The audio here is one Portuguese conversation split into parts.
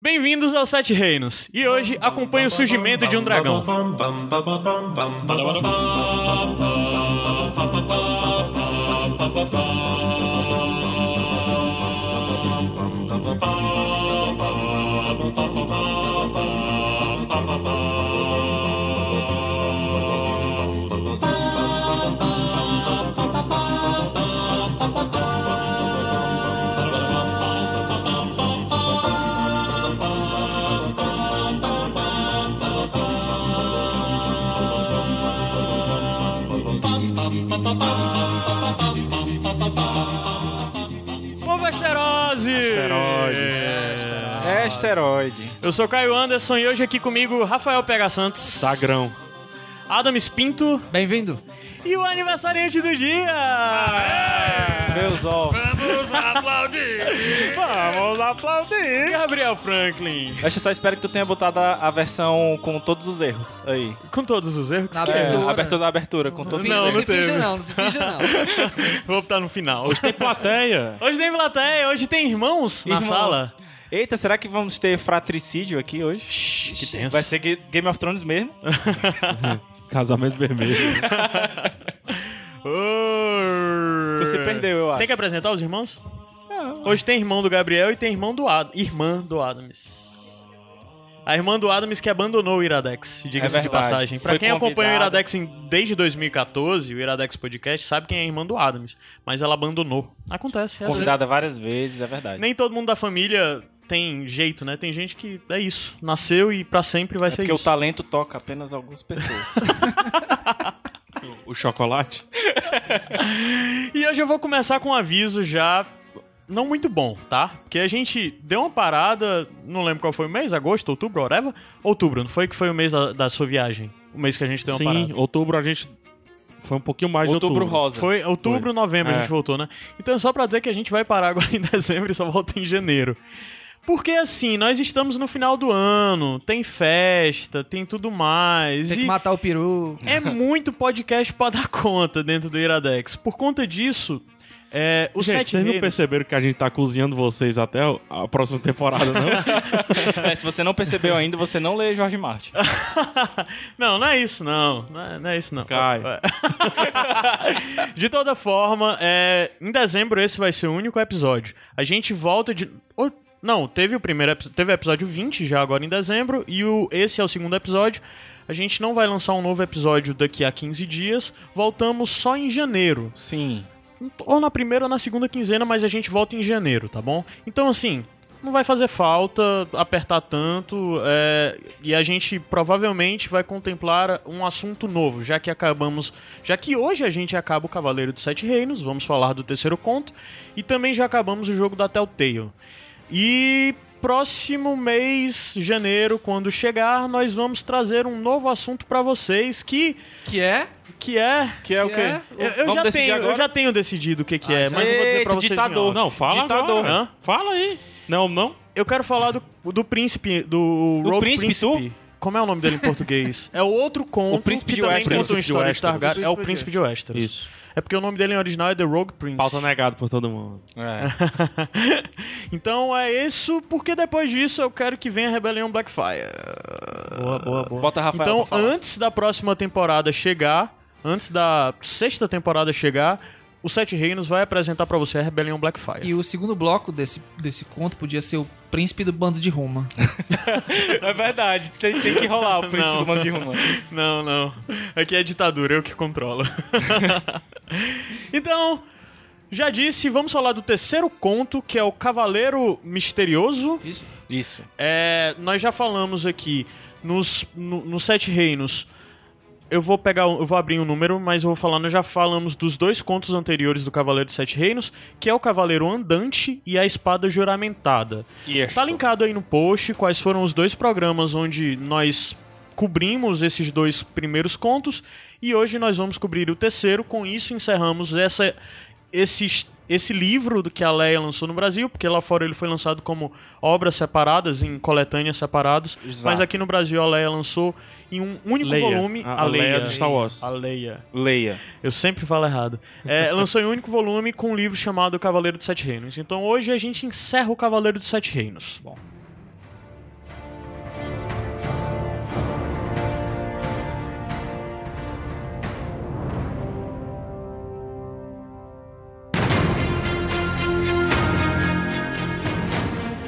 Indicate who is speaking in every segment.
Speaker 1: Bem-vindos aos Sete Reinos, e hoje acompanha o surgimento de um dragão. Povo Asterose!
Speaker 2: Asteroide. É esteroide.
Speaker 1: Eu sou Caio Anderson e hoje aqui comigo Rafael Pega Santos,
Speaker 2: Sagrão.
Speaker 1: Adam Espinto
Speaker 3: Bem-vindo.
Speaker 1: e o aniversariante do dia!
Speaker 2: Deus, ó.
Speaker 1: Vamos aplaudir!
Speaker 2: Vamos aplaudir.
Speaker 1: Gabriel Franklin,
Speaker 2: Eu só espero que tu tenha botado a, a versão com todos os erros aí.
Speaker 1: com todos os erros,
Speaker 3: Na
Speaker 1: que
Speaker 2: É,
Speaker 1: é?
Speaker 3: Abertura.
Speaker 2: a abertura da abertura, com todos
Speaker 1: Não,
Speaker 3: não
Speaker 2: os
Speaker 1: não
Speaker 3: se
Speaker 1: teve.
Speaker 2: erros.
Speaker 3: finja não, não se finja não.
Speaker 1: Vou optar no final.
Speaker 4: Tem plateia.
Speaker 1: Hoje tem plateia, hoje tem irmãos, na
Speaker 2: Irmãos.
Speaker 1: sala.
Speaker 2: Eita, será que vamos ter fratricídio aqui hoje?
Speaker 1: Que tenso.
Speaker 2: Vai ser Ga- Game of Thrones mesmo?
Speaker 4: Casamento vermelho.
Speaker 2: Tu
Speaker 1: É.
Speaker 2: se perdeu, eu
Speaker 1: Tem
Speaker 2: acho.
Speaker 1: que apresentar os irmãos? Hoje tem irmão do Gabriel e tem irmão do Ad... irmã do Adams. A irmã do Adams que abandonou o Iradex, diga-se
Speaker 2: É
Speaker 1: de
Speaker 2: verdade.
Speaker 1: passagem. Pra
Speaker 2: Foi
Speaker 1: quem acompanha o
Speaker 2: convidada.
Speaker 1: Iradex em- desde 2014, o Iradex Podcast, sabe quem é a irmã do Adams. Mas ela abandonou. Acontece. é assim.
Speaker 2: Convidada várias vezes, é verdade.
Speaker 1: Nem todo mundo da família tem jeito, né? Tem gente que é isso. Nasceu e pra sempre vai
Speaker 2: É
Speaker 1: ser
Speaker 2: porque o
Speaker 1: isso.
Speaker 2: talento toca apenas algumas pessoas.
Speaker 4: o chocolate.
Speaker 1: E hoje eu vou começar com um aviso já não muito bom, tá? Porque a gente deu uma parada, não lembro qual foi o mês, agosto, outubro, whatever. Outubro, não foi que foi o mês da, da sua viagem? O mês que a gente deu uma
Speaker 4: Sim,
Speaker 1: parada.
Speaker 4: outubro a gente. Foi um pouquinho mais de
Speaker 2: Outubro
Speaker 4: outubro.
Speaker 2: rosa.
Speaker 1: Foi outubro,
Speaker 4: Foi.
Speaker 1: novembro a
Speaker 4: É.
Speaker 1: gente voltou, né? Então é só pra dizer que a gente vai parar agora em dezembro e só volta em janeiro. Porque assim, nós estamos no final do ano, tem festa, tem tudo mais.
Speaker 3: Tem que
Speaker 1: e-
Speaker 3: matar o peru.
Speaker 1: é muito podcast pra dar conta dentro do Iradex. Por conta disso, é, o
Speaker 4: Gente,
Speaker 1: Sete
Speaker 4: vocês não
Speaker 1: Reinos-
Speaker 4: perceberam que a gente tá cozinhando vocês até a próxima temporada, não?
Speaker 2: É, se você não percebeu ainda, você não lê Jorge Martin.
Speaker 1: não, não é isso, não. Não é, não é isso, não.
Speaker 4: Cai.
Speaker 1: de toda forma, é, em dezembro esse vai ser o único episódio. A gente volta de. ou- não, teve o primeiro epi- teve o episódio 20 já agora em dezembro, e o, esse é o segundo episódio. A gente não vai lançar um novo episódio daqui a 15 dias. Voltamos só em janeiro.
Speaker 2: Sim.
Speaker 1: ou na primeira ou na segunda quinzena, mas a gente volta em janeiro, tá bom? Então, assim, não vai fazer falta apertar tanto é, e a gente provavelmente vai contemplar um assunto novo, já que acabamos, já que hoje a gente acaba o Cavaleiro dos Sete Reinos, vamos falar do terceiro conto e também já acabamos o jogo da Telltale. E próximo mês, janeiro, quando chegar, nós vamos trazer um novo assunto pra vocês que
Speaker 3: Que é?
Speaker 1: que é
Speaker 2: Que é o
Speaker 3: Que
Speaker 2: quê?
Speaker 3: é?
Speaker 1: eu, eu
Speaker 2: Vamos
Speaker 1: já
Speaker 2: decidir
Speaker 1: tenho, eu
Speaker 2: agora?
Speaker 1: já tenho decidido o que, que é,
Speaker 3: já.
Speaker 1: mas eu vou dizer pra
Speaker 2: Eita,
Speaker 1: vocês. assim, em
Speaker 2: ditador.
Speaker 1: off.
Speaker 4: Não, fala
Speaker 2: Ditador.
Speaker 4: agora.
Speaker 1: Hã?
Speaker 4: Fala aí. Não, não?
Speaker 1: Eu quero falar do, do príncipe, do
Speaker 2: O
Speaker 1: Road
Speaker 2: príncipe
Speaker 1: Como é o nome dele em português? É o outro conto
Speaker 2: O príncipe
Speaker 1: que
Speaker 2: de
Speaker 1: também
Speaker 2: Westeros.
Speaker 1: conta uma
Speaker 4: Príncipe de
Speaker 1: história de
Speaker 4: Westeros.
Speaker 1: Targaryen. É o
Speaker 3: O
Speaker 1: príncipe
Speaker 3: príncipe
Speaker 1: de
Speaker 3: de
Speaker 1: Westeros.
Speaker 4: Isso.
Speaker 1: É porque o nome dele em original é The Rogue Prince.
Speaker 4: Pauta né? negado por todo mundo.
Speaker 2: É.
Speaker 1: então é isso, porque depois disso eu quero que venha a Rebelião Blackfire.
Speaker 3: Boa, boa, boa.
Speaker 2: Bota Rafael.
Speaker 1: Então,
Speaker 2: pra falar.
Speaker 1: antes da próxima temporada chegar, antes da sexta temporada chegar, o Sete Reinos vai apresentar pra você a Rebelião Blackfire.
Speaker 3: E o segundo bloco desse, desse conto podia ser o príncipe do bando de Roma.
Speaker 2: É verdade, tem, tem que rolar o príncipe
Speaker 1: Não.
Speaker 2: do bando de Roma.
Speaker 1: Não, não. Aqui é ditadura, eu que controlo. então, já disse, vamos falar do terceiro conto, que é o Cavaleiro Misterioso.
Speaker 3: Isso.
Speaker 2: Isso.
Speaker 1: É, nós já falamos aqui nos, no- nos Sete Reinos. Eu vou pegar, um- eu vou abrir um número, mas eu vou falar. Nós já falamos dos dois contos anteriores do Cavaleiro dos Sete Reinos, que é o Cavaleiro Andante e a Espada Juramentada.
Speaker 2: Isso.
Speaker 1: Tá linkado aí no post quais foram os dois programas onde nós cobrimos esses dois primeiros contos e hoje nós vamos cobrir o terceiro. Com isso encerramos essa esse esse livro do que a Leia lançou no Brasil, porque lá fora ele foi lançado como obras separadas em coletâneas separados,
Speaker 2: Exato.
Speaker 1: mas aqui no Brasil a Leia lançou em um único
Speaker 4: Leia.
Speaker 1: volume
Speaker 4: A- a Leia do Star Wars.
Speaker 1: A Leia.
Speaker 2: Leia.
Speaker 1: Eu sempre falo errado. É, lançou em um único volume com um livro chamado Cavaleiro dos Sete Reinos. Então hoje a gente encerra o Cavaleiro dos Sete Reinos. Bom.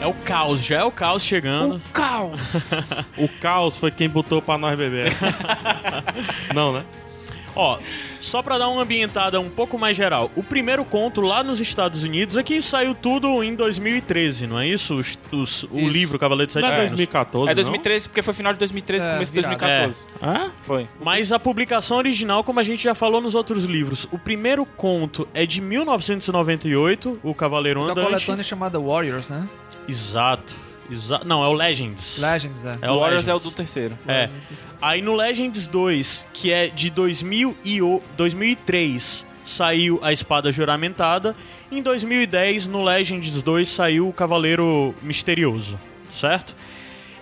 Speaker 1: É o caos, já é o caos
Speaker 3: um
Speaker 1: chegando.
Speaker 2: caos!
Speaker 4: O caos foi quem botou pra nós beber. Não, né?
Speaker 1: Ó, só pra dar uma ambientada um pouco mais geral, o primeiro conto lá nos Estados Unidos é que saiu tudo em 2013, não é isso? Os- os- o
Speaker 3: Isso.
Speaker 1: livro Cavaleiro de Sete
Speaker 4: Não é
Speaker 1: Reinos.
Speaker 4: 2014,
Speaker 2: é 2013, porque foi final de 2013,
Speaker 3: É,
Speaker 2: começo de
Speaker 3: virado.
Speaker 2: 2014.
Speaker 4: Não? Hã?
Speaker 2: É? Foi.
Speaker 1: Mas a publicação original, como a gente já falou nos outros livros, o primeiro conto é de 1998, o Cavaleiro
Speaker 3: Então a
Speaker 1: Andante.
Speaker 3: coletânea chamada Warriors, né?
Speaker 1: Exato, exato. Não, é o Legends.
Speaker 3: Legends, é.
Speaker 1: É
Speaker 2: o
Speaker 1: o
Speaker 2: Warriors
Speaker 1: Legends.
Speaker 2: é o do terceiro.
Speaker 1: É. Aí no Legends 2, que é de 2000 e o- 2003, saiu a Espada Juramentada. Em 2010, no Legends 2, saiu o Cavaleiro Misterioso, certo?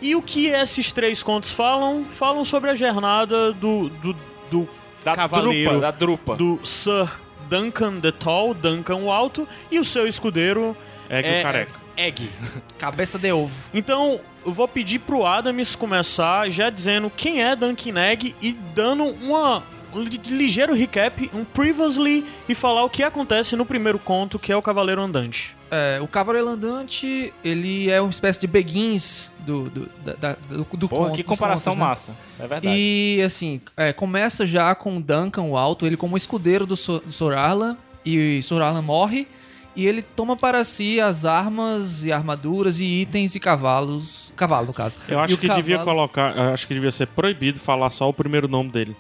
Speaker 1: E o que esses três contos falam? Falam sobre a jornada do, do, do
Speaker 2: Da
Speaker 1: Cavaleiro.
Speaker 2: drupa, da drupa.
Speaker 1: do Sir Duncan the Tall, Duncan o Alto, e o seu escudeiro
Speaker 4: É que
Speaker 1: É,
Speaker 4: o careca.
Speaker 1: Egg.
Speaker 3: Cabeça de ovo.
Speaker 1: Então, eu vou pedir pro Adams começar já dizendo quem é Duncan Egg e dando uma um li- ligeiro recap, um previously e falar o que acontece no primeiro conto, que é o Cavaleiro Andante.
Speaker 3: É, o Cavaleiro Andante, ele é uma espécie de Beguins do, do, da- da- do, do
Speaker 2: Porra,
Speaker 3: conto,
Speaker 2: que
Speaker 3: dos
Speaker 2: comparação
Speaker 3: contos, né?
Speaker 2: massa. É verdade.
Speaker 3: E assim, é, começa já com o Duncan, o alto, ele como escudeiro do, so do Sor Arlan, e Sor Arlan morre, e ele toma para si as armas e armaduras e itens e cavalos. Cavalo, no caso.
Speaker 4: Eu
Speaker 3: E
Speaker 4: acho
Speaker 3: o
Speaker 4: que devia
Speaker 3: cavalo-
Speaker 4: colocar. Eu acho que devia ser proibido falar só o primeiro nome dele.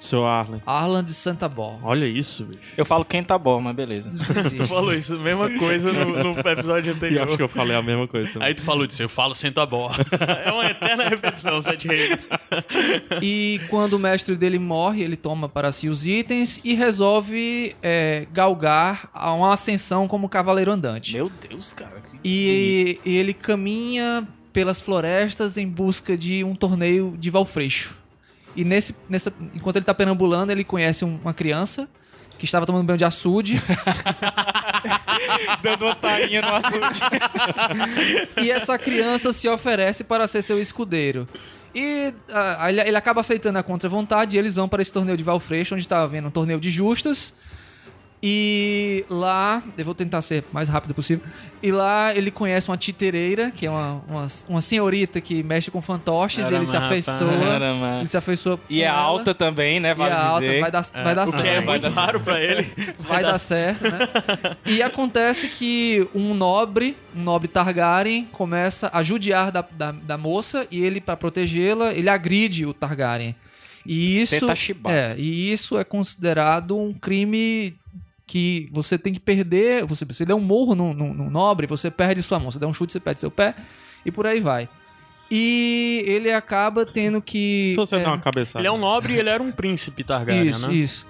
Speaker 4: Seu Arlen.
Speaker 3: Arlan de Santa Bó.
Speaker 4: Olha isso, bicho.
Speaker 2: Eu falo quem tá bom, mas beleza.
Speaker 3: Isso não existe.
Speaker 1: isso, mesma coisa no, episódio
Speaker 4: Eu acho que eu falei a mesma coisa também.
Speaker 1: Aí tu falou disso, eu falo senta a bola. É uma eterna repetição, sete reis.
Speaker 3: E quando o mestre dele morre, ele toma para si os itens e resolve é, galgar a uma ascensão como cavaleiro andante.
Speaker 2: Meu Deus, cara. que-
Speaker 3: E, e ele caminha pelas florestas em busca de um torneio de valfreixo. E nesse, nessa, enquanto ele tá perambulando, ele conhece um- uma criança que estava tomando banho de açude.
Speaker 2: Dando uma tainha no assunto.
Speaker 3: e essa criança se oferece para ser seu escudeiro. E ah, ele, ele acaba aceitando a contra-vontade e eles vão para esse torneio de Valfreixo, onde está havendo um torneio de justas. E lá, eu vou tentar ser o mais rápido possível. E lá ele conhece uma titereira, que é uma, uma, uma senhorita que mexe com fantoches, e ele se
Speaker 1: Caramba,
Speaker 3: afeiçoa.
Speaker 2: Caramba.
Speaker 3: Ele se afeiçoa.
Speaker 2: E é
Speaker 3: com ela,
Speaker 2: alta também, né?
Speaker 3: E é
Speaker 2: Vale
Speaker 3: alta,
Speaker 2: dizer.
Speaker 3: vai dar, vai dar
Speaker 1: o que é
Speaker 3: certo.
Speaker 1: muito raro pra ele.
Speaker 3: Vai dar certo, né? e acontece que um nobre, um nobre Targaryen, começa a judiar da, da, da moça e ele, pra protegê-la, ele agride o Targaryen. E isso,
Speaker 2: Senta chibata.
Speaker 3: é, e isso é considerado um crime que você tem que perder. Você, você der um morro num, num- num nobre, você perde sua mão. Você der um chute, você perde seu pé. E por aí vai. E ele acaba tendo que.
Speaker 4: Se você
Speaker 3: é,
Speaker 4: dá uma cabeçada.
Speaker 1: Ele é um nobre e ele era um príncipe Targaryen,
Speaker 3: Isso,
Speaker 1: né?
Speaker 3: isso.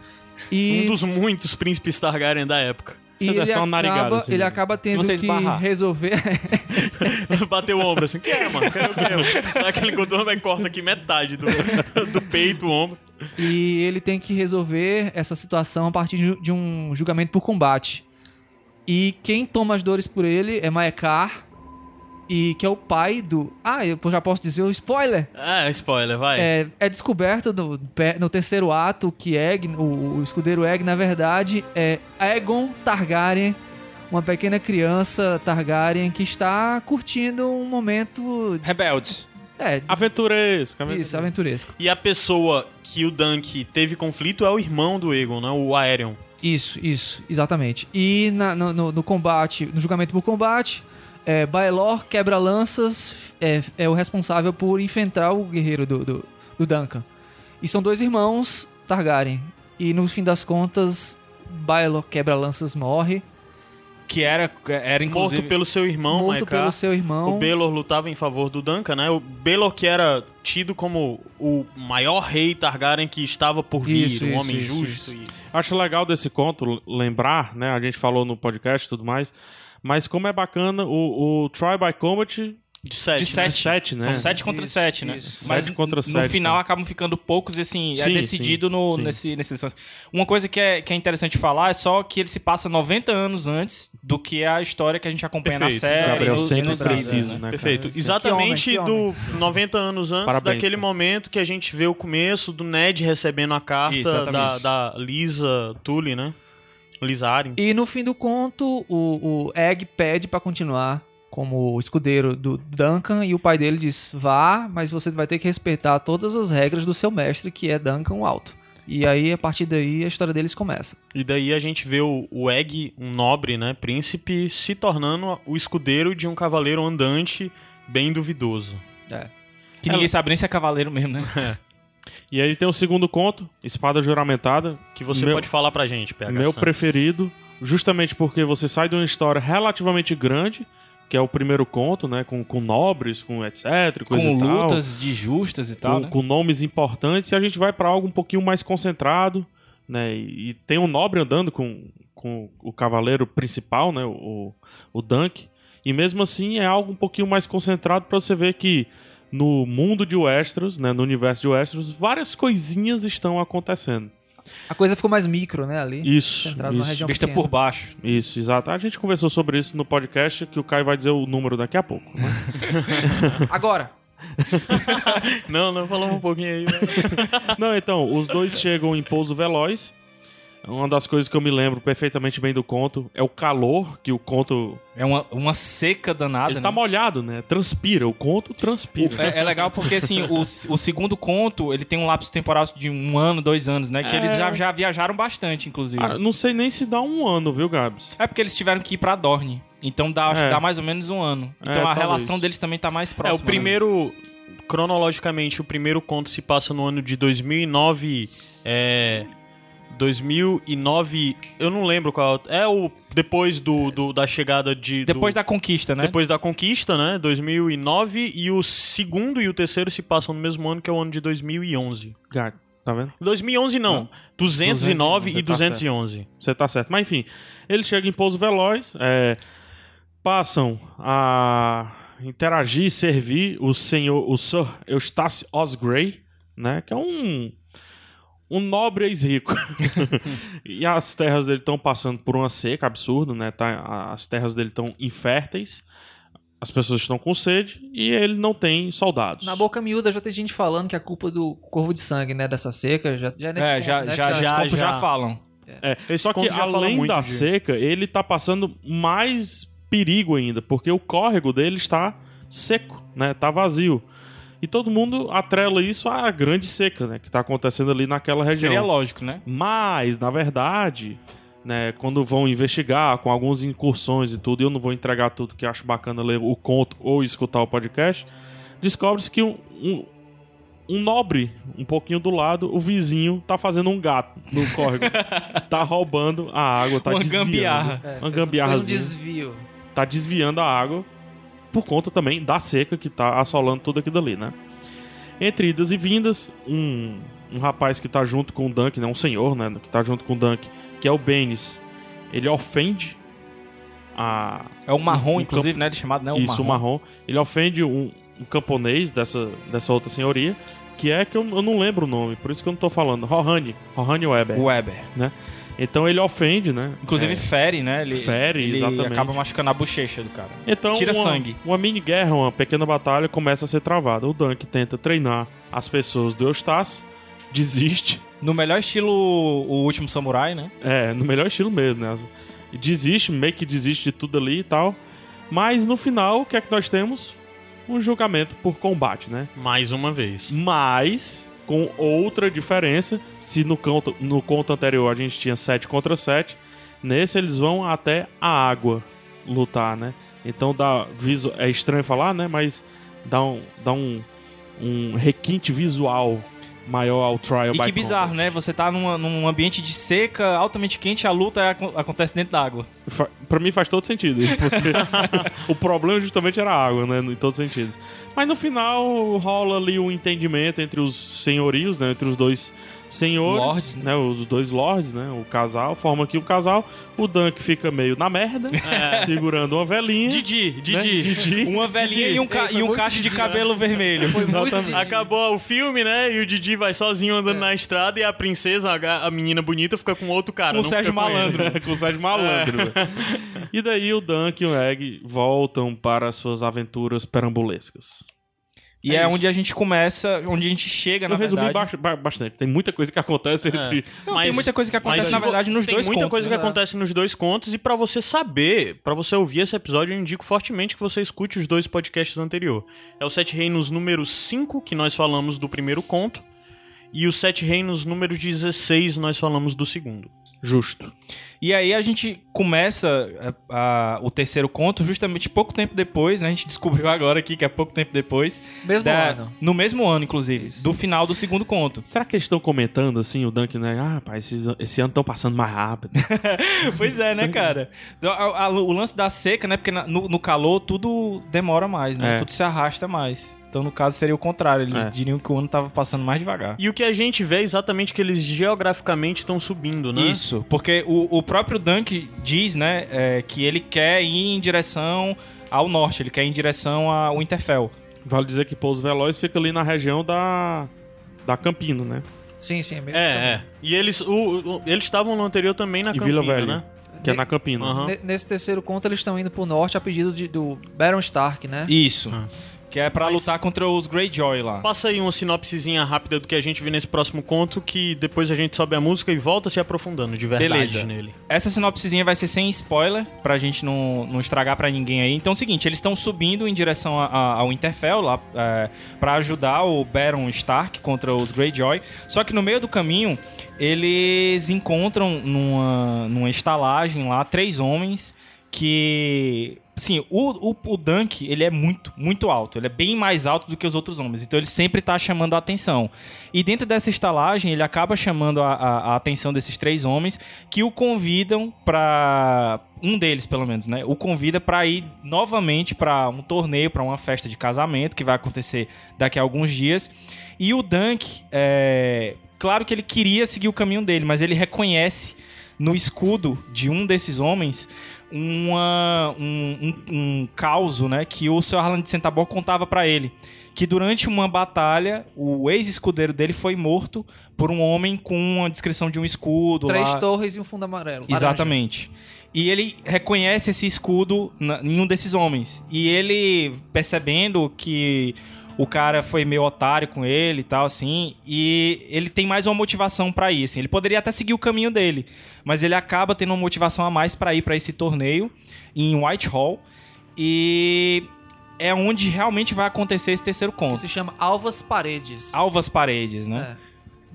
Speaker 3: E
Speaker 1: Um dos muitos príncipes Targaryen da época.
Speaker 3: E
Speaker 4: Você dá
Speaker 3: ele,
Speaker 4: só uma narigada,
Speaker 3: acaba,
Speaker 4: assim,
Speaker 3: ele
Speaker 4: né?
Speaker 3: acaba tendo
Speaker 2: você
Speaker 3: que
Speaker 2: esbarrar.
Speaker 3: resolver.
Speaker 1: Bateu o ombro assim, que é, mano? Quero o quê? Aquele contorno vai corta aqui metade do, do peito, o ombro.
Speaker 3: e ele tem que resolver essa situação a partir de- de um julgamento por combate. E quem toma as dores por ele é Maekar, e que é o pai do. Ah, eu já posso dizer o spoiler!
Speaker 1: Ah, spoiler, vai.
Speaker 3: É, é descoberto no, pe- no terceiro ato que Egg, o, o escudeiro Egg, na verdade, é Aegon Targaryen, uma pequena criança Targaryen que está curtindo um momento.
Speaker 2: Rebelde.
Speaker 3: É,
Speaker 4: Aventuresco. aventuresco.
Speaker 3: isso, aventuresco.
Speaker 1: E a pessoa que o Dunk teve conflito é o irmão do Egon, né? O Aerion.
Speaker 3: Isso, isso, exatamente. E na- no, no- no combate, no julgamento por combate, é, Baelor quebra-lanças é, é o responsável por enfrentar o guerreiro do, do, do Duncan. E são dois irmãos Targaryen. E no fim das contas, Baelor quebra-lanças morre,
Speaker 2: Que era, era inclusive...
Speaker 1: Morto pelo seu irmão,
Speaker 3: morto
Speaker 1: Maekar.
Speaker 3: pelo seu irmão.
Speaker 1: O Belor lutava em favor do Duncan, né? O Belor que era tido como o maior rei Targaryen que estava por vir,
Speaker 3: Isso,
Speaker 1: um
Speaker 3: isso,
Speaker 1: homem
Speaker 3: isso,
Speaker 1: justo. e-
Speaker 4: Acho legal desse conto lembrar, né? A gente falou no podcast e tudo mais. Mas como é bacana o, o Try by Combat
Speaker 1: De sete.
Speaker 2: De
Speaker 1: né?
Speaker 2: sete.
Speaker 4: de 7, né?
Speaker 2: É, tipo, São 7 contra
Speaker 3: Isso,
Speaker 2: 7, né?
Speaker 3: isso.
Speaker 2: Mas
Speaker 4: Sete contra
Speaker 2: no
Speaker 4: sete,
Speaker 2: final
Speaker 4: né?
Speaker 2: acabam ficando poucos e assim, é
Speaker 4: Sim,
Speaker 2: decidido no,
Speaker 4: sim.
Speaker 2: nesse, nesse instante. Uma coisa que é, que é interessante falar é só que ele se passa 90 anos antes do que a história que a gente acompanha
Speaker 1: Perfeito,
Speaker 2: na série.
Speaker 4: Gabriel
Speaker 2: no-
Speaker 4: sempre
Speaker 2: nos livros,
Speaker 4: preciso, né? cara?
Speaker 1: Perfeito.
Speaker 4: Sempre.
Speaker 1: Exatamente
Speaker 3: Que homem,
Speaker 1: do 90 anos antes,
Speaker 4: Parabéns,
Speaker 1: daquele
Speaker 4: cara.
Speaker 1: momento que a gente vê o começo do Ned recebendo a
Speaker 2: Isso,
Speaker 1: carta da,
Speaker 2: exatamente.
Speaker 1: da Lisa Tully, né? Lisa Arryn.
Speaker 3: E no fim do conto, o, o Egg pede pra continuar como o escudeiro do Duncan, e o pai dele diz: vá, mas você vai ter que respeitar todas as regras do seu mestre, que é Duncan o Alto. E aí, a partir daí, a história deles começa.
Speaker 1: E daí a gente vê o, o Egg, um nobre, né, príncipe, se tornando o escudeiro de um cavaleiro andante bem duvidoso.
Speaker 2: Que ninguém sabe nem se é cavaleiro mesmo, né?
Speaker 4: E aí tem o segundo conto, Espada Juramentada,
Speaker 1: Que você
Speaker 4: Meu-
Speaker 1: pode falar pra gente, PH
Speaker 4: meu
Speaker 1: Santos.
Speaker 4: preferido, justamente porque você sai de uma história relativamente grande, que é o primeiro conto, né, com, com nobres, com etc, coisa
Speaker 2: Com
Speaker 4: e tal,
Speaker 2: lutas de justas e
Speaker 4: com,
Speaker 2: tal, né?
Speaker 4: Tá? com nomes importantes, e a gente vai pra algo um pouquinho mais concentrado, né, e, e tem um nobre andando com, com o cavaleiro principal, né, o, o Dunk, e mesmo assim é algo um pouquinho mais concentrado pra você ver que no mundo de Westeros, né, no universo de Westeros, várias coisinhas estão acontecendo.
Speaker 3: A coisa ficou mais micro, né, ali.
Speaker 4: Isso,
Speaker 3: Centrado na
Speaker 4: isso.
Speaker 3: região
Speaker 2: Vista
Speaker 3: pequena.
Speaker 2: por baixo.
Speaker 4: Isso, exato. A gente conversou sobre isso no podcast, que o Caio vai dizer o número daqui a pouco. né?
Speaker 3: Agora,
Speaker 1: Não, não, falamos um pouquinho aí. né?
Speaker 4: Não, então, os dois chegam em pouso veloz. Uma das coisas que eu me lembro perfeitamente bem do conto é o calor, que o conto.
Speaker 2: É uma, uma seca danada,
Speaker 4: ele
Speaker 2: né?
Speaker 4: tá molhado, né? Transpira, o conto
Speaker 2: O-
Speaker 4: transpira.
Speaker 2: é, é legal porque, assim, o, o segundo conto, ele tem um lapso temporal de um ano, dois anos, né? Que eles já, já viajaram bastante, inclusive.
Speaker 4: É. Ah, não sei nem se dá um ano, viu, Gabs?
Speaker 2: É porque eles tiveram que ir pra Dorne. Então dá, acho
Speaker 4: É.
Speaker 2: que dá mais ou menos um ano.
Speaker 4: É,
Speaker 2: Então a
Speaker 4: talvez.
Speaker 2: relação deles também tá mais
Speaker 1: É,
Speaker 2: próxima.
Speaker 1: o primeiro, cronologicamente, o primeiro conto se passa no ano de 2009, é... 2009, eu não lembro qual. É o depois do, do- da chegada de.
Speaker 2: né? Depois
Speaker 1: do,
Speaker 2: da conquista, né?
Speaker 1: depois da conquista, né? 2009 e o segundo e o terceiro se passam no mesmo ano que é o ano de 2011.
Speaker 4: Gato, tá vendo?
Speaker 1: 2011 não, 209 e
Speaker 4: tá
Speaker 1: 211.
Speaker 4: Você tá certo. Mas enfim, eles chegam em pouso veloz, é, passam a interagir e servir o senhor, o Sir Eustace Osgrey, né? Que é um um nobre ex-rico. e as terras dele estão passando por uma seca absurda, né? Tá, a- as terras dele estão inférteis. As pessoas estão com sede e ele não tem soldados.
Speaker 3: na boca miúda já tem gente falando que a culpa do corvo de sangue, né, dessa seca, já, já é nesse
Speaker 2: É,
Speaker 3: ponto,
Speaker 2: já,
Speaker 3: né,
Speaker 2: já,
Speaker 3: que
Speaker 2: já,
Speaker 3: as
Speaker 2: já,
Speaker 3: copas
Speaker 2: falam.
Speaker 4: É,
Speaker 1: Esse
Speaker 4: só que
Speaker 1: conto já fala
Speaker 4: além
Speaker 1: muito
Speaker 4: da
Speaker 1: de-
Speaker 4: seca, ele tá passando mais perigo ainda, porque o córrego dele está seco, né? Tá vazio. E todo mundo atrela isso à grande seca, né? Que tá acontecendo ali naquela região.
Speaker 2: Seria lógico, né?
Speaker 4: Mas, na verdade, né, quando vão investigar com algumas incursões e tudo, e eu não vou entregar tudo que acho bacana ler o conto ou escutar o podcast, descobre-se que um, um, um nobre, um pouquinho do lado, o vizinho tá fazendo um gato no córrego. tá roubando a água, tá
Speaker 2: Uma
Speaker 4: desviando.
Speaker 2: gambiarra.
Speaker 3: É, fez um-
Speaker 4: uma
Speaker 3: fez um
Speaker 4: gambiarrazinha.
Speaker 3: desvio.
Speaker 4: Tá desviando a água por conta também da seca que tá assolando tudo aquilo ali, né? Entre idas e vindas, um, um rapaz que tá junto com o Dunk, né? Um senhor, né? Que tá junto com o Dunk, que é o Benes. Ele ofende a...
Speaker 2: É o marrom,
Speaker 4: Um
Speaker 2: inclusive, né? Ele é chamado, né? O
Speaker 4: isso, o marrom. Ele ofende um, um camponês dessa, dessa outra senhoria, que é que eu, eu não lembro o nome, por isso que eu não tô falando. Rohani. Rohani Weber.
Speaker 2: Weber.
Speaker 4: Então ele ofende, né?
Speaker 2: Inclusive fere, né? Ele,
Speaker 4: Fere,
Speaker 2: ele
Speaker 4: exatamente.
Speaker 2: acaba machucando a bochecha do cara.
Speaker 4: Então,
Speaker 2: Tira
Speaker 4: uma,
Speaker 2: sangue.
Speaker 4: Uma mini guerra, uma pequena batalha começa a ser travada. O Dunk tenta treinar as pessoas do Eustace, desiste.
Speaker 2: No melhor estilo, o último samurai, né?
Speaker 4: É, no melhor estilo mesmo, né? Desiste, meio que desiste de tudo ali e tal. Mas no final, o que é que nós temos? Um julgamento por combate, né?
Speaker 1: Mais uma vez.
Speaker 4: Mas com outra diferença, se no conto, no conto anterior a gente tinha 7 contra 7, nesse eles vão até a água lutar, né? Então dá visu... é estranho falar, né? Mas dá um, dá um, um requinte visual maior ao trial
Speaker 2: E
Speaker 4: by
Speaker 2: que bizarro,
Speaker 4: Combat.
Speaker 2: né? Você tá numa- num ambiente de seca, altamente quente, a luta aco- acontece dentro da água.
Speaker 4: Fa- Pra mim faz todo sentido isso, porque o problema justamente era a água, né? Em todos os sentidos. Mas no final rola ali um entendimento entre os senhorios, né? Entre os dois senhores,
Speaker 2: Lords,
Speaker 4: né? Os dois lords, né? O casal, forma aqui o casal. O Dunk fica meio na merda, segurando uma velhinha.
Speaker 1: Didi,
Speaker 4: né?
Speaker 1: Didi.
Speaker 4: Didi.
Speaker 2: É. Uma velhinha
Speaker 4: é
Speaker 2: e um, ca-
Speaker 1: Ei, foi
Speaker 2: e um
Speaker 1: muito
Speaker 2: cacho de
Speaker 1: Didi, né?
Speaker 2: cabelo vermelho.
Speaker 3: Foi muito de-
Speaker 1: Acabou o filme, né? E o Didi vai sozinho
Speaker 2: É.
Speaker 1: andando na estrada e a princesa, a, ga- a menina bonita, fica com outro cara.
Speaker 2: Com o
Speaker 1: não
Speaker 2: Sérgio
Speaker 1: fica com ele.
Speaker 2: Malandro. É.
Speaker 4: com o Sérgio Malandro. velho. né. E daí o Dunk e o Egg voltam para as suas aventuras perambulescas.
Speaker 2: E é,
Speaker 3: isso.
Speaker 2: onde a gente começa, onde a gente chega, na
Speaker 4: Eu resumi
Speaker 2: verdade. É.
Speaker 4: ba- ba- bastante. Tem muita coisa que acontece entre.
Speaker 2: Não, tem muita coisa que acontece,
Speaker 1: mas
Speaker 2: na
Speaker 1: vo-
Speaker 2: verdade, nos
Speaker 1: tem
Speaker 2: dois
Speaker 1: muita
Speaker 2: contos, né?
Speaker 1: coisa que
Speaker 3: exato.
Speaker 1: acontece nos dois contos e pra você saber, pra você ouvir esse episódio, eu indico fortemente que você escute os dois podcasts anterior. É o Sete Reinos número 5 que nós falamos do primeiro conto e o Sete Reinos número 16 nós falamos do segundo.
Speaker 4: Justo.
Speaker 2: E aí a gente começa é, a- o terceiro conto justamente pouco tempo depois, né? A gente descobriu agora aqui que é pouco tempo depois.
Speaker 3: Mesmo
Speaker 2: da-
Speaker 3: ano.
Speaker 2: No mesmo ano, inclusive, do final do segundo conto.
Speaker 4: Será que eles estão comentando assim, o Duncan, né? Ah, rapaz, esses an- esse ano estão passando mais rápido.
Speaker 2: pois é, né, cara? Então, a- a- o lance da seca, né? Porque na- no, no calor tudo demora mais, né?
Speaker 4: É.
Speaker 2: Tudo se arrasta mais. Então, no caso, seria o contrário. Eles
Speaker 4: É.
Speaker 2: diriam que o ano tava passando mais devagar.
Speaker 1: E o que a gente vê é exatamente que eles geograficamente estão subindo, né?
Speaker 2: Isso, porque o, o próprio Dunk diz, né, é, que ele quer ir em direção ao norte, ele quer ir em direção a Winterfell.
Speaker 4: Vale dizer que Pouso Veloz fica ali na região da. da Campino, né?
Speaker 3: Sim, sim. mesmo
Speaker 1: É,
Speaker 2: Então.
Speaker 1: é. E eles o- o- eles estavam no anterior também na
Speaker 4: E
Speaker 1: Campina,
Speaker 4: Vila Velha.
Speaker 1: né?
Speaker 4: Que é na Campino.
Speaker 1: Aham.
Speaker 3: Ne- Nesse terceiro conto, eles estão indo pro norte a pedido de- do Baron Stark, né?
Speaker 2: Isso.
Speaker 1: Ah.
Speaker 2: Que é pra
Speaker 1: Mas-
Speaker 2: lutar contra os Greyjoy lá.
Speaker 1: Passa aí uma sinopsezinha rápida do que a gente vê nesse próximo conto, que depois a gente sobe a música e volta se aprofundando de verdade
Speaker 2: Beleza.
Speaker 1: nele.
Speaker 2: Essa sinopsezinha vai ser sem spoiler, pra gente não, não estragar pra ninguém aí. Então é o seguinte, eles estão subindo em direção a- a- ao Interfell lá é, pra ajudar o Baron Stark contra os Greyjoy. Só que no meio do caminho, eles encontram numa, numa estalagem lá três homens que... Sim, o, o, o Dunk, ele é muito, muito alto. Ele é bem mais alto do que os outros homens. Então ele sempre tá chamando a atenção. E dentro dessa estalagem, ele acaba chamando a, a- a atenção desses três homens que o convidam pra. Um deles, pelo menos, né? O convida pra ir novamente pra um torneio, pra uma festa de casamento que vai acontecer daqui a alguns dias. E o Dunk, é. Claro que ele queria seguir o caminho dele, mas ele reconhece no escudo de um desses homens uma, um, um, um causo, né, que o Sr. Harlan de Centabor contava pra ele, que durante uma batalha o ex-escudeiro dele foi morto por um homem com uma descrição de um escudo
Speaker 3: Três
Speaker 2: lá.
Speaker 3: torres e um fundo amarelo. laranja.
Speaker 2: Exatamente. E ele reconhece esse escudo na- em um desses homens. E ele, percebendo que o cara foi meio otário com ele e tal, assim, e ele tem mais uma motivação pra ir, assim. Ele poderia até seguir o caminho dele, mas ele acaba tendo uma motivação a mais pra ir pra esse torneio em Whitehall. E é onde realmente vai acontecer esse terceiro
Speaker 3: Que
Speaker 2: conto.
Speaker 3: se chama Alvas Paredes.
Speaker 2: Alvas Paredes, né?
Speaker 3: É.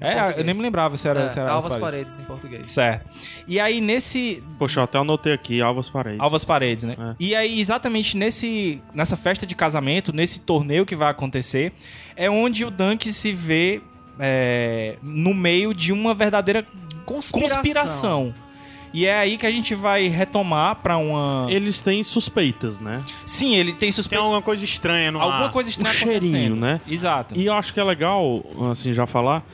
Speaker 2: É,
Speaker 3: português.
Speaker 2: eu nem me lembrava se era,
Speaker 3: É,
Speaker 2: se era
Speaker 3: Alvas Paredes em português.
Speaker 2: Certo. E aí, nesse,
Speaker 4: Poxa, eu até anotei aqui, Alvas Paredes.
Speaker 2: Alvas Paredes, né?
Speaker 4: É.
Speaker 2: E aí, exatamente nesse, nessa festa de casamento, nesse torneio que vai acontecer, é onde o Dunk se vê é, no meio de uma verdadeira conspiração. E é aí que a gente vai retomar pra uma.
Speaker 4: Eles têm suspeitas, né?
Speaker 2: Sim, ele tem
Speaker 1: Tem
Speaker 2: suspeita.
Speaker 1: alguma coisa estranha no
Speaker 2: Alguma
Speaker 1: ar.
Speaker 2: coisa estranha
Speaker 4: um cheirinho,
Speaker 2: acontecendo.
Speaker 4: né?
Speaker 2: Exato.
Speaker 4: E eu acho que é legal, assim, já falar,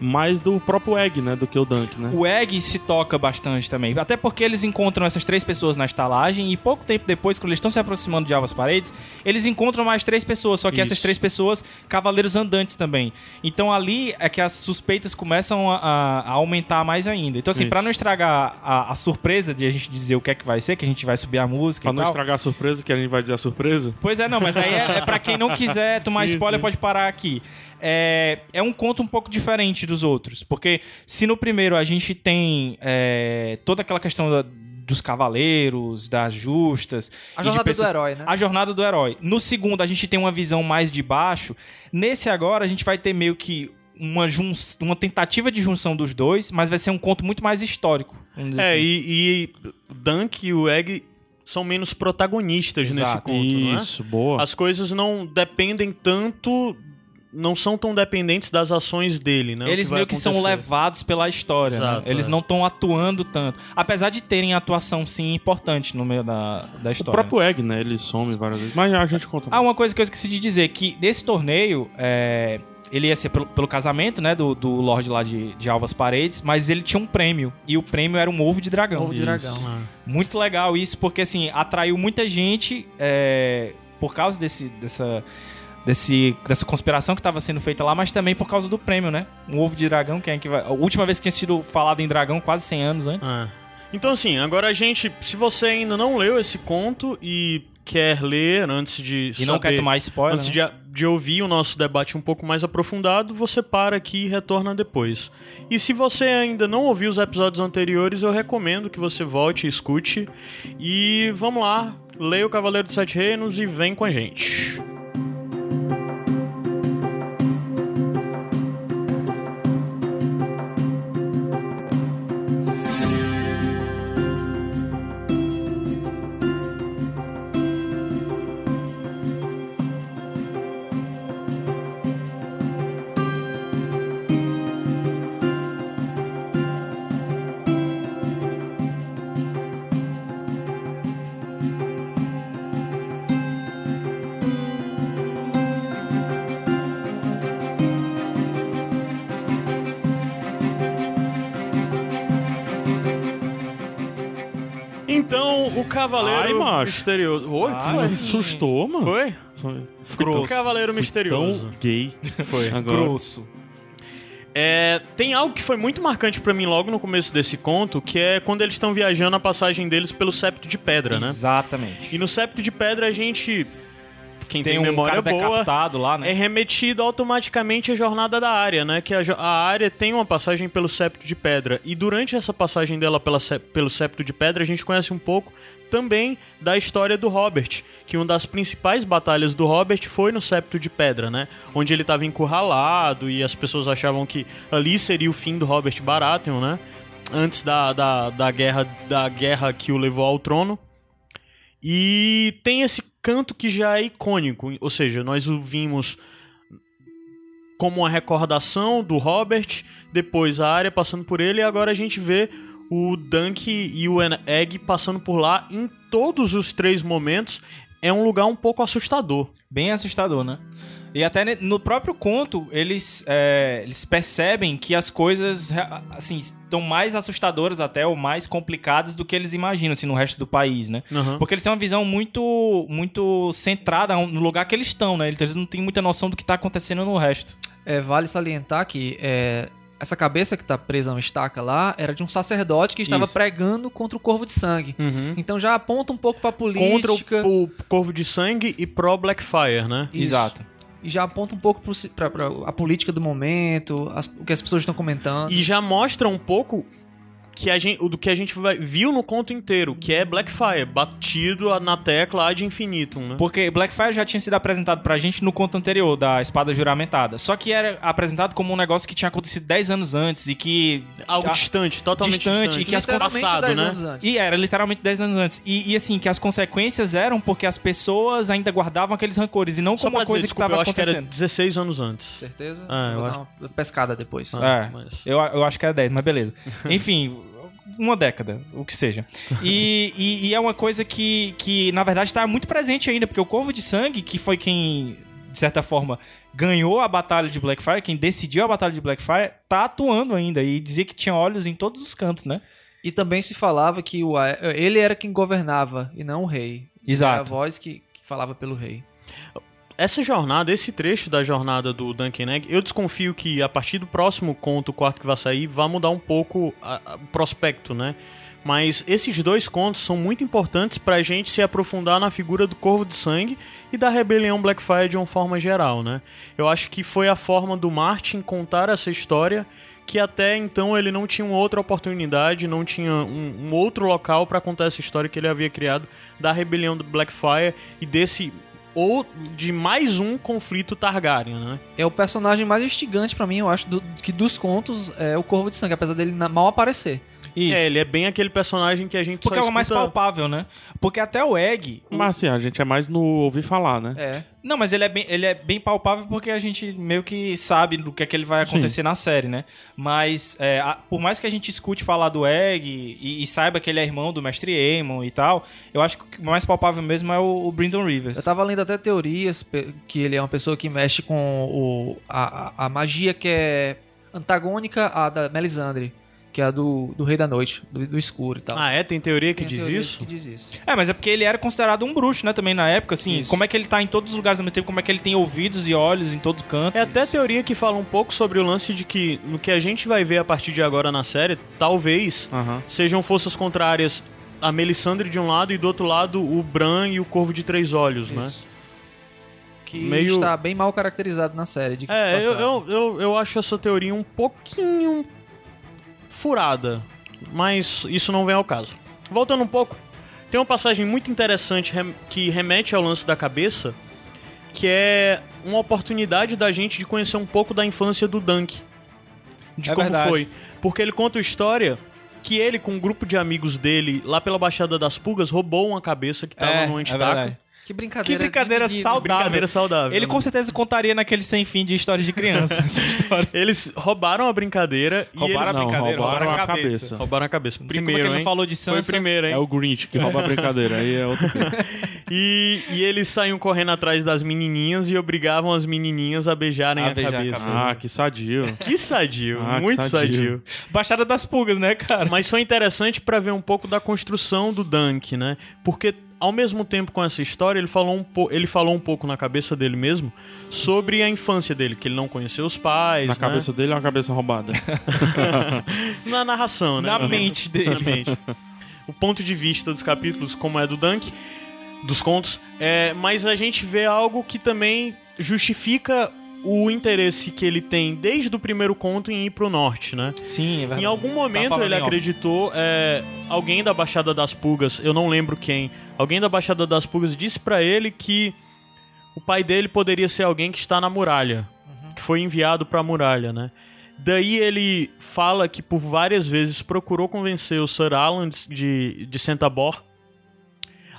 Speaker 4: mais do próprio Egg, né? Do que o Dunk, né?
Speaker 2: O Egg se toca bastante também. Até porque eles encontram essas três pessoas na estalagem e pouco tempo depois, quando eles estão se aproximando de Alvas Paredes, eles encontram mais três pessoas. Só que essas
Speaker 4: Isso.
Speaker 2: três pessoas, cavaleiros andantes também. Então ali é que as suspeitas começam a, a- a aumentar mais ainda. Então, assim,
Speaker 4: Isso.
Speaker 2: pra não estragar a, a surpresa de a gente dizer o que é que vai ser, que a gente vai subir a música
Speaker 4: Pra
Speaker 2: e
Speaker 4: não
Speaker 1: tá-
Speaker 2: tal.
Speaker 4: estragar a surpresa, que a gente vai dizer a surpresa.
Speaker 2: Pois é, não, mas aí é, é pra quem não quiser tomar
Speaker 4: Sim,
Speaker 2: spoiler,
Speaker 4: sim.
Speaker 2: pode parar aqui. É, é um conto um pouco diferente dos outros, porque se no primeiro a gente tem é, toda aquela questão da- dos cavaleiros, das justas... e
Speaker 3: A
Speaker 2: de
Speaker 3: jornada
Speaker 2: pessoas-
Speaker 3: do herói, né?
Speaker 2: A jornada do herói. No segundo a gente tem uma visão mais de baixo. Nesse agora a gente vai ter meio que uma, jun... uma tentativa de junção dos dois, mas vai ser um conto muito mais histórico. vamos dizer
Speaker 1: É,
Speaker 2: assim.
Speaker 1: e, e Dunk e o Egg são menos protagonistas
Speaker 2: Exato.
Speaker 1: nesse conto, né?
Speaker 4: Isso, boa.
Speaker 1: As coisas não dependem tanto, não são tão dependentes das ações dele, né? O
Speaker 2: Eles
Speaker 1: vai
Speaker 2: meio que são
Speaker 1: acontecer.
Speaker 2: levados pela história, né?
Speaker 1: Exato,
Speaker 2: Eles
Speaker 1: é.
Speaker 2: não estão atuando tanto. Apesar de terem atuação, sim, importante no meio da, da
Speaker 4: O
Speaker 2: história.
Speaker 4: próprio Egg, né? Ele some várias vezes. Mas já a gente conta.
Speaker 2: Ah, uma coisa que eu esqueci de dizer, que nesse torneio, é, ele ia ser pelo, pelo casamento, né, do, do Lorde lá de, de Alvas Paredes, mas ele tinha um prêmio, e o prêmio era um ovo de dragão.
Speaker 3: Ovo de dragão. né?
Speaker 1: Ah.
Speaker 2: Muito legal isso, porque assim, atraiu muita gente é, por causa desse, dessa, desse, dessa conspiração que estava sendo feita lá, mas também por causa do prêmio, né? Um ovo de dragão, quem é que vai. A última vez que tinha sido falado em dragão, quase 100 anos antes.
Speaker 1: É. Então, assim, agora a gente. Se você ainda não leu esse conto e quer ler antes de.
Speaker 2: e não
Speaker 1: saber-
Speaker 2: quer tomar spoiler.
Speaker 1: Antes
Speaker 2: né?
Speaker 1: de, de ouvir o nosso debate um pouco mais aprofundado, você para aqui e retorna depois. E se você ainda não ouviu os episódios anteriores, eu recomendo que você volte e escute. E vamos lá, leia o Cavaleiro dos Sete Reinos e vem com a gente. Então, o Cavaleiro
Speaker 4: Ai, macho.
Speaker 1: Misterioso. Oi, que
Speaker 4: Ai, me Ah, assustou, mano.
Speaker 1: foi? Foi?
Speaker 4: Foi.
Speaker 1: O Cavaleiro Misterioso.
Speaker 4: Tão gay. Foi. Agora.
Speaker 2: Grosso.
Speaker 1: É, tem algo que foi muito marcante pra mim logo no começo desse conto, que é quando eles estão viajando a passagem deles pelo septo de pedra, né?
Speaker 2: Exatamente.
Speaker 1: E no septo de pedra a gente. Quem tem,
Speaker 2: Tem, um
Speaker 1: memória
Speaker 2: cara
Speaker 1: boa.
Speaker 2: decapitado lá,
Speaker 1: É
Speaker 2: né?
Speaker 1: remetido automaticamente à jornada da área, né? Que a, jo- a área tem uma passagem pelo septo de pedra. E durante essa passagem dela pela se- pelo septo de pedra, a gente conhece um pouco também da história do Robert. Que uma das principais batalhas do Robert foi no septo de pedra, né? Onde ele tava encurralado e as pessoas achavam que ali seria o fim do Robert Baratheon, né? Antes da, da, da, guerra, da guerra que o levou ao trono. E tem esse canto que já é icônico, ou seja, nós o vimos como uma recordação do Robert, depois a área passando por ele, e agora a gente vê o Dunk e o En- Egg passando por lá em todos os três momentos. É um lugar um pouco assustador.
Speaker 2: Bem assustador, né? E até ne- no próprio conto, eles, é, eles percebem que as coisas, rea- assim, estão mais assustadoras até, ou mais complicadas do que eles imaginam, assim, no resto do país, né? Porque eles têm uma visão muito muito centrada no lugar que eles estão, né? Eles não têm muita noção do que tá acontecendo no resto.
Speaker 3: É, vale salientar que é, essa cabeça que tá presa a uma estaca lá era de um sacerdote que estava
Speaker 2: Isso.
Speaker 3: pregando contra o corvo de sangue.
Speaker 1: Uhum.
Speaker 3: Então já aponta um pouco pra política.
Speaker 1: Contra o, o Corvo de Sangue e pro Blackfire, né?
Speaker 3: Isso.
Speaker 2: Exato.
Speaker 3: E já aponta um pouco pro ci- pra, pra a política do momento, as- o que as pessoas estão comentando.
Speaker 1: E já mostra um pouco que a gente, do que a gente vai- viu no conto inteiro, que é Blackfire, batido na tecla ad infinitum, né?
Speaker 2: Porque Blackfire já tinha sido apresentado pra gente no conto anterior, da espada juramentada. Só que era apresentado como um negócio que tinha acontecido 10 anos antes e que.
Speaker 1: Algo
Speaker 2: a-
Speaker 1: distante, totalmente
Speaker 2: tá Distante,
Speaker 1: distante.
Speaker 2: e que as
Speaker 3: Literalmente
Speaker 1: passado,
Speaker 3: 10
Speaker 1: né?
Speaker 3: anos antes.
Speaker 2: E era literalmente 10 anos antes. E, e, assim, que as consequências eram porque as pessoas ainda guardavam aqueles rancores e não
Speaker 1: Só
Speaker 2: como
Speaker 1: pra
Speaker 2: uma
Speaker 1: dizer,
Speaker 2: coisa
Speaker 1: desculpa,
Speaker 2: que tava
Speaker 1: eu acho que era
Speaker 2: acontecendo.
Speaker 1: 16 anos antes.
Speaker 3: Certeza?
Speaker 1: Ah, eu
Speaker 3: Vou
Speaker 1: acho- Ah.
Speaker 3: dar uma pescada depois.
Speaker 2: É.
Speaker 1: Mas-
Speaker 2: Eu, eu acho que era 10, mas beleza. Enfim, uma década, o que seja. E, e- e é uma coisa que, que, na verdade, tá muito presente ainda, porque o Corvo de Sangue, que foi quem, de certa forma, ganhou a batalha de Blackfire, quem decidiu a batalha de Blackfire, tá atuando ainda e dizia que tinha olhos em todos os cantos, né?
Speaker 3: E também se falava que o, a- ele era quem governava e não o rei. Era a
Speaker 2: Exato.
Speaker 3: voz que, que falava pelo rei.
Speaker 1: Essa jornada, esse trecho da jornada do Duncan Egg, eu desconfio que a partir do próximo conto, o quarto que vai sair, vai mudar um pouco a- a- o prospecto, né? Mas esses dois contos são muito importantes pra gente se aprofundar na figura do Corvo de Sangue e da rebelião Blackfire de uma forma geral, né? Eu acho que foi a forma do Martin contar essa história que até então ele não tinha uma outra oportunidade, não tinha um, um outro local pra contar essa história que ele havia criado da rebelião do Blackfire e desse ou de mais um conflito Targaryen, né?
Speaker 3: É o personagem mais instigante pra mim, eu acho, do- que dos contos é o Corvo de Sangue, apesar dele na- mal aparecer.
Speaker 2: Isso.
Speaker 1: É, ele é bem aquele personagem que a gente
Speaker 2: Porque é
Speaker 1: só
Speaker 2: o mais
Speaker 1: escuta-
Speaker 2: palpável, né? Porque até o Egg. o-
Speaker 4: Mas assim, a gente é mais no ouvir falar, né?
Speaker 3: É.
Speaker 2: Não, mas ele é, bem, ele é bem palpável porque a gente meio que sabe do que é que ele vai acontecer na série, né? Mas é, a- por mais que a gente escute falar do Egg e, e saiba que ele é irmão do Mestre Aemon e tal, eu acho que o mais palpável mesmo é o, o Bryndon Rivers.
Speaker 3: Eu tava lendo até teorias pe- que ele é uma pessoa que mexe com o, a, a- a magia que é antagônica à da Melisandre, que é a do, do Rei da Noite, do, do escuro e tal.
Speaker 1: Ah, é? Tem teoria que
Speaker 3: Tem
Speaker 1: diz
Speaker 3: teorias
Speaker 1: isso?
Speaker 3: Que diz isso.
Speaker 2: É, mas é porque ele era considerado um bruxo, né? Também na época, assim,
Speaker 3: Isso.
Speaker 2: como é que ele tá em todos os lugares ao mesmo tempo, como é que ele tem ouvidos e olhos em todo canto.
Speaker 1: É até teoria que fala um pouco sobre o lance de que no que a gente vai ver a partir de agora na série, talvez
Speaker 4: Aham.
Speaker 1: sejam forças contrárias a Melisandre de um lado e do outro lado o Bran e o Corvo de Três Olhos, né?
Speaker 3: Isso. que
Speaker 1: Meio-
Speaker 3: está bem mal caracterizado na série. De que
Speaker 2: Tá
Speaker 1: É, eu,
Speaker 3: passado.
Speaker 1: eu, eu, eu acho essa teoria um pouquinho furada, mas isso não vem ao caso. Voltando um pouco, tem uma passagem muito interessante rem- que remete ao lance da cabeça, que é uma oportunidade da gente de conhecer um pouco da infância do Dunk. De
Speaker 2: É
Speaker 1: como
Speaker 2: verdade.
Speaker 1: foi. Porque ele conta a história que ele, com um grupo de amigos dele, lá pela Baixada das Pulgas, roubou uma cabeça que tava
Speaker 2: É,
Speaker 1: numa
Speaker 2: é
Speaker 1: estaca.
Speaker 2: verdade.
Speaker 3: Que brincadeira.
Speaker 2: Que brincadeira
Speaker 3: de-
Speaker 2: saudável.
Speaker 1: Brincadeira saudável,
Speaker 2: Ele
Speaker 1: né?
Speaker 2: com certeza contaria naquele sem fim de histórias de criança. essa história.
Speaker 1: Eles roubaram a brincadeira e
Speaker 2: Roubaram
Speaker 1: eles...
Speaker 2: a
Speaker 4: Não,
Speaker 2: brincadeira,
Speaker 4: roubaram
Speaker 2: roubaram
Speaker 4: a
Speaker 2: a
Speaker 4: cabeça.
Speaker 2: cabeça.
Speaker 1: Roubaram a cabeça.
Speaker 2: sei como é que
Speaker 1: Primeiro,
Speaker 2: ele não
Speaker 1: hein?
Speaker 2: falou de
Speaker 1: Foi
Speaker 2: Sansa.
Speaker 1: primeiro, hein?
Speaker 4: É o Grinch que rouba a brincadeira. Aí é outro tempo.
Speaker 1: E, e eles saíam correndo atrás das menininhas e obrigavam as menininhas a beijarem
Speaker 2: A
Speaker 1: a,
Speaker 2: beijar a
Speaker 1: cabeça.
Speaker 4: Ah, que sadio.
Speaker 1: Que sadio,
Speaker 4: Ah, que
Speaker 1: muito
Speaker 4: sadio.
Speaker 1: sadio.
Speaker 2: Baixada das Pulgas, né, cara?
Speaker 1: Mas foi interessante pra ver um pouco da construção do Dunk, né? Porque ao mesmo tempo com essa história, ele falou, um po- ele falou um pouco na cabeça dele mesmo sobre a infância dele, que ele não conheceu os pais,
Speaker 4: Na
Speaker 1: né?
Speaker 4: cabeça dele é uma cabeça roubada.
Speaker 1: na narração, né?
Speaker 2: Na mente dele.
Speaker 1: Na mente. O ponto de vista dos capítulos, como é do Dunk, dos contos, é, mas a gente vê algo que também justifica o interesse que ele tem desde o primeiro conto em ir pro norte, né?
Speaker 2: Sim, é verdade.
Speaker 1: Em algum
Speaker 2: Tá
Speaker 1: momento
Speaker 2: falando
Speaker 1: ele
Speaker 2: em off.
Speaker 1: acreditou, é, alguém da Baixada das Pulgas, eu não lembro quem, alguém da Baixada das Pulgas disse pra ele que o pai dele poderia ser alguém que está na muralha,
Speaker 2: Uhum.
Speaker 1: que foi enviado pra muralha, né? Daí ele fala que por várias vezes procurou convencer o Sir Alan de, de Sentabor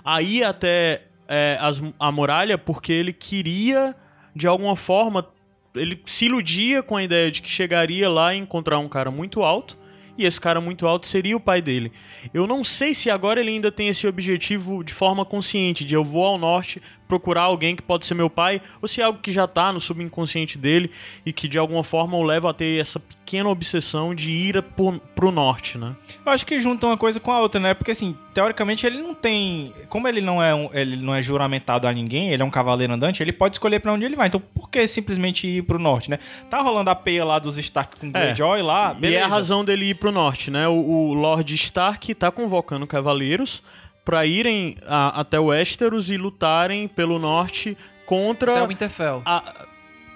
Speaker 1: a ir até é, as- a muralha porque ele queria, de alguma forma, ele se iludia com a ideia de que chegaria lá e encontrar um cara muito alto, e esse cara muito alto seria o pai dele. Eu não sei se agora ele ainda tem esse objetivo de forma consciente, de eu vou ao norte procurar alguém que pode ser meu pai, ou se é algo que já tá no subconsciente dele e que de alguma forma o leva a ter essa pequena obsessão de ir a- por- pro norte, né?
Speaker 2: Eu acho que juntam uma coisa com a outra, né? Porque assim, teoricamente ele não tem, como ele não é um- ele não é juramentado a ninguém, ele é um cavaleiro andante, ele pode escolher pra onde ele vai. Então, por que simplesmente ir pro norte, né? Tá rolando a peia lá dos Stark com Greyjoy
Speaker 1: É.
Speaker 2: lá,
Speaker 1: E
Speaker 2: Ah, beleza.
Speaker 1: é a razão dele ir pro norte, né? O, o Lord Stark tá convocando cavaleiros pra irem a- até Westeros e lutarem pelo norte
Speaker 3: Até
Speaker 1: contra
Speaker 3: o Winterfell.
Speaker 1: a-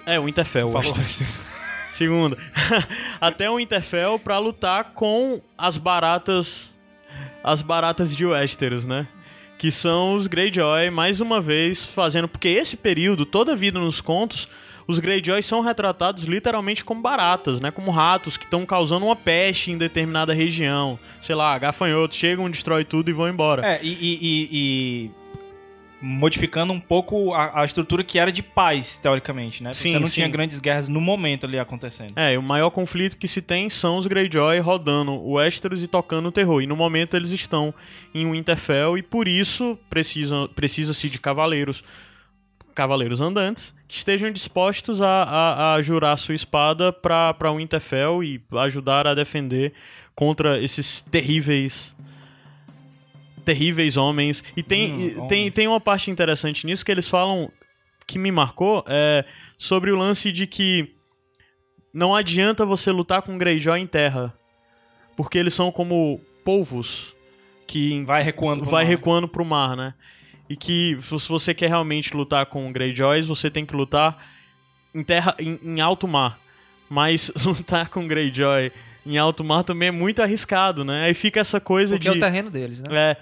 Speaker 1: é o Interfell.
Speaker 2: Falou.
Speaker 1: Segunda. até o Interfell pra lutar com as baratas as baratas de Westeros, né? Que são os Greyjoy, mais uma vez, fazendo. Porque esse período, toda a vida nos contos, os Greyjoy são retratados literalmente como baratas, né? Como ratos que estão causando uma peste em determinada região. Sei lá, gafanhotos chegam, destrói tudo e vão embora.
Speaker 2: É, e, e- e- e modificando um pouco a, a estrutura que era de paz, teoricamente, né? Porque
Speaker 1: Sim,
Speaker 2: você não
Speaker 1: sim.
Speaker 2: tinha grandes guerras no momento ali acontecendo.
Speaker 1: É, e o maior conflito que se tem são os Greyjoy rodando o Westeros e tocando o terror. E no momento eles estão em Winterfell e por isso precisam- precisa-se de cavaleiros. Cavaleiros andantes que estejam dispostos a, a- a jurar sua espada para Winterfell e ajudar a defender contra esses terríveis. Terríveis homens. E tem,
Speaker 2: Hum,
Speaker 1: e tem,
Speaker 2: homens.
Speaker 1: tem uma parte interessante nisso que eles falam que me marcou é sobre o lance de que não adianta você lutar com um Greyjoy em terra. Porque eles são como polvos que
Speaker 2: Vai recuando. pro
Speaker 1: vai
Speaker 2: mar.
Speaker 1: recuando pro mar, né? E que se você quer realmente lutar com Greyjoys, você tem que lutar em terra, em, em alto mar. Mas lutar com Greyjoy em alto mar também é muito arriscado, né? Aí fica essa coisa
Speaker 3: Porque é
Speaker 1: de
Speaker 3: o terreno deles, né?
Speaker 1: é.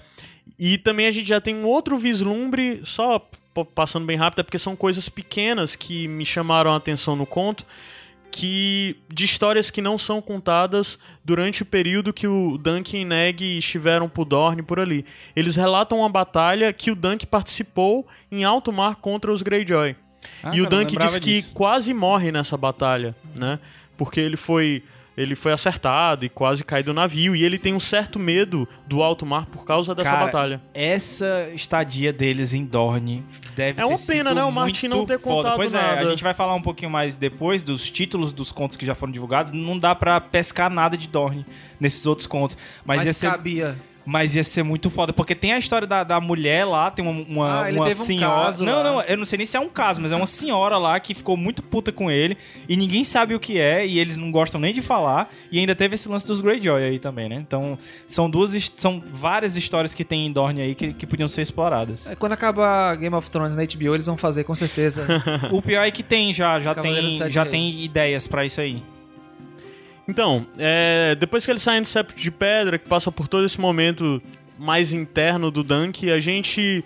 Speaker 1: E também a gente já tem um outro vislumbre, só p- passando bem rápido, é porque são coisas pequenas que me chamaram a atenção no conto, que de histórias que não são contadas durante o período que o Dunk e Neg estiveram por Dorne por ali. Eles relatam uma batalha que o Dunk participou em alto mar contra os Greyjoy.
Speaker 2: Ah,
Speaker 1: e o
Speaker 2: cara, eu
Speaker 1: Dunk diz
Speaker 2: lembrava
Speaker 1: que
Speaker 2: disso.
Speaker 1: quase morre nessa batalha, né? Porque ele foi ele foi acertado e quase cai do navio e ele tem um certo medo do alto mar por causa dessa
Speaker 2: Cara,
Speaker 1: batalha.
Speaker 2: Essa estadia deles em Dorne deve
Speaker 1: É uma
Speaker 2: ter
Speaker 1: pena,
Speaker 2: sido
Speaker 1: né, o Martin
Speaker 2: muito
Speaker 1: não ter
Speaker 2: foda.
Speaker 1: contado
Speaker 2: Pois é, a
Speaker 1: nada.
Speaker 2: gente vai falar um pouquinho mais depois dos títulos dos contos que já foram divulgados. Não dá pra pescar nada de Dorne nesses outros contos. Mas, é-
Speaker 3: Mas
Speaker 2: ia ser
Speaker 3: cabia.
Speaker 2: Mas ia ser muito foda, porque tem a história da, da mulher lá, tem uma, uma,
Speaker 3: Ah, ele
Speaker 2: uma
Speaker 3: teve um
Speaker 2: senhora.
Speaker 3: caso
Speaker 2: não,
Speaker 3: lá.
Speaker 2: não, eu não sei nem se é um caso, mas é uma senhora lá que ficou muito puta com ele e ninguém sabe o que é e eles não gostam nem de falar. E ainda teve esse lance dos Greyjoy aí também, né? Então são duas, his- são várias histórias que tem em Dorne aí que, que podiam ser exploradas.
Speaker 3: É, Quando acabar Game of Thrones na HBO, eles vão fazer com certeza.
Speaker 2: o pior é que tem já, já
Speaker 3: Cavaleiro dos
Speaker 2: tem,
Speaker 3: Sete
Speaker 2: já
Speaker 3: Reis.
Speaker 2: tem ideias pra isso aí.
Speaker 1: Então, é, depois que ele sai do Septo de Pedra, que passa por todo esse momento mais interno do Dunk, a gente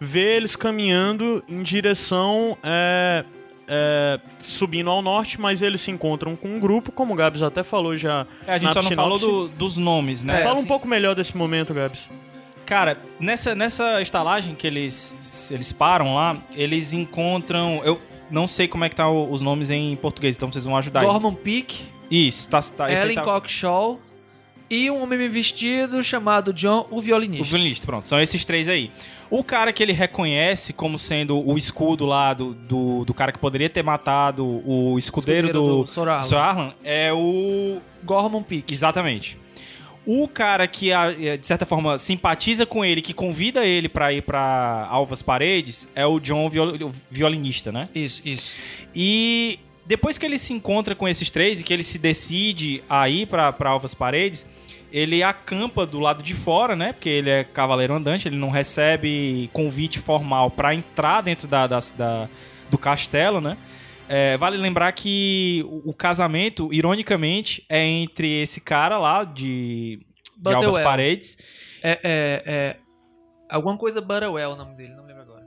Speaker 1: vê eles caminhando em direção. é, é, subindo ao norte, mas eles se encontram com um grupo, como o Gabs até falou já.
Speaker 2: É, A
Speaker 1: na
Speaker 2: gente só não falou
Speaker 1: sinopse.
Speaker 2: do- dos nomes, né?
Speaker 1: Fala um
Speaker 3: assim-
Speaker 1: pouco melhor desse momento, Gabs.
Speaker 2: Cara, nessa, nessa estalagem que eles, eles param lá, eles encontram. Eu não sei como é que tá o- os nomes em português, então vocês vão ajudar aí.
Speaker 3: Gorman Peak,
Speaker 2: Isso, tá. tá esse aí
Speaker 3: Ellen
Speaker 2: tá-
Speaker 3: Cockshaw e um homem vestido chamado John, o
Speaker 2: O
Speaker 3: violinista.
Speaker 2: violinista, pronto. São esses três aí. O cara que ele reconhece como sendo o escudo lá do, do, do cara que poderia ter matado o escudeiro,
Speaker 3: Escudeiro
Speaker 2: do,
Speaker 3: do Sor Arlan.
Speaker 2: Sor Arlan é o
Speaker 3: Gorman Peak.
Speaker 2: Exatamente. O cara que, a- eh, de certa forma, simpatiza com ele, que convida ele pra ir pra Alvas Paredes, é o John, viol- o violinista, né?
Speaker 3: Isso, isso.
Speaker 2: E depois que ele se encontra com esses três e que ele se decide a ir pra, pra Alvas Paredes, ele acampa do lado de fora, né? Porque ele é cavaleiro andante, ele não recebe convite formal pra entrar dentro da, da- da- do castelo, né? É, vale lembrar que o, o casamento, ironicamente, é entre esse cara lá de, de
Speaker 3: Butterwell.
Speaker 2: Alvas Paredes.
Speaker 3: É, é, é. Alguma coisa Butterwell é o nome dele, não lembro agora.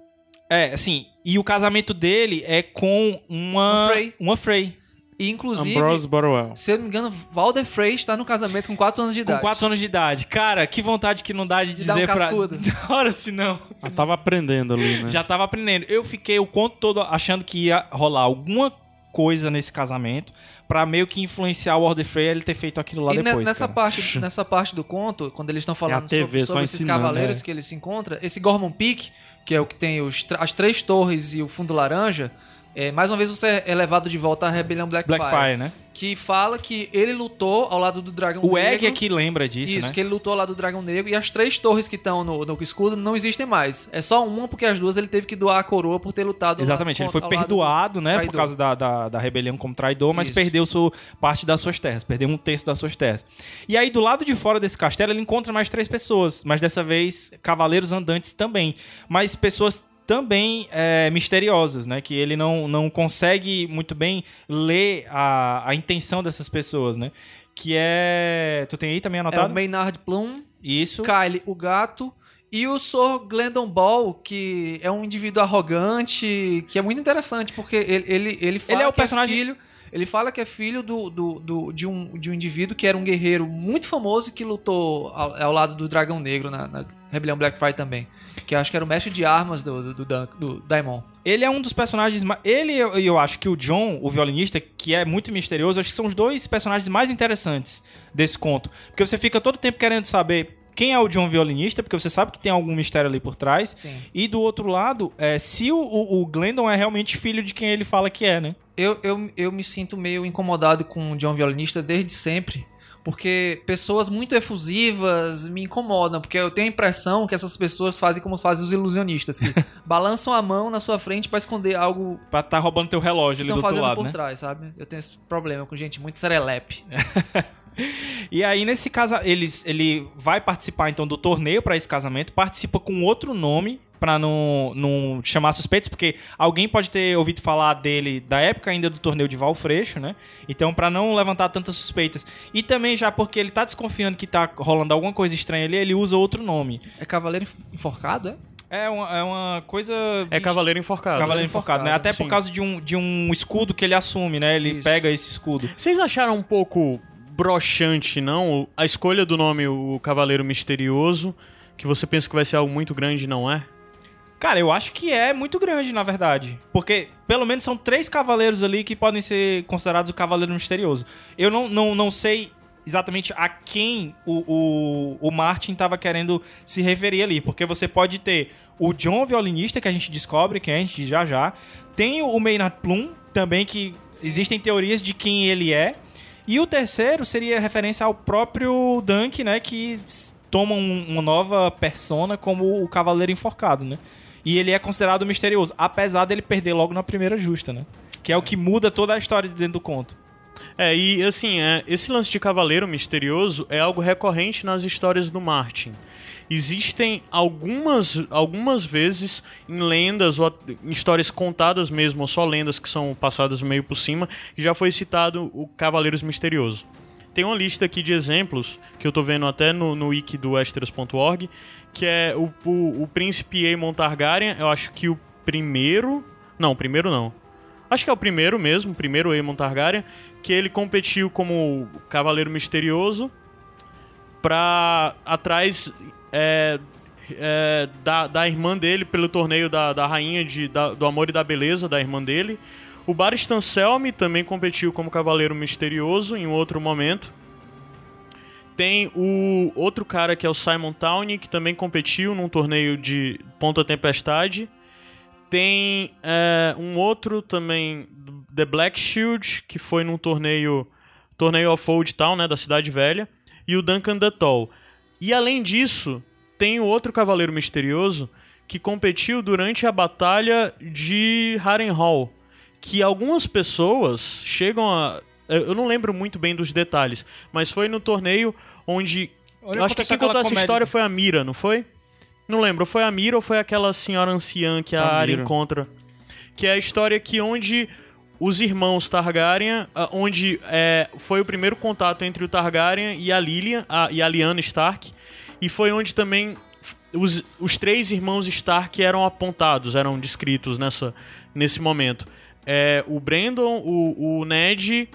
Speaker 2: É, assim, e o casamento dele é com uma.
Speaker 3: Uma Frey.
Speaker 2: Uma Frey.
Speaker 3: E inclusive,
Speaker 4: Ambrose Borwell.
Speaker 3: se eu não me engano, Valder Frey está no casamento com 4 anos de idade.
Speaker 2: Com 4 anos de idade. Cara, que vontade que não dá de
Speaker 3: De dar
Speaker 2: dizer
Speaker 3: um
Speaker 2: pra.
Speaker 3: cascudo.
Speaker 2: Ora, se não.
Speaker 4: Ah, tava aprendendo ali, né?
Speaker 2: Já tava aprendendo. Eu fiquei o conto todo achando que ia rolar alguma coisa nesse casamento pra meio que influenciar o Order Frey a ele ter feito aquilo lá
Speaker 3: e ne-
Speaker 2: depois.
Speaker 3: nessa,
Speaker 2: cara. É
Speaker 3: parte, nessa parte do conto, quando eles estão falando
Speaker 4: TV
Speaker 3: sobre,
Speaker 4: só
Speaker 3: sobre esses
Speaker 4: ensinando,
Speaker 3: cavaleiros
Speaker 4: é.
Speaker 3: que eles se encontram, esse Gormon Peak, que é o que tem os tra- as três torres e o fundo laranja, é, mais uma vez você é levado de volta à rebelião Blackfire,
Speaker 2: Blackfire, né?
Speaker 3: que fala que ele lutou ao lado do dragão
Speaker 2: O
Speaker 3: negro.
Speaker 2: Egg é que lembra disso,
Speaker 3: Um Isso,
Speaker 2: né?
Speaker 3: que ele lutou lá do Dragão Negro e as três torres que estão no, no escudo não existem mais. É só uma, porque as duas ele teve que doar a coroa por ter lutado.
Speaker 2: Exatamente,
Speaker 3: lá-
Speaker 2: ele foi
Speaker 3: ao lado do-
Speaker 2: perdoado, né, por
Speaker 3: traidor.
Speaker 2: causa da, da, da rebelião como traidor, mas
Speaker 3: Isso.
Speaker 2: perdeu sua, parte das suas terras, perdeu um terço das suas terras. E aí, do lado de fora desse castelo, ele encontra mais três pessoas, mas dessa vez, cavaleiros andantes também, mas pessoas também é, misteriosas, né, que ele não, não consegue muito bem ler a, a intenção dessas pessoas, né, que é... Tu tem aí também
Speaker 3: É o
Speaker 2: anotado?
Speaker 3: Maynard Bloom,
Speaker 2: Isso.
Speaker 3: Kyle, o gato. E o Sr. Glendon Ball, que é um indivíduo arrogante, que é muito interessante, porque ele, ele, ele fala
Speaker 2: Ele é o
Speaker 3: que
Speaker 2: personagem-
Speaker 3: filho... Ele fala que é filho do, do, do- de, um, de um indivíduo que era um guerreiro muito famoso e que lutou ao, ao lado do Dragão Negro na, na Rebelião Blackfire também. Que acho que era o mestre de armas do, do, do, Dan- do Daimon.
Speaker 2: Ele é um dos personagens mais. Ele e eu, eu acho que o John, o violinista, que é muito misterioso, acho que são os dois personagens mais interessantes desse conto. Porque você fica todo tempo querendo saber quem é o John violinista, porque você sabe que tem algum mistério ali por trás.
Speaker 3: Sim.
Speaker 2: E do outro lado, é, se o, o, o Glendon é realmente filho de quem ele fala que é, né?
Speaker 3: Eu, eu, eu me sinto meio incomodado com o John Violinista desde sempre. Porque pessoas muito efusivas me incomodam, porque eu tenho a impressão que essas pessoas fazem como fazem os ilusionistas, que balançam a mão na sua frente pra esconder algo
Speaker 2: Pra tá roubando teu relógio
Speaker 3: que
Speaker 2: ali do
Speaker 3: estão
Speaker 2: outro
Speaker 3: fazendo
Speaker 2: lado,
Speaker 3: por
Speaker 2: né?
Speaker 3: trás, sabe? Eu tenho esse problema com gente muito serelepe.
Speaker 2: E aí, nesse caso, eles, ele vai participar então do torneio pra esse casamento, participa com outro nome pra não, não chamar suspeitos, porque alguém pode ter ouvido falar dele da época ainda do torneio de Valfreixo, né? Então, pra não levantar tantas suspeitas. E também já porque ele tá desconfiando que tá rolando alguma coisa estranha ali, ele usa outro nome.
Speaker 3: É cavaleiro enf- enforcado, é?
Speaker 2: É uma, é uma coisa.
Speaker 1: É Cavaleiro Enforcado.
Speaker 2: Cavaleiro enforcado, né? Até por
Speaker 1: Sim.
Speaker 2: causa de um, de um escudo que ele assume, né? Ele
Speaker 3: Isso.
Speaker 2: pega esse escudo.
Speaker 1: Vocês acharam um pouco broxante, não? A escolha do nome, o Cavaleiro Misterioso, que você pensa que vai ser algo muito grande, não é?
Speaker 2: Cara, eu acho que é muito grande, na verdade. Porque, pelo menos, são três cavaleiros ali que podem ser considerados o Cavaleiro Misterioso. Eu não, não, não sei exatamente a quem o, o, o Martin estava querendo se referir ali. Porque você pode ter o John Violinista, que a gente descobre, que é a gente diz já já. Tem o Maynard Plum, também, que existem teorias de quem ele é. E o terceiro seria referência ao próprio Dunk, né? Que s- toma um- uma nova persona como o Cavaleiro Enforcado, né? E ele é considerado misterioso, apesar dele perder logo na primeira justa, né? Que é o que muda toda a história de dentro do conto.
Speaker 1: É, e assim, é, esse lance de cavaleiro misterioso é algo recorrente nas histórias do Martin. Existem algumas, algumas vezes em lendas ou at- em histórias contadas mesmo, ou só lendas que são passadas meio por cima, que já foi citado o Cavaleiros Misterioso. Tem uma lista aqui de exemplos, que eu tô vendo até no, no wiki do Westeros.org, que é o, o, o príncipe Aemon Targaryen, eu acho que o primeiro... Não, o primeiro não. Acho que é o primeiro mesmo, o primeiro Aemon Targaryen, que ele competiu como Cavaleiro Misterioso pra atrás é, é, da, da irmã dele pelo torneio da, da Rainha de, da- do Amor e da Beleza, da irmã dele. O Baristan Selmy também competiu como Cavaleiro Misterioso em um outro momento. Tem o outro cara que é o Simon Towney, que também competiu num torneio de Ponta Tempestade. Tem é, um outro também, The Black Shield, que foi num torneio, torneio of Old Town, né, da Cidade Velha, e o Duncan Duttall. E além disso, tem o outro Cavaleiro Misterioso que competiu durante a Batalha de Harrenhal, que algumas pessoas chegam a... Eu eu não lembro muito bem dos detalhes, mas foi no torneio onde...
Speaker 2: Onde
Speaker 1: eu acho que
Speaker 2: aconteceu
Speaker 1: quem contou
Speaker 2: é aquela
Speaker 1: essa
Speaker 2: comédia.
Speaker 1: história foi a Mira, não foi? Não lembro, foi a Mira ou foi aquela senhora anciã que a,
Speaker 4: A
Speaker 1: Arya
Speaker 4: Mira.
Speaker 1: encontra? Que é a história que onde os irmãos Targaryen, ah, onde é, foi o primeiro contato entre o Targaryen e a Lilian, a- e a Lyanna Stark, e foi onde também f- os, os três irmãos Stark eram apontados, eram descritos nessa, nesse momento. É, o Brandon, o, o Ned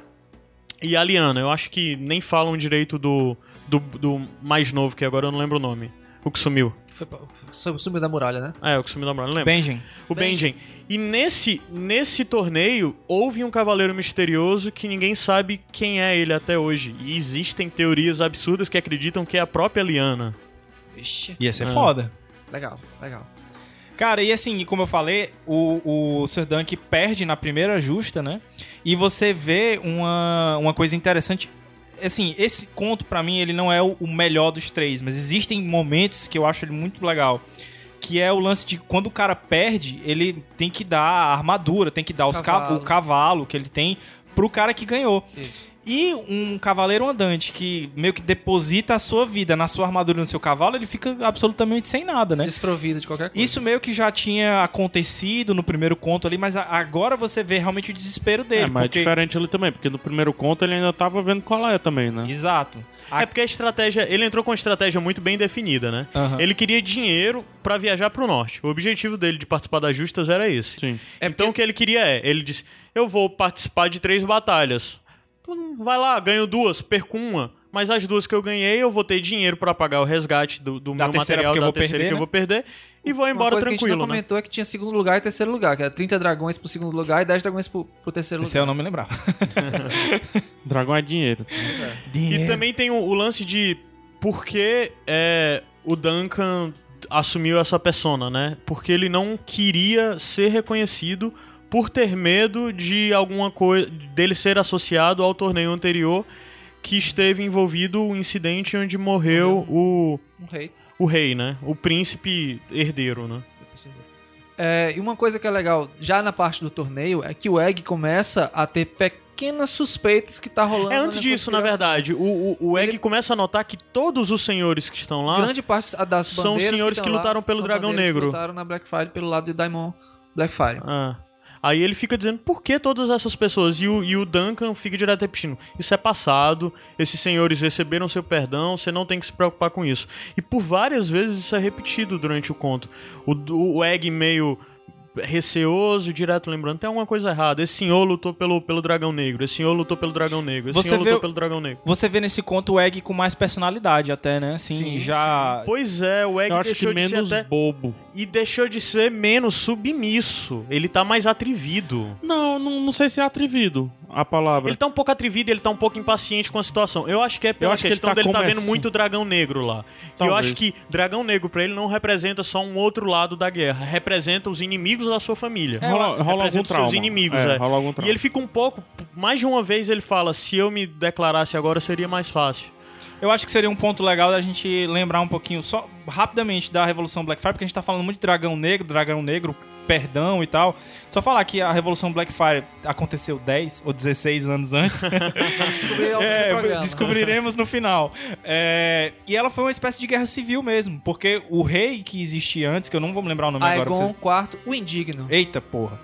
Speaker 1: e a Liana. Eu acho que nem falam direito do, do, do mais novo, que agora eu não lembro o nome. O que sumiu.
Speaker 3: Foi pra- sum- Sumiu da muralha, né?
Speaker 1: Ah, é, o que sumiu da Brown, não lembro.
Speaker 2: Benjen.
Speaker 1: o Benjen. E nesse, nesse torneio, houve um cavaleiro misterioso que ninguém sabe quem é ele até hoje. E existem teorias absurdas que acreditam que é a própria Liana.
Speaker 3: Vixe.
Speaker 2: Ia ser foda.
Speaker 3: Legal, legal.
Speaker 2: Cara, e assim, como eu falei, o, o Sir Dunk perde na primeira justa, né? E você vê uma, uma coisa interessante. Assim, esse conto, pra mim, ele não é o o melhor dos três, mas existem momentos que eu acho ele muito legal. Que é o lance de quando o cara perde, ele tem que dar a armadura, tem que dar os ca-
Speaker 3: Cavalo.
Speaker 2: o cavalo que ele tem pro cara que ganhou.
Speaker 3: Isso.
Speaker 2: E um cavaleiro andante que meio que deposita a sua vida na sua armadura, no seu cavalo, ele fica absolutamente sem nada, né?
Speaker 3: Desprovido de qualquer coisa.
Speaker 2: Isso meio que já tinha acontecido no primeiro conto ali, mas a- agora você vê realmente o desespero dele.
Speaker 4: É, mas
Speaker 2: porque-
Speaker 4: é diferente ali também, porque no primeiro conto ele ainda tava vendo qual é também, né?
Speaker 2: Exato. A-
Speaker 1: É porque a estratégia. Ele entrou com uma estratégia muito bem definida, né?
Speaker 2: Aham.
Speaker 1: Ele queria dinheiro pra viajar pro norte. O objetivo dele de participar das justas era esse.
Speaker 4: Sim.
Speaker 3: É
Speaker 1: então o que ele queria é, ele disse, eu vou participar de três batalhas. Hum, Vai lá, ganho duas, perco uma. Mas as duas que eu ganhei, eu vou ter dinheiro pra pagar o resgate do, do
Speaker 2: Da
Speaker 1: meu
Speaker 2: terceira,
Speaker 1: material
Speaker 2: porque eu
Speaker 1: da
Speaker 2: vou
Speaker 1: terceira
Speaker 2: perder,
Speaker 1: que eu
Speaker 2: né?
Speaker 1: vou perder e vou embora
Speaker 3: Uma coisa que a gente
Speaker 1: tranquilo,
Speaker 3: não
Speaker 1: né?
Speaker 3: comentou é que tinha segundo lugar e terceiro lugar, que era 30 dragões pro segundo lugar e 10 dragões pro, pro terceiro
Speaker 2: Esse
Speaker 3: lugar.
Speaker 2: eu não me lembrava.
Speaker 4: Dragão é dinheiro.
Speaker 1: E também tem o, o lance de por que é, o Duncan assumiu essa persona, né? Porque ele não queria ser reconhecido por ter medo de alguma coisa dele ser associado ao torneio anterior que esteve envolvido o incidente onde morreu o,
Speaker 3: Um rei.
Speaker 1: o rei, né? O príncipe herdeiro, né?
Speaker 3: É, e uma coisa que é legal, já na parte do torneio, é que o Egg começa a ter pequenas suspeitas que tá rolando.
Speaker 1: É antes
Speaker 3: uma
Speaker 1: disso, na
Speaker 3: conspiração.
Speaker 1: verdade, o, o, o Egg começa a notar que todos os senhores que estão lá
Speaker 3: Grande parte das
Speaker 1: é? são
Speaker 3: bandeiras
Speaker 1: senhores
Speaker 3: tão
Speaker 1: que
Speaker 3: lá
Speaker 1: lutaram pelo
Speaker 3: são
Speaker 1: Dragão
Speaker 3: bandeiras que
Speaker 1: Negro.
Speaker 3: lutaram na Blackfire pelo lado de Daimon Blackfire.
Speaker 1: Ah. Aí ele fica dizendo por que todas essas pessoas? E o, e o Duncan fica direto repetindo: Isso é passado, esses senhores receberam seu perdão, você não tem que se preocupar com isso. E por várias vezes isso é repetido durante o conto. O, o Egg meio receoso, direto lembrando: tem alguma coisa errada. Esse senhor lutou pelo, pelo dragão negro, esse senhor lutou pelo dragão negro, esse
Speaker 2: Você
Speaker 1: senhor lutou
Speaker 2: vê-
Speaker 1: pelo dragão negro.
Speaker 2: Você vê nesse conto o Egg com mais personalidade até, né? Assim,
Speaker 3: Sim,
Speaker 2: já...
Speaker 1: Pois é, o Egg
Speaker 4: Eu acho que
Speaker 1: deixou de ser
Speaker 4: menos
Speaker 1: até.
Speaker 4: bobo.
Speaker 1: E deixou de ser menos submisso. Ele tá mais atrevido.
Speaker 4: Não, não, não sei se é atrevido a palavra.
Speaker 1: Ele tá um pouco atrevido, ele tá um pouco impaciente com a situação. Eu acho que é pela
Speaker 4: acho que ele
Speaker 1: questão
Speaker 4: tá
Speaker 1: dele tá
Speaker 4: começando.
Speaker 1: vendo muito dragão negro lá. E eu
Speaker 4: Talvez.
Speaker 1: acho que dragão negro pra ele não representa só um outro lado da guerra, representa os inimigos da sua família.
Speaker 4: É, rola, rola algum
Speaker 1: tá- É, representa os
Speaker 4: trauma.
Speaker 1: seus inimigos,
Speaker 4: é,
Speaker 1: é.
Speaker 4: Rola algum
Speaker 1: E
Speaker 4: trauma.
Speaker 1: ele fica um pouco, mais de uma vez ele fala, se eu me declarasse agora seria mais fácil.
Speaker 2: Eu acho que seria um ponto legal da gente lembrar um pouquinho, só rapidamente, da Revolução Blackfire, porque a gente tá falando muito de Dragão Negro, Dragão Negro, perdão e tal. Só falar que a Revolução Blackfire aconteceu 10 ou 16 anos antes.
Speaker 3: Descobri ao fim do
Speaker 2: É,
Speaker 3: programa.
Speaker 2: descobriremos no final. É, e ela foi uma espécie de guerra civil mesmo, porque o rei que existia antes, que eu não vou me lembrar o nome agora. pra
Speaker 3: Aegon quarto, o indigno.
Speaker 2: você- Eita porra.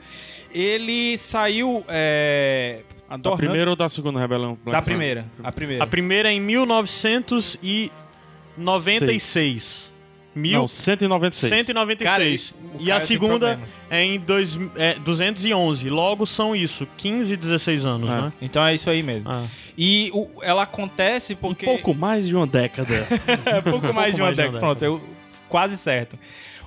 Speaker 2: Ele saiu. é,
Speaker 4: A da
Speaker 2: tornando-
Speaker 4: primeira ou da segunda rebelião? Black
Speaker 2: Da
Speaker 4: Sun?
Speaker 2: primeira. A primeira.
Speaker 1: A primeira é em 1996.
Speaker 4: Não, 196.
Speaker 1: 1196.
Speaker 2: Cara, o
Speaker 1: e
Speaker 2: cara
Speaker 1: a
Speaker 2: tem
Speaker 1: segunda
Speaker 2: problemas.
Speaker 1: é em dois, é, 211. Logo são isso, 15 e 16 anos,
Speaker 4: É.
Speaker 1: né?
Speaker 2: Então é isso aí mesmo.
Speaker 1: Ah.
Speaker 2: E o- ela acontece porque.
Speaker 4: Pouco mais de uma década.
Speaker 2: É, pouco, mais de uma década. Pronto, eu, quase certo.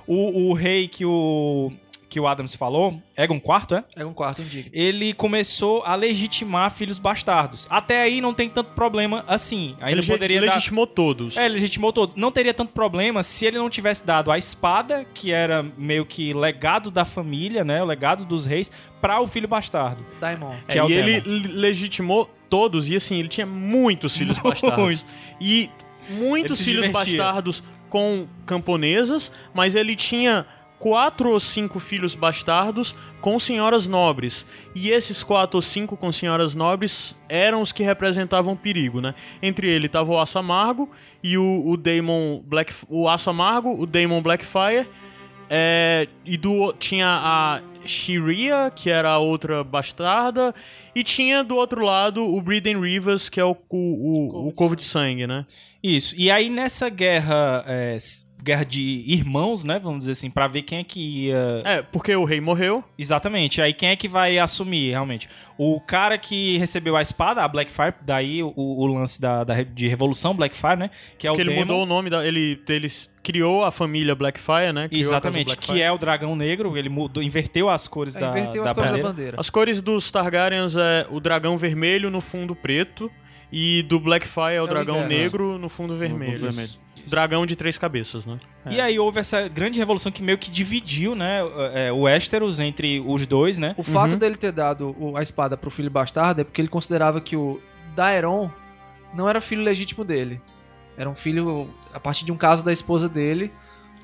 Speaker 2: O, o rei que o, que o Adams falou, Egon IV, é?
Speaker 3: Aegon quarto, o indigno.
Speaker 2: Ele começou a legitimar filhos bastardos. Até aí não tem tanto problema assim. Ainda
Speaker 1: Ele
Speaker 2: poderia dar...
Speaker 1: legitimou todos.
Speaker 2: É, ele legitimou todos. Não teria tanto problema se ele não tivesse dado a espada, que era meio que legado da família, né? O legado dos reis, para o filho bastardo.
Speaker 3: Daimon.
Speaker 1: É,
Speaker 2: que é o
Speaker 1: e ele
Speaker 2: tema.
Speaker 1: le- legitimou todos, e assim, ele tinha muitos filhos bastardos.
Speaker 2: Muitos.
Speaker 1: E
Speaker 2: Ele
Speaker 1: muitos
Speaker 2: se
Speaker 1: filhos
Speaker 2: divertia.
Speaker 1: bastardos com camponesas, mas ele tinha quatro ou cinco filhos bastardos com senhoras nobres. E esses quatro ou cinco com senhoras nobres eram os que representavam perigo, né? Entre ele tava o Aço Amargo e o, o Daemon Black... O Aço Amargo, o Daemon Blackfire... É, e do, tinha a Shiria, que era a outra bastarda, e tinha do outro lado o Breeden Rivers, que é o, o, o, o Corvo de Sangue, né?
Speaker 2: Isso. E aí nessa guerra, é, s- guerra de irmãos, né? Vamos dizer assim, pra ver quem é que ia.
Speaker 1: É, porque o rei morreu.
Speaker 2: Exatamente. Aí quem é que vai assumir realmente? O cara que recebeu a espada, a Blackfire, daí o, o lance da, da re- de revolução Blackfire, né? Que é o
Speaker 1: Porque ele
Speaker 2: Daemon.
Speaker 1: mudou o nome da. Ele, ele criou a família Blackfire, né? Criou a casa
Speaker 2: Exatamente,
Speaker 1: Blackfire.
Speaker 2: que é o dragão negro, ele mudou, inverteu as cores
Speaker 3: É,
Speaker 2: da,
Speaker 3: inverteu
Speaker 2: da
Speaker 3: as cores da
Speaker 2: bandeira.
Speaker 3: bandeira.
Speaker 1: As cores dos Targaryens é o dragão vermelho no fundo preto. E do Blackfire é o
Speaker 3: o
Speaker 1: dragão
Speaker 3: inverso.
Speaker 1: negro no fundo Um vermelho.
Speaker 4: vermelho.
Speaker 1: Dragão de três cabeças, né?
Speaker 2: E
Speaker 3: É.
Speaker 2: aí houve essa grande revolução que meio que dividiu, né, é, o Westeros entre os dois, né?
Speaker 3: O fato dele ter dado o- a espada pro filho bastardo é porque ele considerava que o Daeron não era filho legítimo dele. Era um filho a partir de um caso da esposa dele.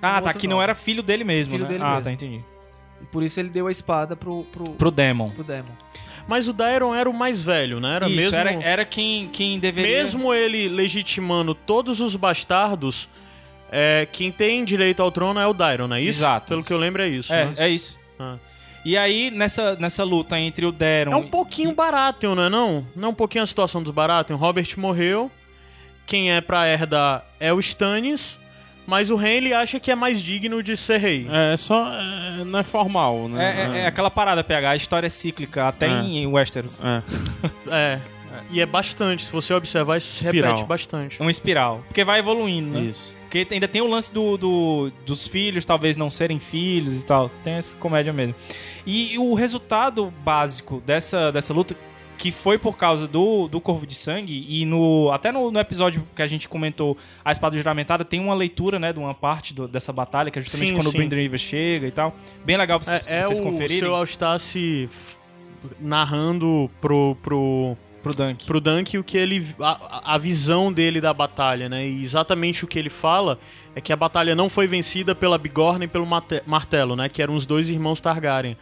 Speaker 2: Ah,
Speaker 3: o
Speaker 2: tá,
Speaker 3: outro
Speaker 2: que não
Speaker 3: não.
Speaker 2: era filho dele mesmo,
Speaker 3: Filho
Speaker 2: né?
Speaker 3: dele
Speaker 2: ah,
Speaker 3: mesmo.
Speaker 2: tá, entendi.
Speaker 3: E por isso ele deu a espada pro, pro,
Speaker 2: Pro Demon.
Speaker 3: pro Daemon.
Speaker 1: Mas o Daeron era o mais velho, né? Era
Speaker 2: Isso,
Speaker 1: mesmo.
Speaker 2: era, era quem, quem deveria...
Speaker 1: Mesmo ele legitimando todos os bastardos, é, quem tem direito ao trono é o Daeron, não é isso?
Speaker 2: Exato.
Speaker 1: Pelo que eu lembro é isso.
Speaker 2: É,
Speaker 1: né?
Speaker 2: é isso.
Speaker 1: Ah.
Speaker 2: E aí, nessa, nessa luta entre o Daron
Speaker 1: É um pouquinho Baratheon, não é não? Não é um pouquinho a situação dos Baratheon? Robert morreu, quem é pra herdar é o Stannis, mas o Renly acha que é mais digno de ser rei.
Speaker 4: É, só. é, não é formal,
Speaker 2: é, é- é
Speaker 4: né?
Speaker 2: aquela parada, PH, a história é cíclica, até
Speaker 4: É.
Speaker 2: em Westeros.
Speaker 4: é.
Speaker 1: É. E é bastante, se você observar, isso se
Speaker 4: Espiral.
Speaker 1: repete bastante.
Speaker 2: É uma espiral. Porque vai evoluindo, né?
Speaker 4: Isso.
Speaker 2: Porque ainda tem o lance do, do- dos filhos, talvez não serem filhos e tal. Tem essa comédia mesmo. E o resultado básico dessa, dessa luta, que foi por causa do, do Corvo de Sangue, e no até no, no episódio que a gente comentou, a Espada Juramentada, tem uma leitura, né, de uma parte do- dessa batalha, que é justamente
Speaker 1: Sim,
Speaker 2: quando
Speaker 1: sim.
Speaker 2: o Brindley River chega e tal. Bem legal pra vocês,
Speaker 1: É, é
Speaker 2: vocês
Speaker 1: o
Speaker 2: conferirem.
Speaker 1: seu Alstace f- narrando pro, pro,
Speaker 2: Pro Dunk.
Speaker 1: pro Dunk o que ele a, a visão dele da batalha, né? E exatamente o que ele fala é que a batalha não foi vencida pela bigorna e pelo mate- martelo, né? Que eram os dois irmãos Targaryen.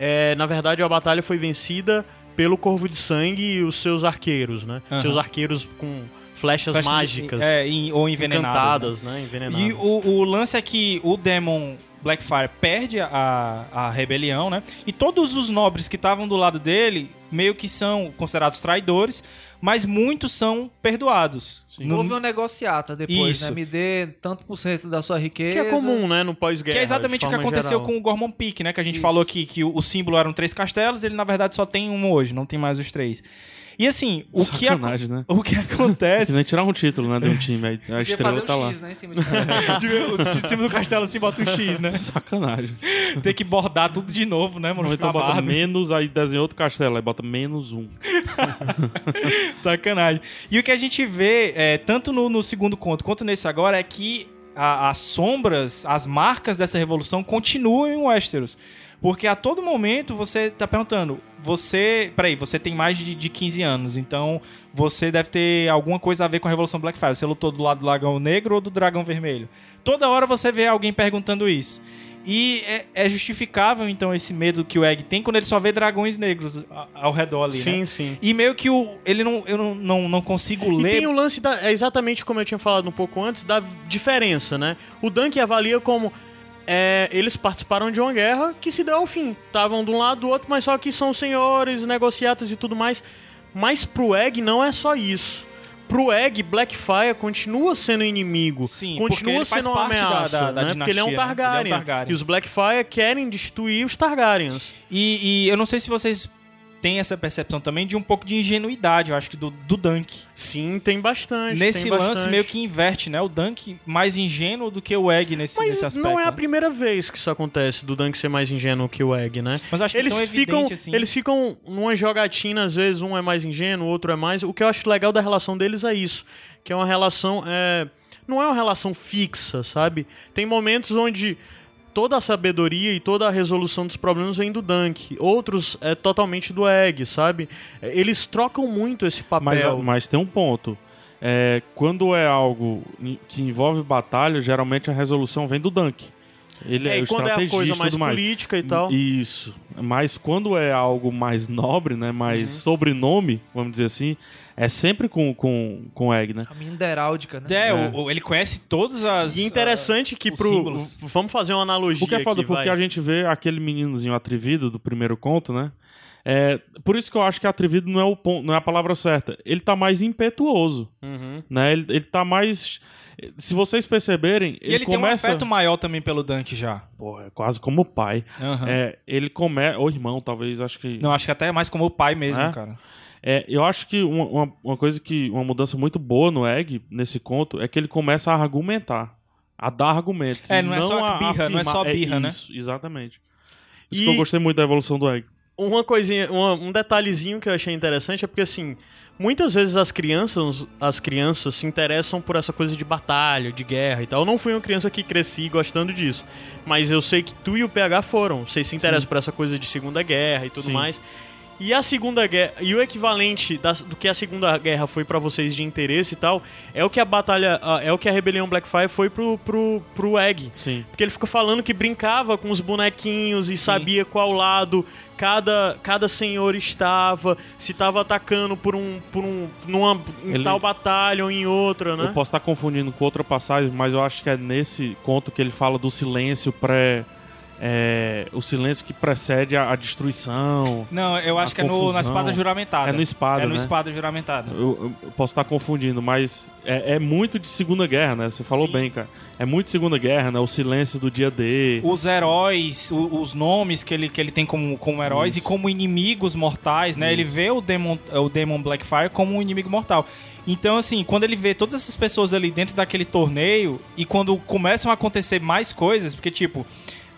Speaker 1: É, na verdade, a batalha foi vencida pelo Corvo de Sangue e os seus arqueiros, né?
Speaker 2: Aham.
Speaker 1: Seus arqueiros com flechas,
Speaker 2: Festas-
Speaker 1: mágicas,
Speaker 2: É, em- ou envenenadas.
Speaker 1: encantadas,
Speaker 2: né?
Speaker 1: né? Envenenadas.
Speaker 2: E o, o lance é que o Demon Blackfire perde a, a rebelião, né? E todos os nobres que estavam do lado dele meio que são considerados traidores, mas muitos são perdoados. No-
Speaker 3: Houve uma negociata depois,
Speaker 2: Isso.
Speaker 3: né? Me dê tanto por cento da sua
Speaker 1: Que
Speaker 3: riqueza.
Speaker 1: é comum, né? No
Speaker 2: que
Speaker 1: pós-guerra.
Speaker 2: é exatamente
Speaker 1: de
Speaker 2: o que
Speaker 1: forma
Speaker 2: aconteceu
Speaker 1: geral.
Speaker 2: com o Gormon Peak, né? Que a gente
Speaker 3: Isso.
Speaker 2: falou que, que o, o símbolo eram três castelos, ele na verdade só tem um hoje, não tem mais os três. E assim, o que, aco-
Speaker 4: Sacanagem, né?
Speaker 2: o que acontece.
Speaker 4: Se nem tirar um título, né, de um time, aí a
Speaker 3: Podia
Speaker 4: estrela
Speaker 3: fazer
Speaker 4: tá
Speaker 3: um
Speaker 4: lá.
Speaker 3: X, né? Em cima de
Speaker 2: Em cima do castelo assim bota um X, né?
Speaker 4: Sacanagem.
Speaker 2: Tem que bordar tudo de novo, né, mano?
Speaker 4: Ou então
Speaker 2: Tá
Speaker 4: bota
Speaker 2: bardo.
Speaker 4: menos, aí desenha outro castelo, aí bota menos um.
Speaker 2: Sacanagem. E o que a gente vê, é, tanto no, no segundo conto quanto nesse agora, é que a- as sombras, as marcas dessa revolução continuam em Westeros. Porque a todo momento você tá perguntando, você. Peraí, você tem mais de, de 15 anos, então você deve ter alguma coisa a ver com a Revolução Blackfire. Você lutou do lado do Dragão Negro ou do Dragão Vermelho? Toda hora você vê alguém perguntando isso. E é, é justificável, então, esse medo que o Egg tem quando ele só vê dragões negros a- ao redor ali, né?
Speaker 1: Sim, sim.
Speaker 2: E meio que o. Ele não. Eu não, não, não consigo
Speaker 1: E
Speaker 2: ler.
Speaker 1: tem o lance, da, é exatamente como eu tinha falado um pouco antes, da diferença, né? O Dunk avalia como é, eles participaram de uma guerra que se deu ao fim. Estavam de um lado do outro, mas só que são senhores, negociatas e tudo mais. Mas pro Egg não é só isso. Pro Egg, Blackfire continua sendo inimigo.
Speaker 2: Sim, porque
Speaker 1: continua
Speaker 2: ele faz
Speaker 1: sendo uma
Speaker 2: parte da-
Speaker 1: ameaça,
Speaker 2: da- da
Speaker 1: né? Porque ele é um
Speaker 2: dinastia, né? Ele é um
Speaker 1: Targaryen.
Speaker 2: Targaryen.
Speaker 1: E os Blackfire querem destruir os Targaryens.
Speaker 2: E, e eu não sei se vocês têm essa percepção também de um pouco de ingenuidade, eu acho que do, do Dunk.
Speaker 1: Sim, tem bastante.
Speaker 2: Nesse
Speaker 1: tem
Speaker 2: lance
Speaker 1: bastante.
Speaker 2: meio que inverte, né? O Dunk mais ingênuo do que o Egg nesse,
Speaker 1: Mas
Speaker 2: nesse aspecto.
Speaker 1: não é a
Speaker 2: né?
Speaker 1: primeira vez que isso acontece, do Dunk ser mais ingênuo que o Egg, né?
Speaker 2: Mas acho que
Speaker 1: eles
Speaker 2: tão evidente,
Speaker 1: ficam,
Speaker 2: assim.
Speaker 1: eles ficam numa jogatina, às vezes um é mais ingênuo, o outro é mais. O que eu acho legal da relação deles é isso, que é uma relação é, não é uma relação fixa, sabe? Tem momentos onde toda a sabedoria e toda a resolução dos problemas vem do Dunk, outros é totalmente do Egg, sabe? Eles trocam muito esse papel.
Speaker 4: Mas, mas tem um ponto. É, quando é algo em- que envolve batalha, geralmente a resolução vem do Dunk. Ele é,
Speaker 1: é,
Speaker 4: o
Speaker 1: e quando é a
Speaker 4: estrategista
Speaker 1: coisa
Speaker 4: e
Speaker 1: mais
Speaker 4: tudo mais. Hum,
Speaker 1: política e tal.
Speaker 4: Isso. Mas quando é algo mais nobre, né? Mais sobrenome, vamos dizer assim, é sempre com, com, com egg, né?
Speaker 3: A mineráldica, né?
Speaker 2: É, o- o- ele conhece todas as. ah,
Speaker 1: E é interessante que
Speaker 2: os
Speaker 1: pro.
Speaker 2: símbolos.
Speaker 1: Vamos fazer uma analogia.
Speaker 4: O que é foda,
Speaker 1: aqui,
Speaker 4: porque
Speaker 1: vai.
Speaker 4: a gente vê aquele meninozinho atrevido do primeiro conto, né? É, por isso que eu acho que atrevido não é, o pon- não é a palavra certa. Ele tá mais impetuoso,
Speaker 1: Uhum.
Speaker 4: né? Ele, ele tá mais... Se vocês perceberem,
Speaker 2: E ele,
Speaker 4: ele,
Speaker 2: tem um
Speaker 4: começa...
Speaker 2: afeto maior também pelo Dunk já.
Speaker 4: Porra, é quase como o pai.
Speaker 2: Aham.
Speaker 4: É, ele começa... Ou irmão, talvez, acho que...
Speaker 2: Ah. Não, acho que até é mais como o pai mesmo,
Speaker 4: É?
Speaker 2: cara.
Speaker 4: É, eu acho que uma, uma, uma coisa que. Uma mudança muito boa no Egg, nesse conto, é que ele começa a argumentar. A dar argumentos.
Speaker 2: É,
Speaker 4: e
Speaker 2: não é só
Speaker 4: a
Speaker 2: birra, não é
Speaker 4: afirmar.
Speaker 2: só birra, né?
Speaker 4: Isso, exatamente.
Speaker 1: E-
Speaker 4: Por Isso que eu gostei muito da evolução do Egg.
Speaker 1: Uma coisinha, uma- um detalhezinho que eu achei interessante é porque assim, muitas vezes as crianças, as crianças se interessam por essa coisa de batalha, de guerra e tal. Eu não fui uma criança que cresci gostando disso, mas eu sei que tu e o PH foram. Vocês se interessam por essa coisa de Segunda Guerra e tudo
Speaker 4: Sim.
Speaker 1: mais. E a Segunda Guerra, e o equivalente das- do que a Segunda Guerra foi pra vocês de interesse e tal, é o que a batalha, ah, é o que a rebelião Blackfire foi pro pro pro Egg.
Speaker 4: Sim.
Speaker 1: Porque ele ficou falando que brincava com os bonequinhos e sabia qual lado cada, cada senhor estava, se estava atacando por um por um numa em
Speaker 4: Ele-
Speaker 1: tal batalha ou em outra, né?
Speaker 4: Eu posso estar confundindo com outra passagem, mas eu acho que é nesse conto que ele fala do silêncio pré. é, o silêncio que precede a, a destruição.
Speaker 2: Não, eu acho
Speaker 4: A
Speaker 2: que é no, na
Speaker 4: confusão.
Speaker 2: espada juramentada.
Speaker 4: É no espada,
Speaker 2: É no
Speaker 4: né?
Speaker 2: espada juramentada.
Speaker 4: Eu, eu posso estar confundindo, mas é, é muito de Segunda Guerra, né? Você falou
Speaker 2: Sim.
Speaker 4: bem, cara. É muito Segunda Guerra, né? O silêncio do dia D.
Speaker 2: os heróis, o- os nomes que ele, que ele tem como, como heróis e como inimigos mortais, né? Ele vê o Demon, o Demon Blackfire como um inimigo mortal. Então, assim, quando ele vê todas essas pessoas ali dentro daquele torneio e quando começam a acontecer mais coisas, porque, tipo,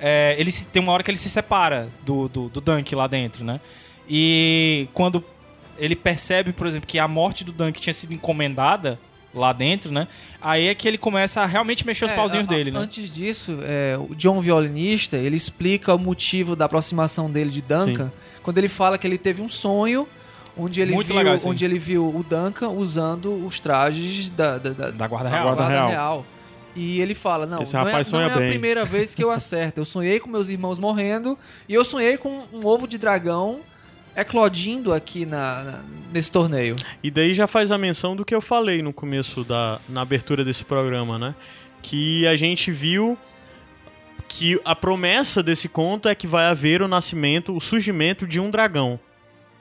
Speaker 2: é, ele se- tem uma hora que ele se separa do, do, do Dunk lá dentro, né? E quando ele percebe, por exemplo, que a morte do Dunk tinha sido encomendada lá dentro, né? Aí é que ele começa a realmente mexer os
Speaker 3: É,
Speaker 2: pauzinhos
Speaker 3: a-
Speaker 2: dele,
Speaker 3: a-
Speaker 2: né?
Speaker 3: Antes disso, é, o John Violinista, ele explica o motivo da aproximação dele de Duncan, quando ele fala que ele teve um sonho onde ele,
Speaker 2: Muito
Speaker 3: viu,
Speaker 2: legal isso aí.
Speaker 3: onde ele viu o Duncan usando os trajes da, da, da-
Speaker 2: Da guarda
Speaker 4: Da
Speaker 2: real.
Speaker 4: guarda real.
Speaker 3: E ele fala, não,
Speaker 4: Esse
Speaker 3: não, é,
Speaker 4: rapaz
Speaker 3: não
Speaker 4: sonha
Speaker 3: é a
Speaker 4: bem.
Speaker 3: primeira vez que eu acerto. Eu sonhei com meus irmãos morrendo e eu sonhei com um ovo de dragão eclodindo aqui na- na- nesse torneio.
Speaker 1: E daí já faz a menção do que eu falei no começo da na abertura desse programa, né? Que a gente viu que a promessa desse conto é que vai haver o nascimento, o surgimento de um dragão.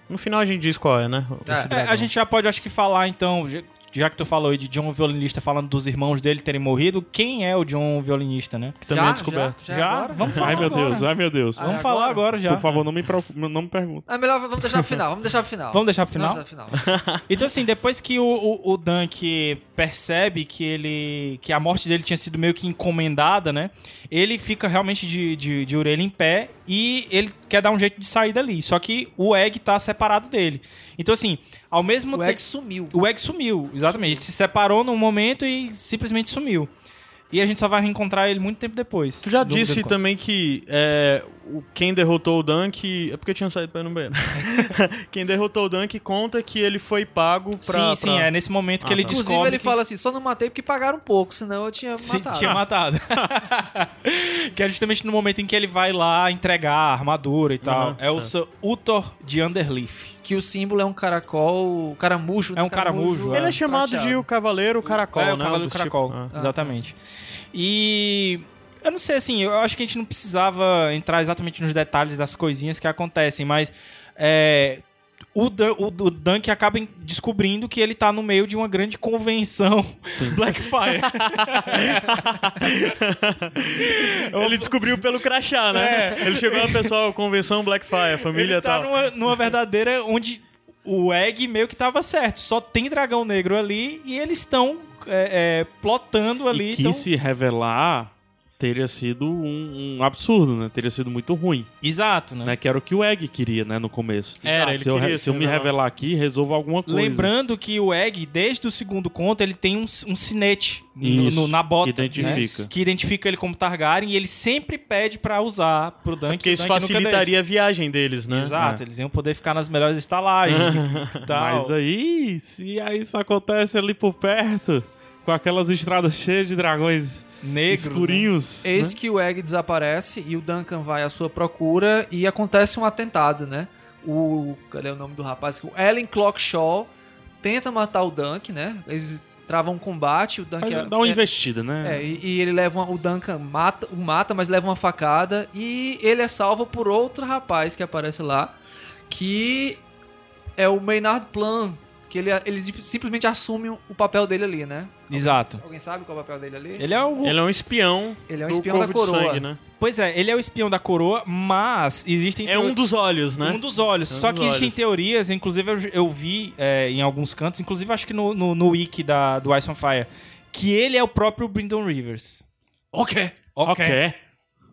Speaker 1: No final a gente diz qual é, né? Esse
Speaker 2: É,
Speaker 3: É,
Speaker 2: a
Speaker 1: dragão.
Speaker 2: gente já pode, acho que, falar então, já- já que tu falou aí de John Violinista falando dos irmãos dele terem morrido, quem é o John Violinista, né?
Speaker 1: que também
Speaker 3: Já?
Speaker 1: é descoberto.
Speaker 3: Já?
Speaker 2: Já?
Speaker 3: agora?
Speaker 2: Vamos falar
Speaker 4: Ai meu
Speaker 2: agora.
Speaker 4: Deus, ai meu Deus.
Speaker 3: Ah,
Speaker 2: Vamos
Speaker 3: é
Speaker 2: falar agora
Speaker 3: agora?
Speaker 2: já.
Speaker 4: Por favor, não me, pro- não me pergunta.
Speaker 3: É melhor, vamos deixar pro final, vamos deixar pro final.
Speaker 2: Vamos deixar pro final?
Speaker 3: Vamos deixar pro final.
Speaker 2: Então, assim, depois que o, o, o Dunk percebe que ele. que a morte dele tinha sido meio que encomendada, né? Ele fica realmente de, de, de orelha em pé e ele quer dar um jeito de sair dali. Só que o Egg tá separado dele. Então, assim, ao mesmo
Speaker 3: O
Speaker 2: tempo.
Speaker 3: Egg sumiu.
Speaker 2: O Egg sumiu, exatamente. Ele se separou num momento e simplesmente sumiu. E a gente só vai reencontrar ele muito tempo depois.
Speaker 1: Tu já
Speaker 2: Do-
Speaker 1: disse
Speaker 2: do-
Speaker 1: também que é, o- quem derrotou o Dunk. É porque eu tinha saído pra ir no banheiro. quem derrotou o Dunk conta que ele foi pago então pra.
Speaker 2: sim, sim,
Speaker 1: pra-
Speaker 2: é nesse momento que
Speaker 1: Ah,
Speaker 2: ele
Speaker 1: tá.
Speaker 2: descobre.
Speaker 3: Inclusive, ele
Speaker 2: que-
Speaker 3: fala assim: só não matei porque pagaram pouco, senão eu tinha
Speaker 2: Sim,
Speaker 3: matado. Ah.
Speaker 2: tinha matado. que é justamente no momento em que ele vai lá entregar a armadura e tal.
Speaker 1: Aham,
Speaker 2: é o Sir Uthor de Underleaf.
Speaker 3: Que o símbolo é um caracol, caramujo. Tá
Speaker 2: É um caramujo,
Speaker 1: Ele é chamado de o
Speaker 3: prateado.
Speaker 1: Cavaleiro Caracol,
Speaker 2: é,
Speaker 1: né?
Speaker 2: o Cavaleiro
Speaker 1: dos
Speaker 2: do Caracol.
Speaker 1: tipos- Ah.
Speaker 2: Exatamente. E... Eu não sei, assim, eu acho que a gente não precisava entrar exatamente nos detalhes das coisinhas que acontecem, mas... é, O, Dan, o, o Dunk acaba em- descobrindo que ele tá no meio de uma grande convenção Blackfire. É.
Speaker 1: Ele descobriu pelo crachá, né? Ele chegou lá, pessoal, convenção Blackfire, família
Speaker 2: Ele
Speaker 1: e
Speaker 2: tá
Speaker 1: tal.
Speaker 2: numa, numa verdadeira onde o Egg meio que tava certo. Só tem dragão negro ali e eles estão é, é, plotando ali. então-
Speaker 4: E que
Speaker 2: tão-
Speaker 4: se revelar teria sido um, um absurdo, né? Teria sido muito ruim,
Speaker 2: Exato, né?
Speaker 4: né? Que era o que o Egg queria, né? No começo.
Speaker 1: Era,
Speaker 4: Ah,
Speaker 1: ele
Speaker 4: se eu, re-
Speaker 1: queria
Speaker 4: se eu
Speaker 1: se
Speaker 4: me
Speaker 1: revelar.
Speaker 4: revelar aqui, resolvo alguma
Speaker 1: é.
Speaker 4: coisa.
Speaker 2: Lembrando que o Egg, desde o segundo conto, ele tem um, um sinete no-
Speaker 4: Isso,
Speaker 2: no- na bota.
Speaker 4: que identifica.
Speaker 2: né? Que identifica ele como Targaryen e ele sempre pede pra usar pro Dunk.
Speaker 1: É Porque
Speaker 2: o
Speaker 1: isso
Speaker 2: Dunk nunca
Speaker 1: facilitaria a viagem deles, né?
Speaker 2: deixa. Exato, eles iam poder ficar nas melhores estalagens e tal.
Speaker 4: Mas
Speaker 1: é
Speaker 4: aí, se aí isso acontece ali por perto, com aquelas estradas cheias de dragões
Speaker 2: Negro,
Speaker 1: né?
Speaker 4: escurinhos.
Speaker 2: É
Speaker 4: né?
Speaker 3: Eis que o Egg desaparece e o Duncan vai à sua procura e acontece um atentado, né? O. Cadê o nome do rapaz? O Ellen Clockshaw tenta matar o Dunk, né? Eles travam um combate, o Dunk
Speaker 4: Faz-
Speaker 3: é-
Speaker 4: Dá
Speaker 2: um
Speaker 4: uma
Speaker 3: é-
Speaker 4: investida, né?
Speaker 3: é, e, e ele leva uma- o Duncan mata, o mata, mas leva uma facada e ele é salvo por outro rapaz que aparece lá, que é o Maynard Plan, que ele, ele simplesmente assume o papel dele ali, né?
Speaker 2: né? Exato.
Speaker 3: Alguém sabe qual é o papel dele ali?
Speaker 2: Ele é o
Speaker 1: Ele é um espião.
Speaker 3: Ele é um
Speaker 1: do
Speaker 3: espião da
Speaker 1: Corvo de
Speaker 3: coroa.
Speaker 1: Sangue, né?
Speaker 2: Pois é, ele é o espião da coroa, mas existem
Speaker 1: É um dos olhos, né?
Speaker 2: Então, Um dos olhos.
Speaker 1: É um
Speaker 2: Só
Speaker 1: dos
Speaker 2: que existem
Speaker 1: olhos.
Speaker 2: teorias, inclusive eu, eu vi é, em alguns cantos, inclusive acho que no, no, no wiki da, do Ice on Fire, que ele é o próprio Bryndon Rivers.
Speaker 3: Ok.
Speaker 4: Ok.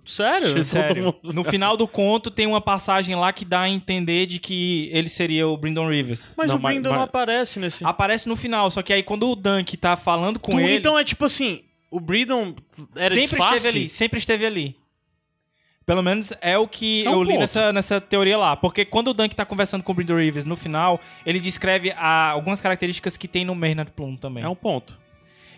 Speaker 1: Sério?
Speaker 2: Sério.
Speaker 4: Tipo, Todo
Speaker 2: No final do conto tem uma passagem lá que dá a entender de que ele seria o Bryndon Rivers.
Speaker 1: Mas
Speaker 4: Não,
Speaker 1: o
Speaker 4: mas-
Speaker 1: Brindon não
Speaker 4: mas-
Speaker 1: aparece nesse.
Speaker 2: Aparece no final, só que aí quando o Dunk tá falando com
Speaker 1: Tu-
Speaker 2: ele,
Speaker 1: Então é tipo assim, o Brindon
Speaker 4: é
Speaker 1: era
Speaker 2: sempre
Speaker 1: disfarce?
Speaker 2: esteve ali, sempre esteve ali. Pelo menos é o que
Speaker 4: É um
Speaker 2: eu li
Speaker 4: ponto.
Speaker 2: nessa, nessa teoria lá. Porque quando o Dunk tá conversando com o Bryndon Rivers no final, ele descreve a- algumas características que tem no Maynard Plum também.
Speaker 4: É um ponto.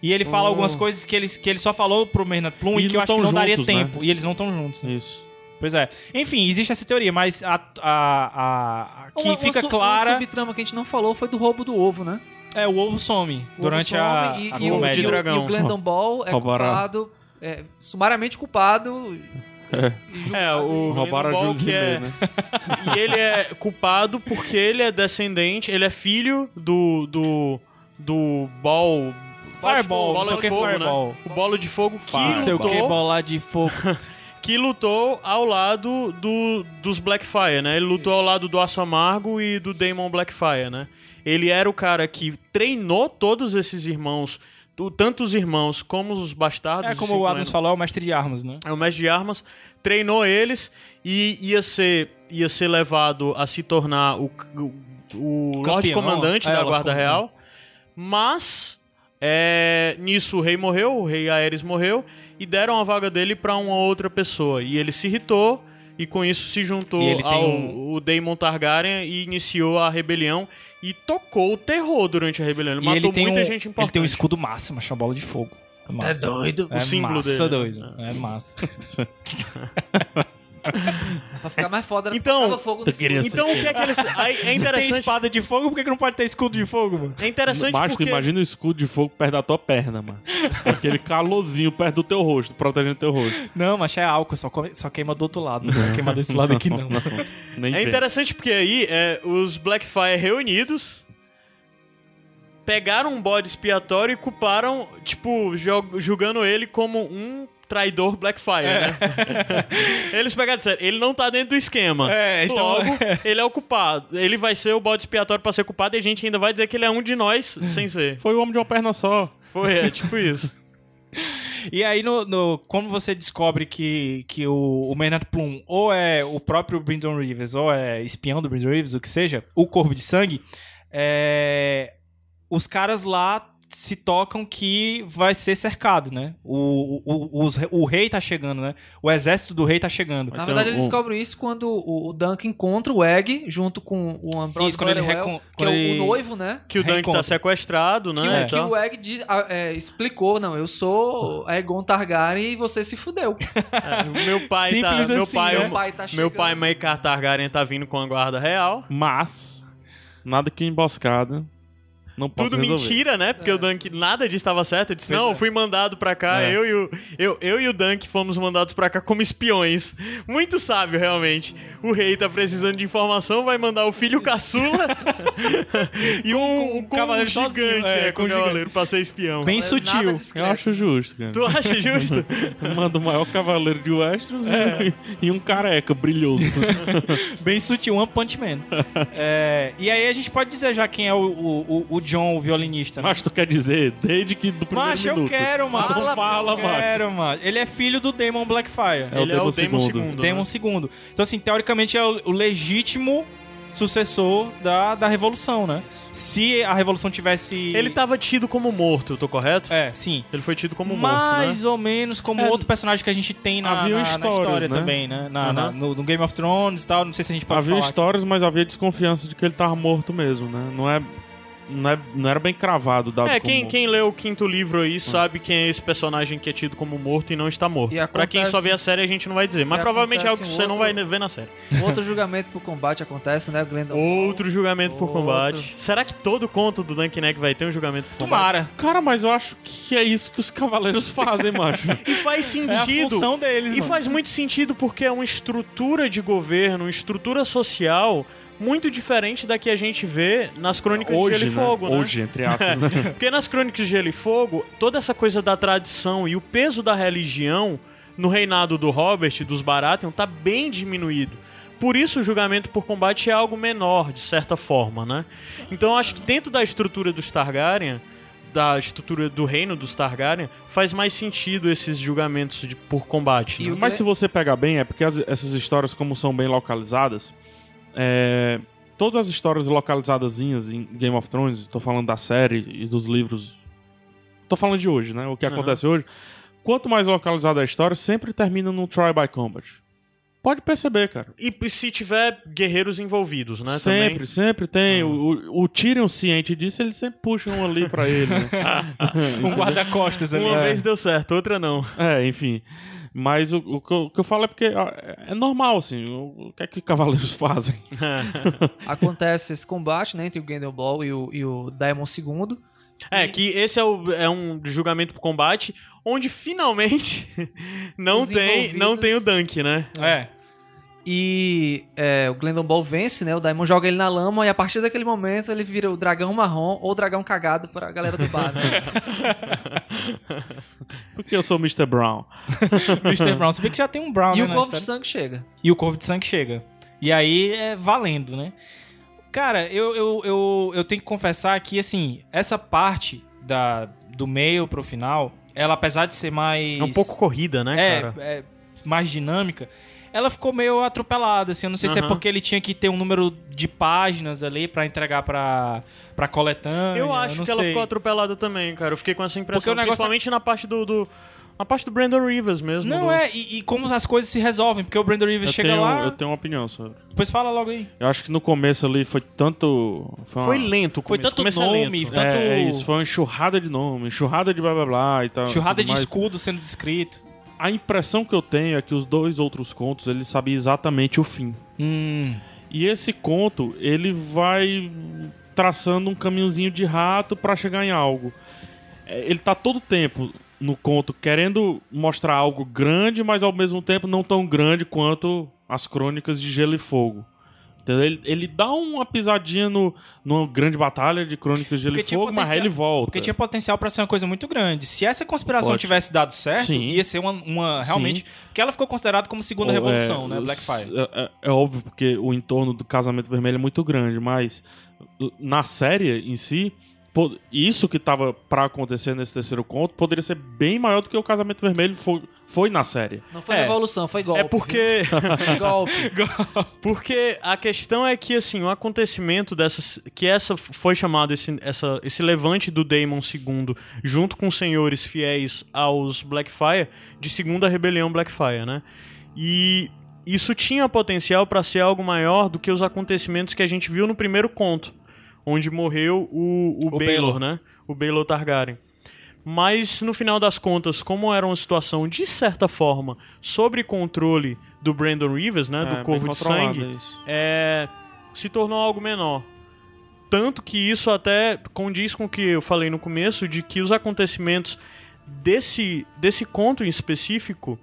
Speaker 2: E ele fala algumas coisas que ele, que ele só falou pro Maynard Plum e,
Speaker 4: E
Speaker 2: que
Speaker 4: não
Speaker 2: eu acho que não
Speaker 4: tão
Speaker 2: daria
Speaker 4: juntos, né?
Speaker 2: tempo. E eles não estão juntos. né?
Speaker 4: Isso.
Speaker 2: Pois é. Enfim, existe essa teoria, mas a, a- a- a- que
Speaker 3: Uma- uma
Speaker 2: fica
Speaker 3: su- Uma
Speaker 2: clara
Speaker 3: subtrama que a gente não falou foi do roubo do ovo, né?
Speaker 2: é o ovo some
Speaker 3: O
Speaker 2: durante
Speaker 3: ovo
Speaker 2: a,
Speaker 3: some
Speaker 2: a
Speaker 3: e, e, o,
Speaker 2: comédia.
Speaker 3: e, o, e o
Speaker 1: dragão.
Speaker 3: Glendon Ball é
Speaker 4: Roubaram.
Speaker 3: culpado, é, sumariamente culpado. e julgado
Speaker 1: É, o
Speaker 3: em-
Speaker 4: Roubaram a
Speaker 1: Brandon Ball,
Speaker 4: Jules
Speaker 1: que é-
Speaker 4: Rimet, né?
Speaker 1: E ele é culpado porque ele é descendente, ele é filho do. do. do Ball.
Speaker 2: Fireball, não
Speaker 1: bola
Speaker 2: sei o
Speaker 1: de
Speaker 2: que
Speaker 1: fogo,
Speaker 2: Fireball.
Speaker 1: né? O bola de fogo que
Speaker 2: Não sei o que,
Speaker 1: lutou,
Speaker 2: bola de fogo.
Speaker 1: que lutou ao lado do, dos Blackfire, né? Ele lutou ao lado do Aço Amargo e do Damon Blackfire, né? Ele era o cara que treinou todos esses irmãos, tu- tanto os irmãos como os bastardos.
Speaker 2: É
Speaker 1: os
Speaker 2: como
Speaker 1: cinco
Speaker 2: o Adams
Speaker 1: Lennon.
Speaker 2: falou, é o mestre de armas, né?
Speaker 1: É o mestre de armas, treinou eles e ia ser, ia ser levado a se tornar o, o, o Lorde
Speaker 2: Campeão,
Speaker 1: Comandante
Speaker 2: é,
Speaker 1: da
Speaker 2: Lorde
Speaker 1: Guarda
Speaker 2: Comandante.
Speaker 1: Real. Mas, é, nisso o rei morreu, o rei Aerys morreu, e deram a vaga dele pra uma outra pessoa. E ele se irritou, e com isso se juntou
Speaker 2: E ele tem
Speaker 1: ao
Speaker 2: um-
Speaker 1: o Daemon Targaryen e iniciou a rebelião. E tocou o terror durante a rebelião. Ele
Speaker 2: E
Speaker 1: matou
Speaker 2: ele tem
Speaker 1: muita
Speaker 2: um,
Speaker 1: gente importante.
Speaker 2: Ele tem um escudo massa, mas chama bola de fogo. É
Speaker 3: É
Speaker 2: massa.
Speaker 3: doido.
Speaker 1: o símbolo dele.
Speaker 2: massa, doido. É massa.
Speaker 3: Pra ficar mais foda, era
Speaker 1: Então,
Speaker 3: tocava fogo no
Speaker 4: tu queria
Speaker 3: escuro.
Speaker 1: Então o que é que eles... aí É
Speaker 2: Se tem
Speaker 1: interessante,
Speaker 2: espada de fogo, por que que não pode ter escudo de fogo, mano?
Speaker 1: é interessante
Speaker 4: Macho, tu
Speaker 1: porque...
Speaker 4: imagina o escudo de fogo perto da tua perna, mano. Aquele calorzinho perto do teu rosto, protegendo teu rosto.
Speaker 2: Não, mas é álcool, só, come- só queima do outro lado. Não vai queimar desse lado aqui, não.
Speaker 4: Nem
Speaker 1: É
Speaker 4: vê.
Speaker 1: interessante porque aí é, os Blackfire reunidos pegaram um bode expiatório e culparam, tipo, jo- julgando ele como um traidor Blackfire, né? Eles pegaram e disseram, ele não tá dentro do esquema.
Speaker 2: É, então-
Speaker 1: Logo, ele é o culpado. Ele vai ser o bode expiatório pra ser culpado e a gente ainda vai dizer que ele é um de nós sem ser.
Speaker 4: Foi o homem de uma perna só.
Speaker 1: Foi, é, tipo isso.
Speaker 2: E aí, no, no- como você descobre que, que o, o Maynard Plum ou é o próprio Bryndon Rivers, ou é espião do Bryndon Rivers, o que seja, o Corvo de Sangue, é, os caras lá se tocam que vai ser cercado, né? O, o, o- os- o rei tá chegando, né? O exército do rei tá chegando.
Speaker 4: Então,
Speaker 3: Na verdade, eles
Speaker 4: o-
Speaker 3: descobrem isso quando o, o Dunk encontra o Egg junto com o Ambrose
Speaker 2: Isso, quando ele
Speaker 3: Cornwell,
Speaker 2: recon-
Speaker 3: que é
Speaker 2: quando
Speaker 3: o,
Speaker 2: ele-
Speaker 3: o noivo, né?
Speaker 1: Que o Dunk
Speaker 2: Reencontro.
Speaker 1: tá sequestrado, né?
Speaker 3: Que,
Speaker 1: e
Speaker 3: o, que
Speaker 1: tal.
Speaker 3: o Egg diz- a- é, explicou, não, eu sou Aegon Targaryen e você se fudeu.
Speaker 1: É, o meu pai tá.
Speaker 2: Simples
Speaker 1: meu
Speaker 2: assim,
Speaker 1: pai, é
Speaker 2: né?
Speaker 1: o-
Speaker 3: Meu pai tá
Speaker 1: meu
Speaker 3: chegando.
Speaker 1: pai Maikar Targaryen tá vindo com a guarda real.
Speaker 4: Mas, nada que emboscada. Não posso
Speaker 1: Tudo
Speaker 4: resolver.
Speaker 1: mentira, né? Porque o Dunk, nada disso estava certo. Ele disse,
Speaker 2: Pois
Speaker 1: não,
Speaker 2: é.
Speaker 1: eu fui mandado pra cá,
Speaker 2: É.
Speaker 1: eu, e o, eu, eu e o Dunk fomos mandados pra cá como espiões. Muito sábio, realmente. O rei tá precisando de informação, vai mandar o filho caçula e um,
Speaker 2: um
Speaker 1: com um
Speaker 2: cavaleiro
Speaker 1: gigante,
Speaker 2: sozinho, é,
Speaker 1: é, com
Speaker 2: com um
Speaker 1: um cavaleiro pra ser espião.
Speaker 2: Bem
Speaker 3: é Nada
Speaker 2: sutil.
Speaker 3: discreto.
Speaker 4: Eu acho justo, cara.
Speaker 1: Tu acha justo?
Speaker 4: Manda o maior cavaleiro de Westeros
Speaker 2: É.
Speaker 4: e, e um careca brilhoso.
Speaker 2: Bem sutil, One Punch Man. É, e aí a gente pode dizer já quem é o, o, o- o John, o violinista, né?
Speaker 4: Mas tu quer dizer, desde que do primeiro
Speaker 2: Macho, eu
Speaker 4: minuto.
Speaker 2: quero, mano.
Speaker 4: Então
Speaker 3: Fala,
Speaker 4: fala,
Speaker 2: eu
Speaker 4: macho.
Speaker 2: quero, mano. Ele é filho do Damon Blackfire.
Speaker 4: É o
Speaker 1: Ele é o
Speaker 4: Daemon
Speaker 1: Daemon
Speaker 4: segundo.
Speaker 1: segundo.
Speaker 2: Demon II. Então, assim, teoricamente é o o legítimo sucessor da, da Revolução, né? Se a Revolução tivesse.
Speaker 1: Ele tá tava tido como morto, eu tô correto?
Speaker 2: É, sim.
Speaker 1: Ele foi tido como morto,
Speaker 2: Mais
Speaker 1: né?
Speaker 2: ou menos como
Speaker 4: É,
Speaker 2: outro personagem que a gente tem na,
Speaker 4: havia
Speaker 2: na- na
Speaker 4: histórias,
Speaker 2: história
Speaker 4: né?
Speaker 2: também, né? Na-
Speaker 1: Uhum.
Speaker 2: na- no, no Game of Thrones e tal. Não sei se a gente pode
Speaker 4: Havia um
Speaker 2: falar.
Speaker 4: histórias, mas havia desconfiança de que ele tava morto mesmo, né? Não é. Não, é, não era bem cravado dado
Speaker 1: É,
Speaker 4: como-
Speaker 1: quem, quem leu o quinto livro aí sabe quem é esse personagem que é tido como morto e não está morto.
Speaker 3: E
Speaker 1: Pra quem só
Speaker 3: acontece-
Speaker 1: vê a série, a gente não vai dizer. Mas
Speaker 3: e
Speaker 1: provavelmente é algo que
Speaker 3: acontece um
Speaker 1: você não vai
Speaker 3: outro-
Speaker 1: ver na série.
Speaker 3: Outro julgamento pro combate acontece, né, Glenda?
Speaker 1: Outro julgamento por
Speaker 3: Outro.
Speaker 1: combate. Será que todo conto do Dunkin' Neck vai ter um julgamento por combate?
Speaker 2: Tomara.
Speaker 4: Cara, mas eu acho que é isso que os cavaleiros fazem, macho.
Speaker 1: E faz
Speaker 2: É a
Speaker 1: sentido.
Speaker 2: função deles,
Speaker 1: e
Speaker 2: mano.
Speaker 1: faz muito sentido porque é uma estrutura de governo, uma estrutura social muito diferente da que a gente vê nas crônicas de Gelo e Fogo, né?
Speaker 4: Hoje, entre aspas, né?
Speaker 1: Porque nas Crônicas de Gelo e Fogo, toda essa coisa da tradição e o peso da religião no reinado do Robert e dos Baratheon tá bem diminuído. Por isso o julgamento por combate é algo menor, de certa forma, né? Então acho que dentro da estrutura dos Targaryen, da estrutura do reino dos Targaryen, faz mais sentido esses julgamentos de- por combate.
Speaker 3: E
Speaker 1: né?
Speaker 3: o-
Speaker 4: Mas se você pegar bem, é porque as- essas histórias, como são bem localizadas, é, todas as histórias localizadazinhas em Game of Thrones, tô falando da série e dos livros, tô falando de hoje, né? O que
Speaker 1: Aham.
Speaker 4: acontece hoje. Quanto mais localizada a história, sempre termina num try by combat. Pode perceber, cara.
Speaker 1: E, se tiver guerreiros envolvidos, né?
Speaker 4: sempre,
Speaker 1: Também.
Speaker 4: sempre tem. O, o, o Tyrion ciente disso, ele sempre puxa um ali pra ele, né?
Speaker 2: Um guarda-costas ali.
Speaker 1: Uma
Speaker 2: É.
Speaker 1: vez deu certo, outra não.
Speaker 4: É, enfim. Mas o, o que eu- o que eu falo é porque ó, é é normal, assim. O, o que é que cavaleiros fazem?
Speaker 3: Acontece esse combate, né, entre o Glendelbol e o, e o Daemon II.
Speaker 1: É,
Speaker 3: E-
Speaker 1: que esse é, o- é um julgamento por combate, onde finalmente não,
Speaker 3: Os
Speaker 1: tem, não tem o
Speaker 3: envolvidos-
Speaker 1: Dunk, né?
Speaker 2: É.
Speaker 3: E é, o Glendon Ball vence, né? O Daimon joga ele na lama e a partir daquele momento ele vira o dragão marrom ou o dragão cagado pra galera do bar, né?
Speaker 4: Porque eu sou o Mr. Brown.
Speaker 2: Mr. Brown. Se bem que já tem um Brown,
Speaker 3: e
Speaker 2: né,
Speaker 3: o
Speaker 2: na
Speaker 3: Corvo de
Speaker 2: história.
Speaker 3: Sangue chega.
Speaker 2: E o Corvo de Sangue chega. E aí é valendo, né? Cara, eu, eu, eu, eu tenho que confessar que, assim, essa parte da, do meio pro final, ela apesar de ser mais.
Speaker 1: É um pouco corrida, né,
Speaker 2: é,
Speaker 1: cara?
Speaker 2: é, mais dinâmica, ela ficou meio atropelada, assim. Eu não sei se é
Speaker 1: Aham.
Speaker 2: porque ele tinha que ter um número de páginas ali pra entregar pra, pra coletânea.
Speaker 1: Eu acho
Speaker 2: não
Speaker 1: que ela
Speaker 2: sei.
Speaker 1: ficou atropelada também, cara. Eu fiquei com essa
Speaker 2: Porque
Speaker 1: impressão,
Speaker 2: o negócio- é
Speaker 1: principalmente na parte do, do- Na parte do Brandon Rivers mesmo.
Speaker 2: Não
Speaker 1: do-
Speaker 2: é, e, e como as coisas se resolvem, porque o Brandon Reeves
Speaker 4: Eu
Speaker 2: chega
Speaker 4: tenho,
Speaker 2: lá.
Speaker 4: eu tenho uma opinião sobre.
Speaker 2: Depois fala logo aí.
Speaker 4: Eu acho que no começo ali foi tanto. uma-
Speaker 1: Foi lento, o
Speaker 2: Foi
Speaker 1: começo.
Speaker 2: tanto
Speaker 1: Começo é
Speaker 2: nome,
Speaker 1: lento.
Speaker 2: foi tanto-
Speaker 4: É, é isso, foi uma enxurrada de nome, enxurrada de blá blá blá e tal.
Speaker 2: Churrada
Speaker 4: tudo
Speaker 2: de
Speaker 4: mais.
Speaker 2: escudo sendo descrito.
Speaker 4: A impressão que eu tenho é que os dois outros contos ele sabia exatamente o fim.
Speaker 2: Hum.
Speaker 4: E esse conto, ele vai traçando um caminhozinho de rato pra chegar em algo. É, Ele tá todo tempo no conto querendo mostrar algo grande, mas ao mesmo tempo não tão grande quanto as crônicas de Gelo e Fogo. Entendeu? Ele, ele dá uma pisadinha no, numa grande batalha de crônicas de Gelo
Speaker 2: Porque
Speaker 4: e
Speaker 2: tinha
Speaker 4: Fogo, mas aí
Speaker 2: potencial-
Speaker 4: ele volta.
Speaker 2: Porque tinha potencial pra ser uma coisa muito grande. Se essa conspiração
Speaker 4: Pode.
Speaker 2: tivesse dado certo,
Speaker 4: Sim.
Speaker 2: ia ser uma, uma- realmente. Porque ela ficou considerada como
Speaker 1: Tipo
Speaker 2: segunda
Speaker 4: Ou,
Speaker 2: revolução,
Speaker 4: é,
Speaker 2: né?
Speaker 4: os-
Speaker 2: Blackfire.
Speaker 4: É, é- é óbvio, porque o entorno do Casamento Vermelho é muito grande, mas uh, na série em si, po- isso que tava pra acontecer nesse terceiro conto poderia ser bem maior do que o Casamento Vermelho foi, foi na série.
Speaker 3: Não foi
Speaker 1: É.
Speaker 3: revolução, foi golpe.
Speaker 1: É porque.
Speaker 3: viu? Foi golpe.
Speaker 1: Porque a questão é que, assim, o acontecimento dessas. Que essa foi chamada esse, essa, esse levante do Daemon II, junto com os senhores fiéis aos Blackfire, de segunda rebelião Blackfire, né? E isso tinha potencial pra ser algo maior do que os acontecimentos que a gente viu no primeiro conto, onde morreu o, o,
Speaker 2: O
Speaker 1: Baelor,
Speaker 2: Baelor.
Speaker 1: né? O Baelor Targaryen. Mas no final das contas, como era uma situação de certa forma sobre controle do Brandon Rivers, né,
Speaker 4: É,
Speaker 1: do
Speaker 4: bem
Speaker 1: Corvo de
Speaker 4: controlado
Speaker 1: Sangue,
Speaker 4: isso.
Speaker 1: é, se tornou algo menor. Tanto que isso até condiz com o que eu falei no começo, de que os acontecimentos desse, desse conto em específico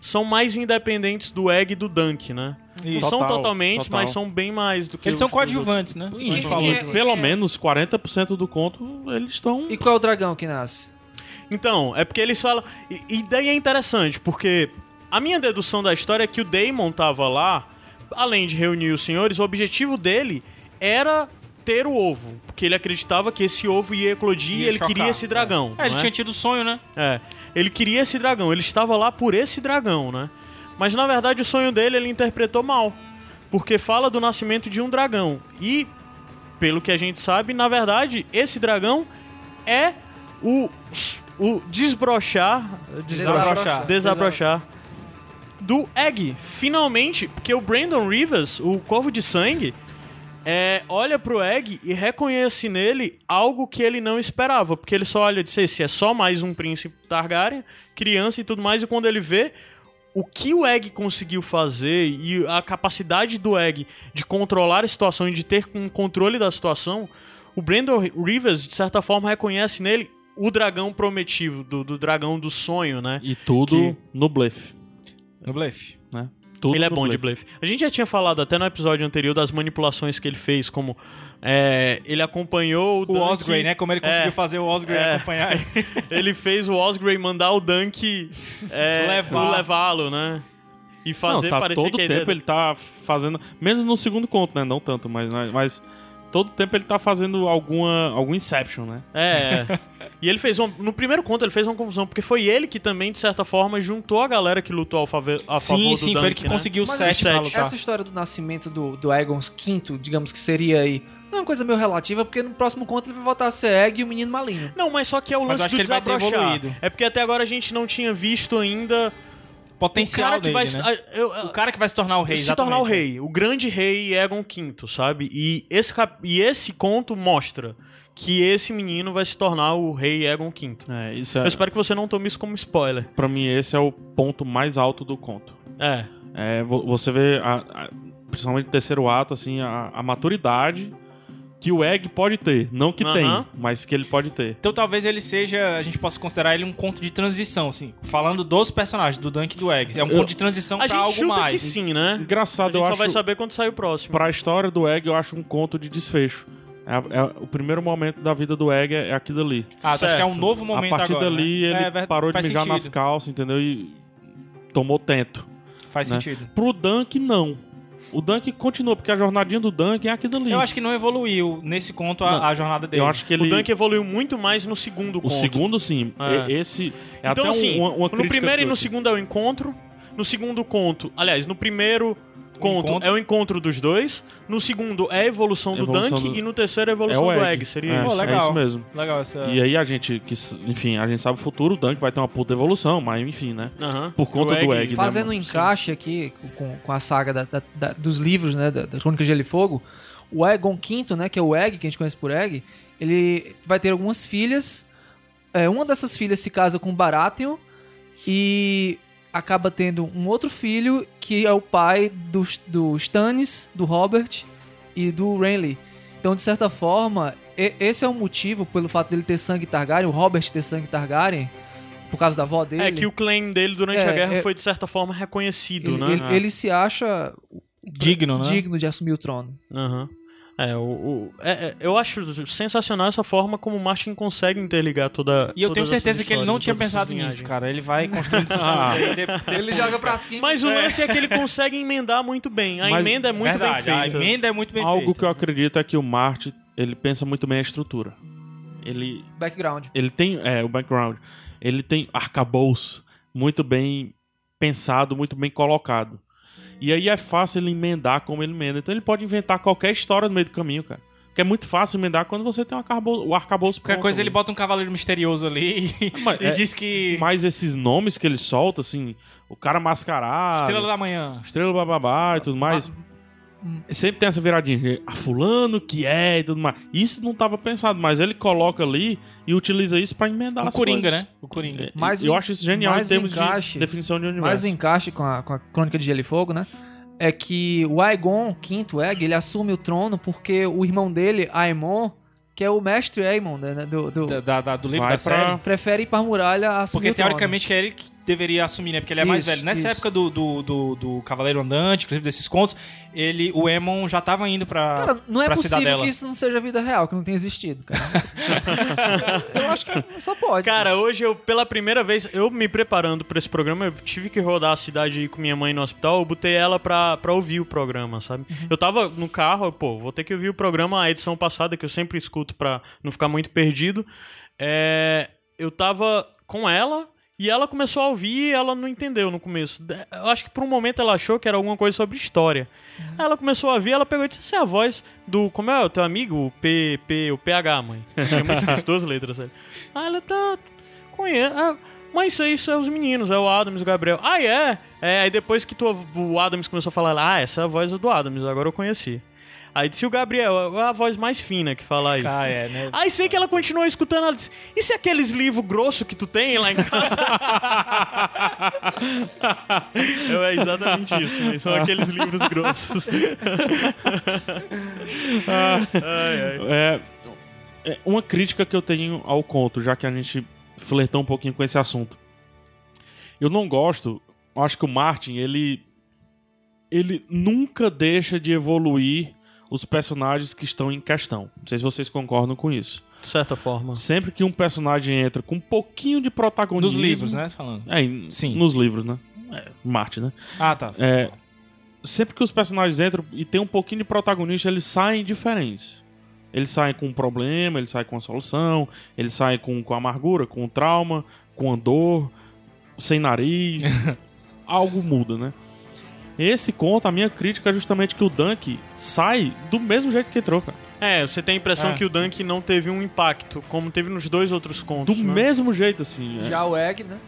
Speaker 1: são mais independentes do Egg e do Dunk, né? Não
Speaker 4: Isso.
Speaker 1: são
Speaker 4: Total,
Speaker 1: totalmente,
Speaker 4: total.
Speaker 1: mas são bem mais do que
Speaker 2: Eles
Speaker 1: os
Speaker 2: são
Speaker 1: dos
Speaker 2: coadjuvantes, né?
Speaker 3: E-
Speaker 2: Como
Speaker 3: e-
Speaker 2: falou.
Speaker 3: e-
Speaker 4: Então, Pelo
Speaker 3: é-
Speaker 4: menos 40% do conto eles estão.
Speaker 3: E qual é o dragão que nasce?
Speaker 1: outros. Então, é porque eles falam. E, e daí é interessante, porque a minha dedução da história é que o Daemon tava lá, além de reunir os senhores, o objetivo dele era ter o ovo. Porque ele acreditava que esse ovo ia eclodir e
Speaker 2: Ia
Speaker 1: ele
Speaker 2: chocar,
Speaker 1: queria esse dragão.
Speaker 2: É, ele
Speaker 1: não é?
Speaker 2: tinha tido o sonho, né?
Speaker 1: É. Ele queria esse dragão, ele estava lá por esse dragão, né? Mas na verdade o sonho dele ele interpretou mal. Porque fala do nascimento de um dragão. E, pelo que a gente sabe, na verdade, esse dragão é o, o desbrochar.
Speaker 3: Desabrochar.
Speaker 1: Desabrochar. Do Egg. Finalmente, porque o Brandon Rivers, o Corvo de Sangue, é, olha pro Egg e reconhece nele algo que ele não esperava. Porque ele só olha e diz: esse é só mais um príncipe Targaryen, criança e tudo mais. E quando ele vê o que o Egg conseguiu fazer e a capacidade do Egg de controlar a situação e de ter um controle da situação, o Brandon Rivers, de certa forma, reconhece nele o dragão prometido, do, do dragão do sonho, né?
Speaker 4: E tudo no blefe.
Speaker 2: No blefe.
Speaker 4: Né? Tudo
Speaker 1: ele é
Speaker 4: no
Speaker 1: bom de blefe. A gente já tinha falado até no episódio anterior das manipulações que ele fez, como é, ele acompanhou o,
Speaker 2: O
Speaker 1: Dunk-
Speaker 2: Osgrey, né? Como ele conseguiu
Speaker 1: É.
Speaker 2: fazer o Osgrey
Speaker 1: É.
Speaker 2: acompanhar ele.
Speaker 1: Ele fez o Osgrey mandar o Dunk é,
Speaker 2: Levar.
Speaker 1: levá-lo, né? E fazer
Speaker 4: não, tá
Speaker 1: parecer
Speaker 4: todo
Speaker 1: que
Speaker 4: tempo ele tá fazendo, menos no segundo conto, né? Não tanto, mas mas todo tempo ele tá fazendo alguma algum inception, né?
Speaker 1: É. e ele fez um. No primeiro conto, ele fez uma confusão, porque foi ele que também, de certa forma, juntou a galera que lutou ao fave- a favor
Speaker 2: Sim,
Speaker 1: do
Speaker 2: sim,
Speaker 1: Dunk,
Speaker 2: foi ele que
Speaker 1: né?
Speaker 2: conseguiu o
Speaker 3: Mas
Speaker 2: 7 pra
Speaker 1: sete. é
Speaker 2: lutar.
Speaker 3: Essa história do nascimento do, do Aegon V, digamos que seria aí, não é uma coisa meio relativa, porque no próximo conto ele vai voltar a ser Egg e o menino maligno.
Speaker 1: Não, mas só que é o
Speaker 2: Mas
Speaker 1: lance
Speaker 2: acho
Speaker 1: do
Speaker 2: que ele vai ter
Speaker 1: desabrochar.
Speaker 2: evoluído.
Speaker 1: É porque até agora a gente não tinha visto ainda o
Speaker 2: Potencial
Speaker 1: cara que
Speaker 2: dele,
Speaker 1: vai
Speaker 2: né?
Speaker 1: a- eu- a-
Speaker 2: O cara que vai se tornar o rei,
Speaker 1: É, se
Speaker 2: exatamente.
Speaker 1: tornar o rei, o grande rei Egon V, sabe? E esse cap- e esse conto mostra que esse menino vai se tornar o rei Egon V.
Speaker 4: É, isso é,
Speaker 1: Eu espero que você não tome isso como spoiler.
Speaker 4: pra mim esse é o ponto mais alto do conto.
Speaker 1: É.
Speaker 4: É, vo- você vê, a- a- principalmente no terceiro ato, assim, a, a maturidade que o Egg pode ter. Não que
Speaker 1: Aham.
Speaker 4: tem, mas que ele pode ter.
Speaker 2: Então talvez ele seja, a gente possa considerar ele um conto de transição, assim. Falando dos personagens, do Dunk e do Egg. É um conto de transição
Speaker 1: A
Speaker 2: pra
Speaker 1: gente
Speaker 2: algo
Speaker 1: chuta
Speaker 2: mais. assim.
Speaker 1: que sim, né? A
Speaker 4: Engraçado,
Speaker 1: gente
Speaker 4: eu
Speaker 1: só
Speaker 4: acho.
Speaker 1: vai saber quando sair o próximo.
Speaker 4: Pra história do Egg, eu acho um conto de desfecho. É- é o primeiro momento da vida do Egg é é aquilo ali.
Speaker 2: Ah, tu acha que é um
Speaker 1: Certo.
Speaker 2: novo
Speaker 4: A
Speaker 2: momento
Speaker 4: partir
Speaker 2: agora,
Speaker 4: dali,
Speaker 2: né?
Speaker 4: ele
Speaker 2: É, ver-
Speaker 4: parou de
Speaker 2: faz
Speaker 4: mijar
Speaker 2: sentido,
Speaker 4: nas calças, entendeu? E tomou tento.
Speaker 2: Faz
Speaker 4: né?
Speaker 2: sentido.
Speaker 4: Pro Dunk, não. O Dunk continua, porque a jornadinha do Dunk é aquilo ali.
Speaker 2: Eu acho que não evoluiu nesse conto a,
Speaker 4: Não.
Speaker 2: a jornada dele.
Speaker 4: Eu acho que ele...
Speaker 1: O Dunk é evoluiu muito mais no segundo
Speaker 4: O
Speaker 1: conto.
Speaker 4: segundo, sim.
Speaker 1: É.
Speaker 4: E- Esse
Speaker 1: então,
Speaker 4: é até um-
Speaker 1: assim,
Speaker 4: uma, uma
Speaker 1: no
Speaker 4: crítica
Speaker 1: primeiro e
Speaker 4: que eu
Speaker 1: no
Speaker 4: fiz.
Speaker 1: segundo é o encontro. No segundo conto, aliás, no primeiro conto
Speaker 2: encontro.
Speaker 1: é o encontro dos dois. No segundo é a evolução do
Speaker 4: Evolução
Speaker 1: Dunk.
Speaker 4: do-
Speaker 1: E no terceiro é a evolução
Speaker 4: é o
Speaker 1: do
Speaker 4: Egg.
Speaker 1: Egg. Seria
Speaker 4: É,
Speaker 1: isso. É.
Speaker 2: Pô, legal.
Speaker 4: é isso mesmo.
Speaker 2: Legal essa...
Speaker 4: E aí a gente, que, s- enfim, a gente sabe o futuro, o Dunk vai ter uma puta evolução, mas enfim, né?
Speaker 1: Aham.
Speaker 4: Por conta
Speaker 1: O
Speaker 4: do
Speaker 1: Egg-
Speaker 4: Egg, né?
Speaker 1: Sim.
Speaker 3: Fazendo um encaixe aqui com, com a saga da- da- da- dos livros, né, da, da Crônica de Gelo e Fogo, o Egon V, né, que é o Egg, que a gente conhece por Egg, ele vai ter algumas filhas. É, uma dessas filhas se casa com Baratheon e acaba tendo um outro filho que é o pai do, do Stannis, do Robert e do Renly. Então, de certa forma, e- esse é o motivo pelo fato dele ter sangue Targaryen, o Robert ter sangue Targaryen, por causa da avó dele.
Speaker 1: É que o claim dele durante
Speaker 3: É,
Speaker 1: a guerra
Speaker 3: é-
Speaker 1: foi, de certa forma, reconhecido,
Speaker 3: Ele,
Speaker 1: né?
Speaker 3: ele- ele se acha
Speaker 2: Digno, né?
Speaker 3: digno de assumir o trono.
Speaker 1: Aham. É, o, o- é, é, eu acho sensacional essa forma como o Martin consegue interligar toda
Speaker 2: E eu tenho
Speaker 1: todas essas
Speaker 2: certeza que ele não
Speaker 1: histórias,
Speaker 2: tinha
Speaker 1: todas essas
Speaker 2: pensado nisso,
Speaker 1: linhagens.
Speaker 2: cara. Ele vai construindo esses
Speaker 4: Ah.
Speaker 2: nomes aí é depois.
Speaker 3: Ele joga pra cima.
Speaker 1: Mas o lance é que ele consegue emendar muito bem. A
Speaker 4: Mas-
Speaker 1: emenda é muito
Speaker 2: Verdade,
Speaker 1: bem
Speaker 2: A
Speaker 1: feita.
Speaker 2: emenda é muito bem
Speaker 4: Algo
Speaker 2: feita.
Speaker 4: que eu acredito é que o Marte, ele pensa muito bem a estrutura. ele
Speaker 3: Background.
Speaker 4: ele tem é, o background, ele tem arcabouço muito bem pensado, muito bem colocado. E aí é fácil ele emendar como ele emenda. Então ele pode inventar qualquer história no meio do caminho, cara. Porque é muito fácil emendar quando você tem um arcabou- o arcabouço
Speaker 2: Qualquer
Speaker 4: pronto,
Speaker 2: coisa
Speaker 4: né?
Speaker 2: ele bota um cavaleiro misterioso ali e,
Speaker 4: mas
Speaker 2: e
Speaker 4: é-
Speaker 2: diz que.
Speaker 4: Mas esses nomes que ele solta, assim, o cara mascarado,
Speaker 2: Estrela
Speaker 4: estrela,
Speaker 2: da manhã.
Speaker 4: bababá e tudo mais. Sempre tem essa viradinha, a fulano que é e tudo mais. Isso não tava pensado, mas ele coloca ali e utiliza isso pra emendar
Speaker 2: O
Speaker 4: as
Speaker 2: Coringa,
Speaker 4: coisas. É,
Speaker 2: né? O Coringa.
Speaker 3: Mas
Speaker 4: eu
Speaker 3: o-
Speaker 4: acho isso genial em
Speaker 3: mas o
Speaker 4: termos
Speaker 3: encaixe-
Speaker 4: de definição de universo.
Speaker 3: Mas o encaixe com a, com a Crônica de Gelo e Fogo, né? É que o Aegon, quinto Egg, ele assume o trono porque o irmão dele, Aemon, que é o mestre Aemon, né? Do, do-
Speaker 2: Da- da- da- do livro
Speaker 4: É. Vai
Speaker 2: da
Speaker 4: pra-
Speaker 2: série.
Speaker 3: prefere ir pra muralha assumir
Speaker 2: Porque
Speaker 3: o trono.
Speaker 2: teoricamente que é ele que deveria assumir, né? Porque ele é mais
Speaker 3: Isso,
Speaker 2: velho. Nessa
Speaker 3: isso.
Speaker 2: época do, do, do, do Cavaleiro Andante, inclusive desses contos, ele, o Emon já tava indo pra.
Speaker 3: Cara, não é
Speaker 2: pra
Speaker 3: possível
Speaker 2: Cidadela.
Speaker 3: que isso não seja vida real, que não tenha existido, cara. eu acho que só pode.
Speaker 1: Cara, hoje eu, pela primeira vez, eu me preparando pra esse programa, eu tive que rodar a cidade aí com minha mãe no hospital, eu botei ela pra, pra ouvir o programa, sabe? Eu tava no carro, eu, pô, vou ter que ouvir o programa, a edição passada, que eu sempre escuto pra não ficar muito perdido. É, eu tava com ela e ela começou a ouvir e ela não entendeu no começo. De- Eu acho que por um momento ela achou que era alguma coisa sobre história. Aí Ela começou a ouvir, ela pegou e disse, "Essa é a voz do, como é o teu amigo? O P, P, o PH, mãe. É muito difícil, duas letras, sério. Ah, ela tá. Conhece. Ah, mas isso aí isso é os meninos, é o Adams e o Gabriel. Ah, é? é aí depois que tu, o Adams começou a falar, ah, essa é a voz do Adams, agora eu conheci. Aí disse o Gabriel, é a voz mais fina que fala isso.
Speaker 2: Ah, é, né?
Speaker 1: Aí sei que ela continuou escutando, ela disse, e se aqueles livros grossos que tu tem lá em casa? Eu, é exatamente isso, mas são aqueles livros grossos.
Speaker 4: É, é, uma crítica que eu tenho ao conto, já que a gente flertou um pouquinho com esse assunto. Eu não gosto, eu acho que o Martin, ele ele nunca deixa de evoluir os personagens que estão em questão. Não sei se vocês concordam com isso.
Speaker 1: De certa forma.
Speaker 4: Sempre que um personagem entra com um pouquinho de protagonismo
Speaker 2: Nos livros, né? Falando.
Speaker 4: É, em-
Speaker 2: Sim.
Speaker 4: nos livros, né? É, Martin, né?
Speaker 2: Ah, tá.
Speaker 4: É, sempre que os personagens entram e tem um pouquinho de protagonista, eles saem diferentes. Eles saem com um problema, eles saem com a solução, eles saem com, com amargura, com trauma, com a dor, sem nariz. Algo muda, né? Esse conto, a minha crítica é justamente que o Dunk sai do mesmo jeito que entrou, cara.
Speaker 1: É, você tem a impressão
Speaker 2: É.
Speaker 1: que o Dunk não teve um impacto, como teve nos dois outros
Speaker 4: Do
Speaker 1: contos. né?
Speaker 4: mesmo jeito, assim. é.
Speaker 3: Já o Egg, né?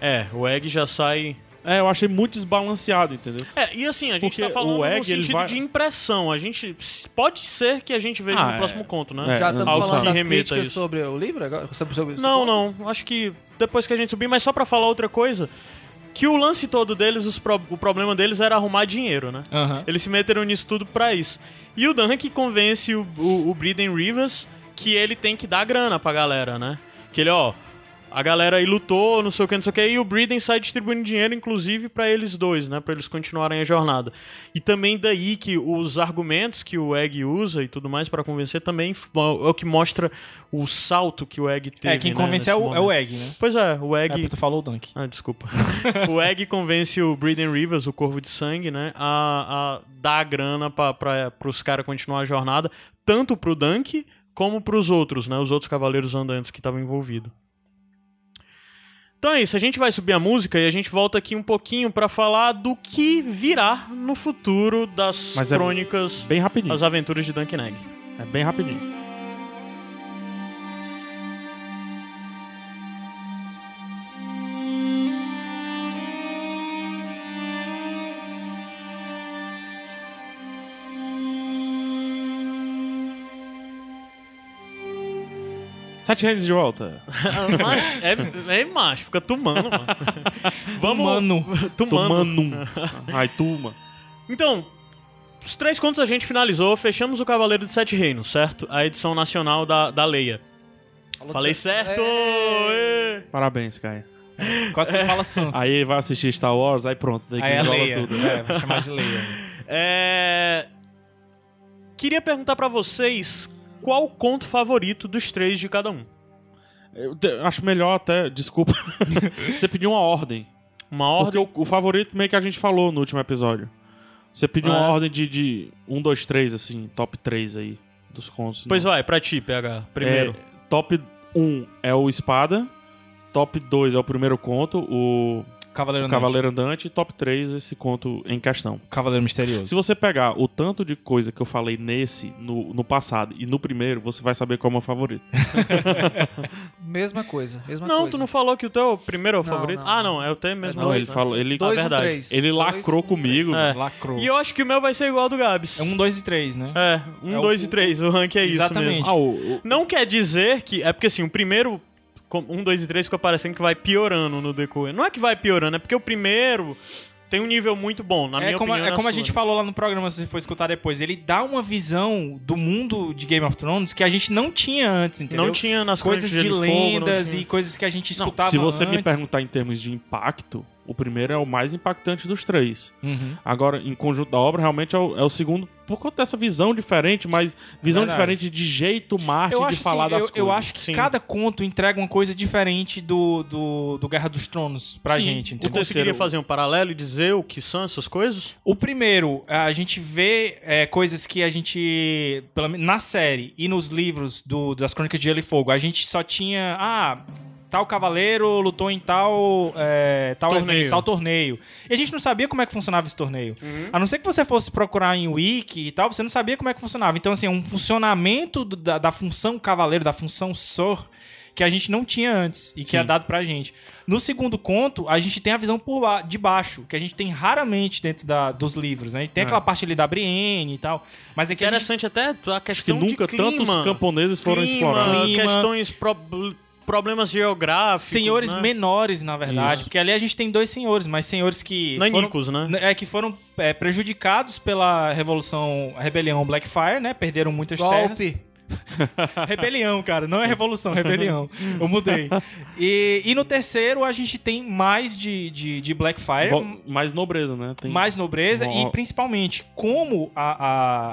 Speaker 1: É, o Egg já sai.
Speaker 4: É, eu achei muito desbalanceado, entendeu?
Speaker 1: É, e assim, a gente
Speaker 4: Porque
Speaker 1: tá falando
Speaker 4: o Egg,
Speaker 1: no
Speaker 4: ele
Speaker 1: sentido
Speaker 4: vai-
Speaker 1: de impressão. A gente. Pode ser que a gente veja
Speaker 4: Ah,
Speaker 1: no
Speaker 4: é.
Speaker 1: próximo conto, né?
Speaker 4: É,
Speaker 3: Já
Speaker 4: algo
Speaker 3: estamos
Speaker 1: que
Speaker 3: falando das
Speaker 1: remeta a
Speaker 3: críticas
Speaker 1: isso.
Speaker 3: sobre o livro agora? Sobre, sobre-
Speaker 1: Não,
Speaker 3: sobre-
Speaker 1: não. Acho que depois que a gente subir, mas só pra falar outra coisa. Que o lance todo deles, os pro- o problema deles era arrumar dinheiro, né?
Speaker 2: Aham.
Speaker 1: Eles se meteram nisso tudo pra isso. E o Dunk convence o, o, o Briden Rivers que ele tem que dar grana pra galera, né? Que ele, ó, a galera aí lutou, não sei o que, não sei o que, e o Briden sai distribuindo dinheiro, inclusive, pra eles dois, né? Pra eles continuarem a jornada. E também daí que os argumentos que o Egg usa e tudo mais pra convencer também f- é o que mostra o salto que o Egg teve.
Speaker 2: É, quem
Speaker 1: né,
Speaker 2: convence é
Speaker 1: nesse
Speaker 2: o, é o
Speaker 1: momento.
Speaker 2: Egg, né?
Speaker 1: Pois é, o
Speaker 2: É,
Speaker 1: Egg.
Speaker 2: tu falou o Dunk.
Speaker 1: Ah, desculpa. o Egg convence o Breeden Rivers, o Corvo de Sangue, né, a, a dar a grana pra, pra, pros caras continuar a jornada, tanto pro Dunk como pros outros, né, os outros cavaleiros andantes que estavam envolvidos. Então é isso, a gente vai subir a música e a gente volta aqui um pouquinho pra falar do que virá no futuro das
Speaker 4: Mas é
Speaker 1: crônicas,
Speaker 4: Bem rapidinho.
Speaker 1: as aventuras de Dunk Neg.
Speaker 4: É bem rapidinho. Sete Reinos de volta.
Speaker 1: Mas é, é macho, fica tumando, mano. Vamos,
Speaker 2: Mano.
Speaker 1: tumando.
Speaker 4: Tumanum. um. Ai, Tuma.
Speaker 1: Então, os três contos a gente finalizou, fechamos o Cavaleiro dos Sete Reinos, certo? A edição nacional da, da Leia.
Speaker 3: Falou
Speaker 1: Falei
Speaker 3: de-
Speaker 1: certo!
Speaker 3: É.
Speaker 1: Ê!
Speaker 4: Parabéns, Caio.
Speaker 2: Quase que ele fala Sansa. Aí,
Speaker 4: Aí vai assistir Star Wars, aí pronto. Daí
Speaker 2: é
Speaker 4: enrola
Speaker 2: Leia.
Speaker 4: tudo.
Speaker 2: É, vai chamar de Leia.
Speaker 1: É... Queria perguntar pra vocês qual o conto favorito dos três de cada um.
Speaker 4: Eu te- acho melhor até, desculpa, você pediu uma ordem.
Speaker 1: Uma ordem.
Speaker 4: Porque o, o favorito meio que a gente falou no último episódio. Você pediu
Speaker 1: É.
Speaker 4: uma ordem de, um, de 1, 2, 3, assim, top 3 aí dos contos.
Speaker 1: Pois
Speaker 4: não.
Speaker 1: vai, pra ti, PH, primeiro.
Speaker 4: É, top 1 é o Espada, top 2 é o primeiro conto, o
Speaker 2: Cavaleiro Andante.
Speaker 4: Cavaleiro Andante, e top 3 esse conto em questão.
Speaker 2: Cavaleiro Misterioso.
Speaker 4: Se você pegar o tanto de coisa que eu falei nesse, no, no passado e no primeiro, você vai saber qual é o meu favorito.
Speaker 3: Mesma coisa,
Speaker 4: É.
Speaker 3: mesma
Speaker 1: Não,
Speaker 3: coisa.
Speaker 1: tu não falou que o teu primeiro é o
Speaker 3: Não,
Speaker 1: favorito?
Speaker 3: não,
Speaker 1: ah,
Speaker 3: não.
Speaker 1: não, é o teu mesmo.
Speaker 4: Não, ele
Speaker 1: né?
Speaker 4: falou, ele
Speaker 3: Dois,
Speaker 4: na
Speaker 3: um,
Speaker 4: verdade,
Speaker 3: três.
Speaker 4: ele
Speaker 3: Dois,
Speaker 4: lacrou
Speaker 3: um,
Speaker 4: comigo.
Speaker 1: três. É.
Speaker 2: Lacrou.
Speaker 1: E eu acho que o meu vai ser igual ao do Gabs.
Speaker 2: É um, dois e três, né?
Speaker 1: É, um,
Speaker 2: É o-
Speaker 1: dois e três, o rank é isso
Speaker 2: Exatamente.
Speaker 1: mesmo.
Speaker 4: Ah, o- o-
Speaker 1: Não quer dizer que. É porque assim, o primeiro. com- Um, dois e três fica parecendo que vai piorando no decorrer. Não é que vai piorando, é porque o primeiro tem um nível muito bom, na
Speaker 2: é
Speaker 1: minha
Speaker 2: como,
Speaker 1: opinião.
Speaker 2: é
Speaker 1: na
Speaker 2: como a
Speaker 1: sua,
Speaker 2: gente
Speaker 1: né?
Speaker 2: falou lá no programa, se você for escutar depois. Ele dá uma visão do mundo de Game of Thrones que a gente não tinha antes, entendeu?
Speaker 1: Não tinha nas
Speaker 2: coisas de,
Speaker 1: Gelo Fogo, não
Speaker 2: lendas
Speaker 1: tinha.
Speaker 2: e coisas que a gente
Speaker 4: não,
Speaker 2: escutava
Speaker 4: se você me
Speaker 2: antes.
Speaker 4: perguntar em termos de impacto, o primeiro é o mais impactante dos três.
Speaker 2: Uhum.
Speaker 4: Agora, em conjunto da obra, realmente é o, é o segundo, por conta dessa visão diferente, mas visão
Speaker 2: Verdade.
Speaker 4: diferente de jeito, Marte,
Speaker 2: Eu
Speaker 4: de
Speaker 2: acho,
Speaker 4: falar
Speaker 2: assim,
Speaker 4: das
Speaker 2: eu,
Speaker 4: coisas.
Speaker 2: eu acho que
Speaker 1: Sim.
Speaker 2: cada conto entrega uma coisa diferente do, do, do Guerra dos Tronos pra
Speaker 4: Sim.
Speaker 2: gente.
Speaker 1: Tu
Speaker 2: Entendeu?
Speaker 1: conseguiria
Speaker 4: terceiro-
Speaker 1: fazer um paralelo e dizer o que são essas coisas?
Speaker 2: O primeiro, a gente vê é, coisas que a gente, pelo menos na série e nos livros do- das Crônicas de Gelo e Fogo, a gente só tinha, ah, tal cavaleiro lutou em tal, é, tal,
Speaker 1: Torneio.
Speaker 2: evento, tal torneio. E a gente não sabia como é que funcionava esse torneio.
Speaker 1: Uhum.
Speaker 2: A não ser que você fosse procurar em wiki e tal, você não sabia como é que funcionava. Então, assim, é um funcionamento do- da, da função cavaleiro, da função sor, que a gente não tinha antes e que é dado pra gente. No segundo conto, a gente tem a visão por ba- de baixo, que a gente tem raramente dentro da- dos livros, né? A gente
Speaker 1: É.
Speaker 2: tem aquela parte ali da Brienne e tal, mas é que a gente
Speaker 1: Interessante até a
Speaker 4: que
Speaker 1: questão
Speaker 4: nunca
Speaker 1: de clima,
Speaker 4: tantos camponeses foram
Speaker 1: clima,
Speaker 4: explorados.
Speaker 2: Clima.
Speaker 1: questões, prob- problemas geográficos,
Speaker 2: senhores
Speaker 1: né?
Speaker 2: menores, na verdade,
Speaker 1: Isso.
Speaker 2: porque ali a gente tem dois senhores, mas senhores que foram-
Speaker 1: Nanicos, né?
Speaker 2: É que foram é, prejudicados pela revolução, rebelião Blackfire, né? Perderam muitas terras.
Speaker 3: Golpe.
Speaker 2: Rebelião, cara, não é revolução, rebelião. Eu mudei. E, e no terceiro a gente tem mais de, de, de Blackfire,
Speaker 4: Vo- Mais nobreza, né? Tem-
Speaker 2: é um mais nobreza
Speaker 4: Vo-
Speaker 2: e principalmente como a-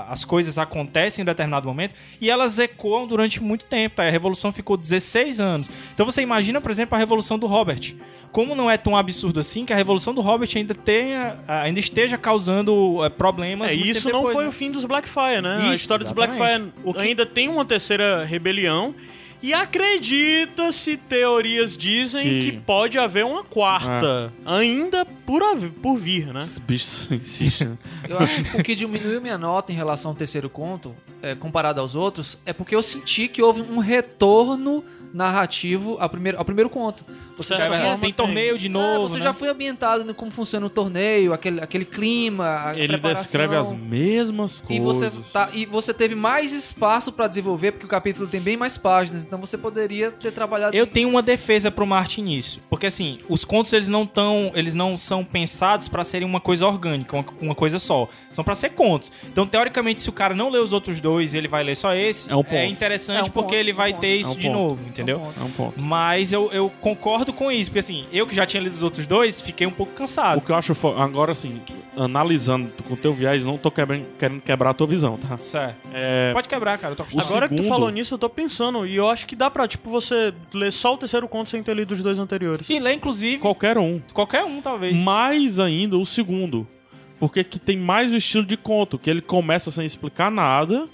Speaker 2: a- as coisas acontecem em um determinado momento e elas ecoam durante muito tempo. Tá? A revolução ficou 16 anos. Então você imagina, por exemplo, a revolução do Robert. Como não é tão absurdo assim que a revolução do Robert ainda tenha, ainda esteja causando eh, problemas.
Speaker 1: É,
Speaker 2: muito
Speaker 1: isso
Speaker 2: tempo
Speaker 1: não
Speaker 2: depois,
Speaker 1: foi
Speaker 2: né?
Speaker 1: o fim dos Blackfire, né?
Speaker 2: Isso,
Speaker 1: a história dos
Speaker 2: exatamente.
Speaker 1: Blackfire ainda tem uma terceira rebelião. E acredita-se, teorias dizem que...
Speaker 4: Que-
Speaker 1: pode haver uma quarta.
Speaker 2: É.
Speaker 1: Ainda por, hav- por vir, né?
Speaker 4: Esse bicho insiste, né?
Speaker 3: Eu acho que o que diminuiu minha nota em relação ao terceiro conto, é, comparado aos outros, é porque eu senti que houve um retorno narrativo ao primeiro, ao primeiro conto. Ah, Você
Speaker 1: Certo.
Speaker 2: É
Speaker 3: já
Speaker 2: verdade,
Speaker 3: tinha...
Speaker 1: forma,
Speaker 2: tem torneio de
Speaker 3: É,
Speaker 2: novo.
Speaker 3: você
Speaker 2: né?
Speaker 3: já foi ambientado no como funciona o torneio, aquele, aquele clima, a
Speaker 4: Ele
Speaker 3: preparação.
Speaker 4: descreve as mesmas
Speaker 3: E
Speaker 4: coisas.
Speaker 3: você, tá, e você teve mais espaço pra desenvolver, porque o capítulo tem bem mais páginas, então você poderia ter trabalhado.
Speaker 2: Eu tenho uma defesa pro Martin nisso, porque assim, os contos eles não tão, eles não são pensados pra serem uma coisa orgânica, uma, uma coisa só. São pra ser contos. Então, teoricamente, se o cara não lê os outros dois, e ele vai ler só esse.
Speaker 4: É um ponto.
Speaker 2: interessante
Speaker 3: É um ponto,
Speaker 2: porque ele
Speaker 3: é um
Speaker 2: vai
Speaker 3: ponto.
Speaker 2: ter
Speaker 4: É um
Speaker 2: isso de
Speaker 4: ponto.
Speaker 2: novo, entendeu?
Speaker 4: É um ponto.
Speaker 2: Mas eu, eu concordo com isso, porque assim, eu que já tinha lido os outros dois, fiquei um pouco
Speaker 4: O
Speaker 2: cansado.
Speaker 4: que eu acho fo- agora assim, analisando com o teu viés, não tô quebran- querendo quebrar a tua visão, tá?
Speaker 2: Certo. é. Pode quebrar, cara. Eu tô acostumado.
Speaker 1: Agora que tu
Speaker 4: segundo-
Speaker 1: falou nisso, eu tô pensando. E eu acho que dá pra, tipo, você ler só o terceiro conto sem ter lido os dois anteriores.
Speaker 2: E lê, inclusive,
Speaker 4: Qualquer um.
Speaker 2: qualquer um, talvez.
Speaker 4: Mais ainda o segundo. Porque que tem mais o estilo de conto, que ele começa sem explicar nada.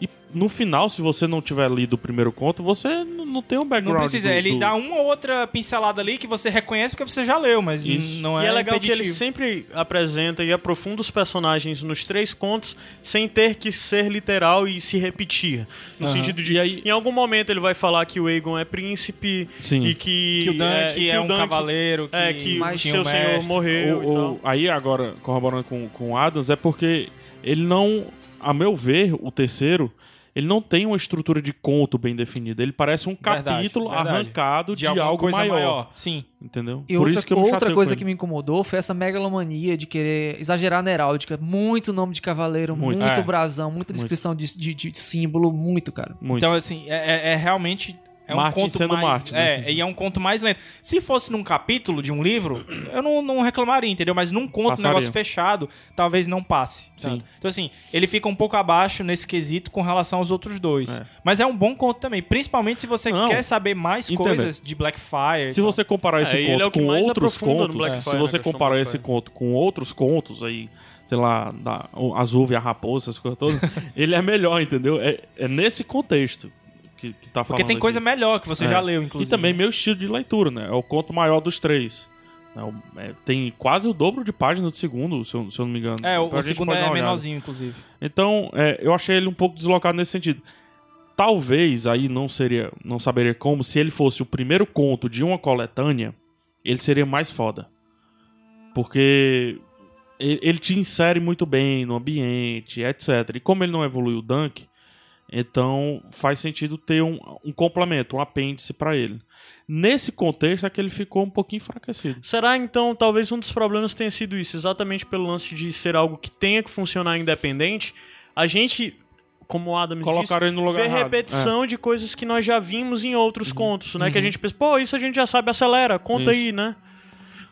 Speaker 4: E no final, se você não tiver lido o primeiro conto, você n- não tem um
Speaker 2: Não
Speaker 4: background.
Speaker 2: precisa,
Speaker 4: do-
Speaker 2: ele
Speaker 4: do-
Speaker 2: dá um uma ou outra pincelada ali que você reconhece porque você já leu, mas n-
Speaker 4: Isso.
Speaker 2: não é
Speaker 1: E é legal que ele
Speaker 2: impeditivo.
Speaker 1: sempre apresenta e aprofunda os personagens nos três contos sem ter que ser literal e se repetir. No
Speaker 2: Aham.
Speaker 1: sentido de.
Speaker 4: E aí-
Speaker 1: Em algum momento ele vai falar que o Aegon é príncipe
Speaker 4: Sim.
Speaker 1: e que.
Speaker 2: que o Dunk é,
Speaker 1: que o
Speaker 2: um
Speaker 1: Dunk-
Speaker 2: cavaleiro que, um
Speaker 1: É, que o
Speaker 2: mais
Speaker 1: seu senhor morreu
Speaker 4: O-
Speaker 1: e tal.
Speaker 4: o- aí agora, corroborando com, com o Adams, é porque ele não, a meu ver, o terceiro, ele não tem uma estrutura de conto bem definida. Ele parece um
Speaker 2: Verdade,
Speaker 4: capítulo
Speaker 2: verdade.
Speaker 4: arrancado de,
Speaker 2: alguma
Speaker 4: algo
Speaker 2: coisa
Speaker 4: maior,
Speaker 2: Sim.
Speaker 4: Entendeu?
Speaker 3: E outra,
Speaker 4: me
Speaker 3: outra
Speaker 4: chateio
Speaker 3: coisa
Speaker 4: com
Speaker 3: que
Speaker 4: ele.
Speaker 3: me incomodou foi essa megalomania de querer exagerar na heráldica. Muito nome de cavaleiro,
Speaker 4: Muito.
Speaker 3: muito,
Speaker 2: É.
Speaker 3: brasão, muita descrição de- de- de símbolo, muito, cara.
Speaker 4: Muito.
Speaker 2: Então, assim, é, é- é realmente. É um
Speaker 4: Martin
Speaker 2: conto
Speaker 4: sendo
Speaker 2: mais.
Speaker 4: Martin, né?
Speaker 2: É, e é um conto mais lento. Se fosse num capítulo de um livro, eu não, não reclamaria, entendeu? Mas num conto, um
Speaker 4: Passaria.
Speaker 2: negócio fechado, talvez não passe. tanto. Então, assim, ele fica um pouco abaixo nesse quesito com relação aos outros dois.
Speaker 4: É.
Speaker 2: Mas é um bom conto também, principalmente se você
Speaker 4: Não.
Speaker 2: quer saber mais
Speaker 4: Entenda.
Speaker 2: coisas de Blackfire. e
Speaker 4: se
Speaker 2: tal.
Speaker 4: você tá comparar esse
Speaker 1: É, ele
Speaker 4: conto
Speaker 1: é o que
Speaker 4: com
Speaker 1: mais
Speaker 4: outros
Speaker 1: aprofunda no
Speaker 4: contos,
Speaker 1: Blackfire,
Speaker 4: se
Speaker 1: na
Speaker 2: né,
Speaker 4: você
Speaker 1: questão do
Speaker 4: comparar esse
Speaker 1: Blackfire.
Speaker 4: conto com outros contos aí, sei lá, da, o Azul e a Raposa, essas coisas todas, ele é melhor, entendeu? É, é nesse contexto que, que tá
Speaker 2: Porque
Speaker 4: falando
Speaker 2: tem coisa
Speaker 4: aqui.
Speaker 2: melhor que você
Speaker 4: É.
Speaker 2: já leu, inclusive.
Speaker 4: E também meu estilo de leitura, né? É o conto maior dos três. É o- é, tem quase o dobro de páginas do segundo, se eu, se eu não me engano.
Speaker 2: É, o,
Speaker 4: Então
Speaker 2: o
Speaker 4: a gente
Speaker 2: segundo
Speaker 4: pode dar
Speaker 2: é
Speaker 4: uma olhada.
Speaker 2: menorzinho, inclusive.
Speaker 4: Então, é, eu achei ele um pouco deslocado nesse sentido. Talvez, aí não seria, não saberia como, se ele fosse o primeiro conto de uma coletânea, ele seria mais foda. Porque ele, ele te insere muito bem no ambiente, etc. E como ele não evoluiu o Dunk, então faz sentido ter um, um complemento, um apêndice pra ele. Nesse contexto é que ele ficou um pouquinho enfraquecido.
Speaker 1: Será então, talvez um dos problemas tenha sido isso, exatamente pelo lance de ser algo que tenha que funcionar independente. A gente, como o Adam disse,
Speaker 4: Colocaram ele no lugar
Speaker 1: vê
Speaker 4: errado. É. Uhum.
Speaker 1: repetição de coisas que nós já vimos em outros contos, né? Que a gente pensa, pô, isso a gente já sabe, acelera, conta
Speaker 4: Isso.
Speaker 1: aí, né?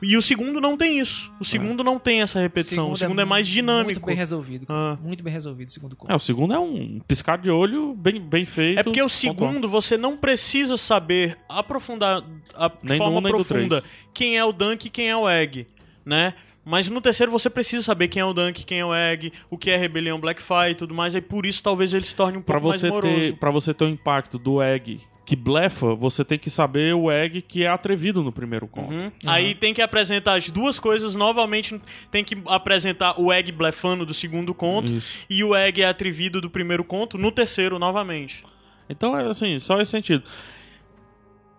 Speaker 1: E o segundo não tem isso. O
Speaker 4: É.
Speaker 1: segundo não tem essa repetição. o segundo é, mais dinâmico.
Speaker 3: Muito bem resolvido.
Speaker 1: Ah.
Speaker 3: Muito bem resolvido, o segundo conto.
Speaker 4: É, o segundo é um piscar de olho bem, bem feito.
Speaker 1: É porque o
Speaker 4: pontual.
Speaker 1: segundo você não precisa saber aprofundar a, de
Speaker 4: Nem do
Speaker 1: forma
Speaker 4: um, nem do
Speaker 1: profunda quem é o Dunk e quem é o Egg, né? Mas no terceiro você precisa saber quem é o Dunk, quem é o Egg, o que é Rebelião Blackfire e tudo mais, e por isso talvez ele se torne um
Speaker 4: Pra
Speaker 1: pouco mais
Speaker 4: você
Speaker 1: moroso.
Speaker 4: ter para você ter o impacto do egg que blefa, você tem que saber o egg que é atrevido no primeiro conto.
Speaker 1: Uhum. Aí tem que apresentar as duas coisas novamente. Tem que apresentar o Egg blefando do segundo conto
Speaker 4: Isso.
Speaker 1: e o Egg atrevido do primeiro conto no terceiro novamente.
Speaker 4: Então é assim, só esse sentido.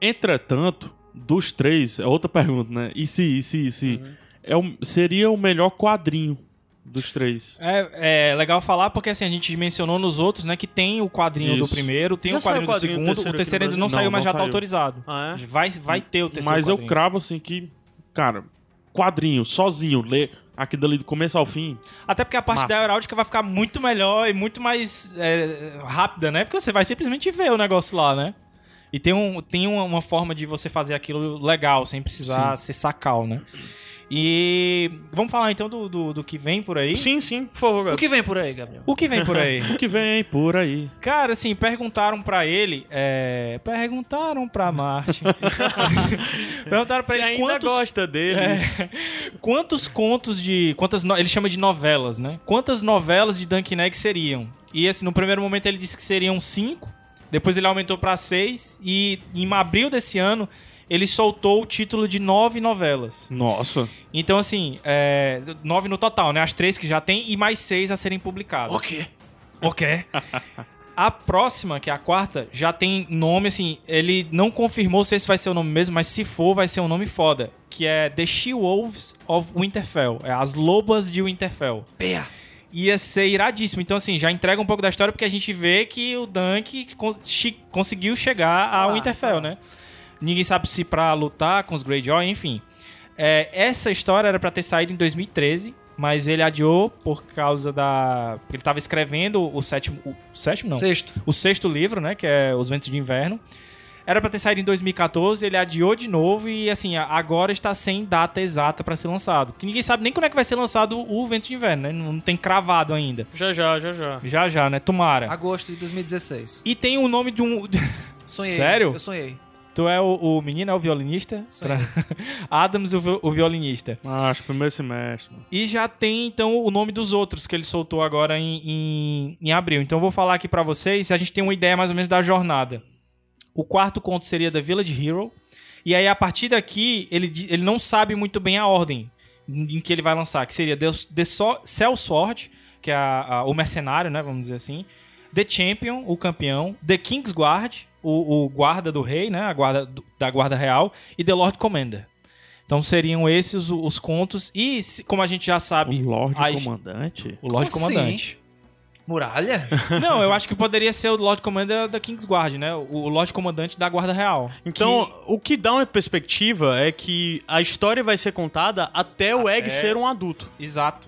Speaker 4: Entretanto, dos três, é outra pergunta, né? E se, e se, e se
Speaker 2: Uhum.
Speaker 4: é o, seria o melhor quadrinho dos três?
Speaker 2: É, é legal falar porque assim, a gente mencionou nos outros, né, que tem o quadrinho do
Speaker 4: Isso.
Speaker 2: primeiro, tem
Speaker 1: Já
Speaker 2: o quadrinho do
Speaker 1: saiu o quadrinho do
Speaker 2: segundo,
Speaker 1: terceiro
Speaker 2: o
Speaker 1: aqui no
Speaker 2: terceiro ainda não,
Speaker 4: Brasil?
Speaker 2: saiu,
Speaker 4: Não,
Speaker 2: mas
Speaker 4: não
Speaker 2: já tá
Speaker 4: saiu.
Speaker 2: autorizado.
Speaker 1: Ah, é?
Speaker 2: Vai, vai ter o terceiro
Speaker 4: Mas eu
Speaker 2: quadrinho.
Speaker 4: cravo assim que, cara, quadrinho sozinho, ler aqui dali do começo ao fim,
Speaker 2: Até porque a parte
Speaker 4: Massa.
Speaker 2: da heráldica vai ficar muito melhor e muito mais é, rápida, né? Porque você vai simplesmente ver o negócio lá, né? E tem, um, tem uma, uma forma de você fazer aquilo legal, sem precisar ser sacal, né? E vamos falar então do, do, do que vem por aí?
Speaker 1: Sim, sim, por favor,
Speaker 3: O
Speaker 1: Gabi.
Speaker 3: que vem por aí, Gabriel?
Speaker 2: O que vem por aí?
Speaker 4: o que vem por aí.
Speaker 2: Cara, assim, perguntaram pra ele. É, perguntaram pra Marte. perguntaram pra
Speaker 1: Você
Speaker 2: ele
Speaker 1: ainda
Speaker 2: quantos, É.
Speaker 1: gosta deles.
Speaker 2: quantos contos de. Quantas no- ele chama de novelas, né? Quantas novelas de Dunkin' Egg seriam? E assim, no primeiro momento ele disse que seriam cinco. Depois ele aumentou pra seis. E em abril desse ano. Ele soltou o título de nove novelas.
Speaker 4: Nossa.
Speaker 2: Então, assim, é, nove no total, né? As três que já tem e mais seis a serem publicadas.
Speaker 1: quê?
Speaker 2: Ok. A próxima, que é a quarta, já tem nome, assim, ele não confirmou se esse vai ser o nome mesmo, mas se for, vai ser um nome foda. Que é The She-Wolves of Winterfell. É As Lobas de Winterfell.
Speaker 3: Pea.
Speaker 2: Ia ser iradíssimo. Então, assim, já entrega um pouco da história, porque a gente vê que o Dunk con- chi- conseguiu chegar a
Speaker 3: Ah,
Speaker 2: Winterfell, né? Ninguém sabe se pra lutar com os Greyjoy, enfim. É, essa história era pra ter saído em 2013, mas ele adiou por causa da. porque Ele tava escrevendo o sétimo. O sétimo não.
Speaker 3: Sexto.
Speaker 2: O sexto livro, né? Que é Os Ventos de Inverno. Era pra ter saído em 2014, ele adiou de novo e, assim, a- agora está sem data exata pra ser lançado. Porque ninguém sabe nem quando é que vai ser lançado o Ventos de Inverno, né? Não tem cravado ainda.
Speaker 1: Já, já, já, já.
Speaker 2: Já já, né? Tomara.
Speaker 3: Agosto de 2016.
Speaker 2: E tem o nome de um.
Speaker 3: Sonhei.
Speaker 2: Sério?
Speaker 3: Eu sonhei.
Speaker 2: tu é o, o menino, é o violinista?
Speaker 3: Sonhei.
Speaker 2: Adams, o, vi- o violinista.
Speaker 4: Acho primeiro semestre. mano.
Speaker 2: E já tem, então, o nome dos outros que ele soltou agora em, em, em abril. Então, eu vou falar aqui pra vocês, a gente tem uma ideia mais ou menos da jornada. O quarto conto seria da Village Hero. E aí, a partir daqui, ele, di- ele não sabe muito bem a ordem em que ele vai lançar, que seria The, The So- Cell Sword, que é a- a- o mercenário, né, vamos dizer assim. The Champion, o campeão. The King's Guard, o, o guarda do rei, né, a guarda do- da guarda real. E The Lord Commander. Então seriam esses o- os contos. E, se- como a gente já sabe,
Speaker 4: O Um Lorde
Speaker 2: a-
Speaker 4: Comandante?
Speaker 2: o Lord
Speaker 3: Como assim?
Speaker 2: Comandante.
Speaker 3: Muralha?
Speaker 2: Não, eu acho que poderia ser o Lord Commander da King's Guard, né? O o Lord Comandante da Guarda Real.
Speaker 1: Então, o que dá uma perspectiva é que a história vai ser contada até o Egg ser um adulto.
Speaker 2: Exato.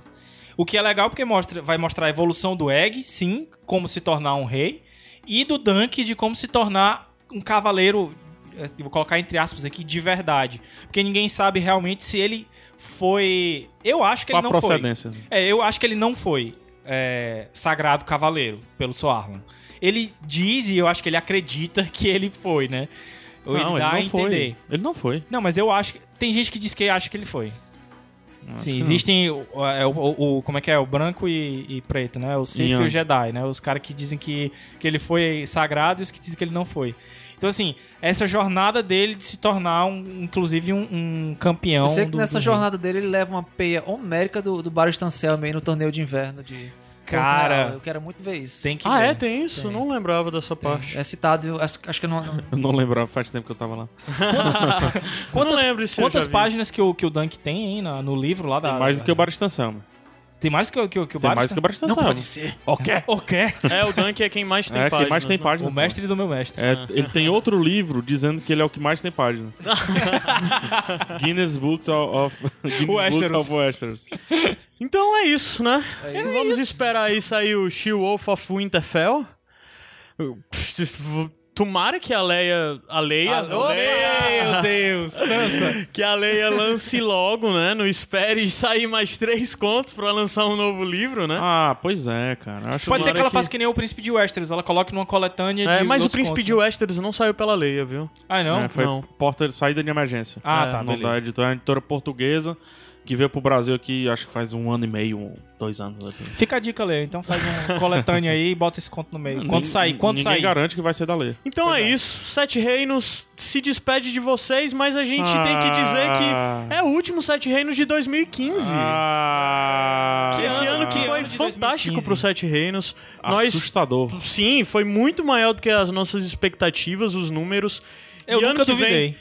Speaker 2: O que é legal porque mostra, vai mostrar a evolução do Egg, sim, como se tornar um rei, e do Dunk de como se tornar um cavaleiro, eh, vou colocar entre aspas aqui, de verdade. Porque ninguém sabe realmente se ele foi... Eu acho que
Speaker 4: Qual
Speaker 2: ele
Speaker 4: a
Speaker 2: não foi.
Speaker 4: procedência?
Speaker 2: É, eu acho que ele não foi é, sagrado cavaleiro pelo Soarlan. Ele diz, e eu acho que ele acredita que ele foi, né? Ou ele dá a entender.
Speaker 4: Foi. Ele não foi.
Speaker 2: Não, mas eu acho que. Tem gente que diz que acha que ele foi. Sim, existem o, é, o- o- o- como é que é o branco e, e preto, né? O Sith e
Speaker 4: Yang.
Speaker 2: o Jedi, né? Os caras que dizem que, que ele foi sagrado e os que dizem que ele não foi. Então assim, essa jornada dele de se tornar um, inclusive um, um campeão.
Speaker 3: Eu sei que
Speaker 2: do-
Speaker 3: nessa
Speaker 2: do-
Speaker 3: jornada dele ele leva uma peia homérica do, do Baristan Selmy no torneio de inverno de.
Speaker 2: Cara.
Speaker 3: Eu quero muito ver isso.
Speaker 2: tem que
Speaker 1: Ah,
Speaker 2: ver.
Speaker 1: é? Tem isso?
Speaker 3: Tem.
Speaker 1: Não lembrava dessa parte.
Speaker 3: É citado, eu acho, acho que eu não. não-
Speaker 4: Eu não lembrava, faz tempo que eu tava lá.
Speaker 1: não
Speaker 2: Quantas-
Speaker 1: lembro se eu
Speaker 2: Quantas
Speaker 1: já vi.
Speaker 2: páginas que o, que o Dunk tem, hein, na- no, livro lá da.
Speaker 4: Tem mais do que o Barista Selma.
Speaker 2: Tem mais que, o- que, o- que o
Speaker 4: Tem
Speaker 2: Barista?
Speaker 4: mais do que o Barista
Speaker 2: Não
Speaker 4: Selma.
Speaker 2: pode ser.
Speaker 4: Ok.
Speaker 2: O quê?
Speaker 1: É, o Dunk é quem mais tem
Speaker 4: É,
Speaker 1: páginas.
Speaker 4: quem mais tem
Speaker 1: né?
Speaker 4: página.
Speaker 2: O mestre Ah. do meu mestre.
Speaker 4: É, ele tem outro livro dizendo que ele é o que mais tem páginas. Guinness Books of, of- Guinness Book
Speaker 2: Westeros.
Speaker 4: of Westeros.
Speaker 1: Então é isso, né?
Speaker 3: É
Speaker 1: Vamos esperar aí sair o She-Wolf of Winterfell. Pff, Tomara que a Leia... A
Speaker 2: Ah,
Speaker 1: Leia? Opa!
Speaker 2: Meu Deus, Sansa.
Speaker 1: Que a Leia lance logo, né? Não espere sair mais três contos pra lançar um novo livro, né?
Speaker 4: Ah, pois é, cara. Acho
Speaker 2: Pode ser que ela
Speaker 1: que-
Speaker 2: faça que nem o Príncipe de Westeros, ela coloque numa coletânea
Speaker 1: É,
Speaker 2: de
Speaker 1: mas o
Speaker 2: outros
Speaker 1: Príncipe
Speaker 2: contos,
Speaker 1: de
Speaker 2: né?
Speaker 1: Westeros não saiu pela Leia, viu?
Speaker 2: Ah, não?
Speaker 4: É, foi
Speaker 1: Não.
Speaker 4: Porta, saída de emergência.
Speaker 2: Ah,
Speaker 1: É,
Speaker 2: tá,
Speaker 4: não da
Speaker 2: beleza.
Speaker 4: editora, é uma editora portuguesa que veio pro Brasil aqui, acho que faz um ano e meio, um- dois anos. né?
Speaker 2: Fica a dica, Leia. Então faz um coletânea aí e bota esse conto no meio. Quando
Speaker 4: Nin-
Speaker 2: sair, quando
Speaker 4: ninguém
Speaker 2: sair.
Speaker 4: garante que vai ser da lei.
Speaker 1: Então é, isso. Sete Reinos se despede de vocês, mas a gente tem que dizer
Speaker 4: Ah.
Speaker 1: que é o último Sete Reinos de 2015.
Speaker 4: Ah,
Speaker 1: Que Esse ano que
Speaker 2: que
Speaker 1: foi
Speaker 2: ano de
Speaker 1: fantástico
Speaker 2: 2015.
Speaker 1: pro Sete Reinos.
Speaker 4: assustador.
Speaker 1: Nós, sim, foi muito maior do que as nossas expectativas, os números.
Speaker 2: Eu
Speaker 1: E ano
Speaker 2: nunca
Speaker 1: que
Speaker 2: duvidei.
Speaker 1: Vem,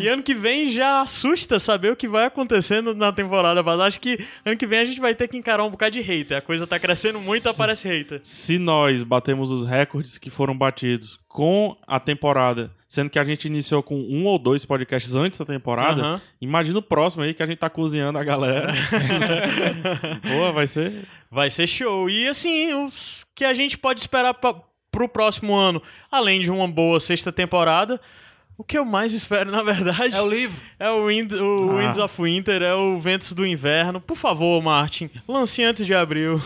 Speaker 1: e ano que vem já assusta saber o que vai acontecendo na temporada. Mas acho que ano que vem a gente vai ter que encarar um bocado de hater. A coisa tá crescendo muito, aparece hater.
Speaker 4: Se nós batemos os recordes que foram batidos com a temporada, sendo que a gente iniciou com um ou dois podcasts antes da temporada,
Speaker 1: Aham.
Speaker 4: imagina o próximo aí que a gente tá cozinhando a galera. Boa, vai ser.
Speaker 1: Vai ser show. E assim, o que a gente pode esperar pra, pro próximo ano, além de uma boa sexta temporada, o que eu mais espero, na verdade,
Speaker 3: É o livro.
Speaker 1: é o, Wind, o
Speaker 2: Ah.
Speaker 1: Winds of Winter, é o Ventos do Inverno. Por favor, Martin, lance antes de abril.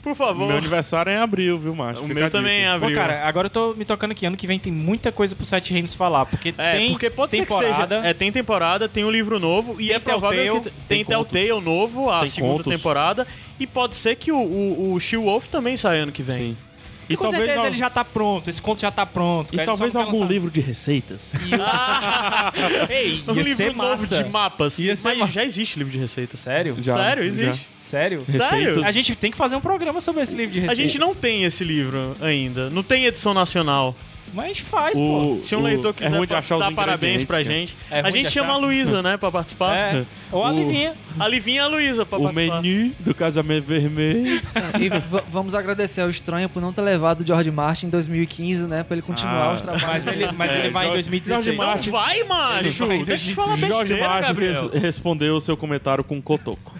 Speaker 1: Por favor.
Speaker 4: Meu aniversário é em abril, viu, Márcio?
Speaker 1: Ah. o
Speaker 4: Fica
Speaker 1: meu
Speaker 4: a
Speaker 1: também é
Speaker 4: dica.
Speaker 1: abril.
Speaker 2: Pô, cara, agora eu tô me tocando aqui. Ano que vem tem muita coisa pro Sete Reinos falar. Porque
Speaker 1: É,
Speaker 2: tem
Speaker 1: porque pode
Speaker 2: temporada.
Speaker 1: ser que seja. É, tem temporada, tem um livro novo e
Speaker 2: Tem
Speaker 1: é provável
Speaker 2: Telltale,
Speaker 1: que tem
Speaker 2: tem contos.
Speaker 1: Telltale novo, a
Speaker 4: Tem
Speaker 1: segunda
Speaker 4: contos.
Speaker 1: temporada. E pode ser que o, o, o She-Wolf também saia ano que vem.
Speaker 4: Sim.
Speaker 2: E com certeza ele já tá pronto. Esse conto já tá pronto.
Speaker 4: e
Speaker 2: cara, ele só
Speaker 4: talvez
Speaker 2: não quer
Speaker 4: algum
Speaker 2: lançar.
Speaker 4: livro de receitas.
Speaker 2: Ei,
Speaker 1: Ah, Um
Speaker 2: ia
Speaker 1: livro
Speaker 2: ser massa.
Speaker 1: novo de mapas.
Speaker 2: Ia ser
Speaker 1: Mas
Speaker 2: massa.
Speaker 1: já existe livro de receitas.
Speaker 2: Sério?
Speaker 4: Já,
Speaker 1: Sério,
Speaker 4: já.
Speaker 1: existe.
Speaker 2: Sério?
Speaker 1: Sério?
Speaker 2: A gente tem que fazer um programa sobre esse livro de
Speaker 1: A
Speaker 2: receita.
Speaker 1: gente não tem esse livro ainda. Não tem edição nacional.
Speaker 2: Mas a gente faz,
Speaker 4: O-
Speaker 2: pô.
Speaker 1: Se um
Speaker 4: o-
Speaker 1: leitor
Speaker 4: é
Speaker 1: quiser
Speaker 4: ruim de
Speaker 1: pa-
Speaker 4: achar os
Speaker 1: dar parabéns
Speaker 4: ingredientes,
Speaker 1: pra
Speaker 4: cara.
Speaker 1: gente.
Speaker 2: É
Speaker 1: a
Speaker 2: ruim
Speaker 1: gente
Speaker 2: de
Speaker 1: chama
Speaker 2: achar.
Speaker 1: a Luísa, né, pra participar.
Speaker 2: É. Ou a
Speaker 4: O-
Speaker 2: Livinha.
Speaker 1: A Livinha e a Luísa pra
Speaker 4: né? O
Speaker 1: participar.
Speaker 4: menu do casamento vermelho.
Speaker 3: E v- vamos agradecer ao estranho por não ter levado o George Martin em 2015, né? Pra ele continuar
Speaker 4: Ah,
Speaker 3: os trabalhos.
Speaker 2: Mas ele, mas ele vai
Speaker 4: É,
Speaker 2: em
Speaker 4: Jorge-
Speaker 2: 2016.
Speaker 4: Jorge
Speaker 1: Não
Speaker 4: Martin.
Speaker 1: vai, macho!
Speaker 2: Ele vai
Speaker 1: Deixa eu falar
Speaker 2: decidir.
Speaker 1: besteira,
Speaker 4: Jorge Martin
Speaker 1: Gabriel. É,
Speaker 4: res- respondeu o seu comentário com um cotoco.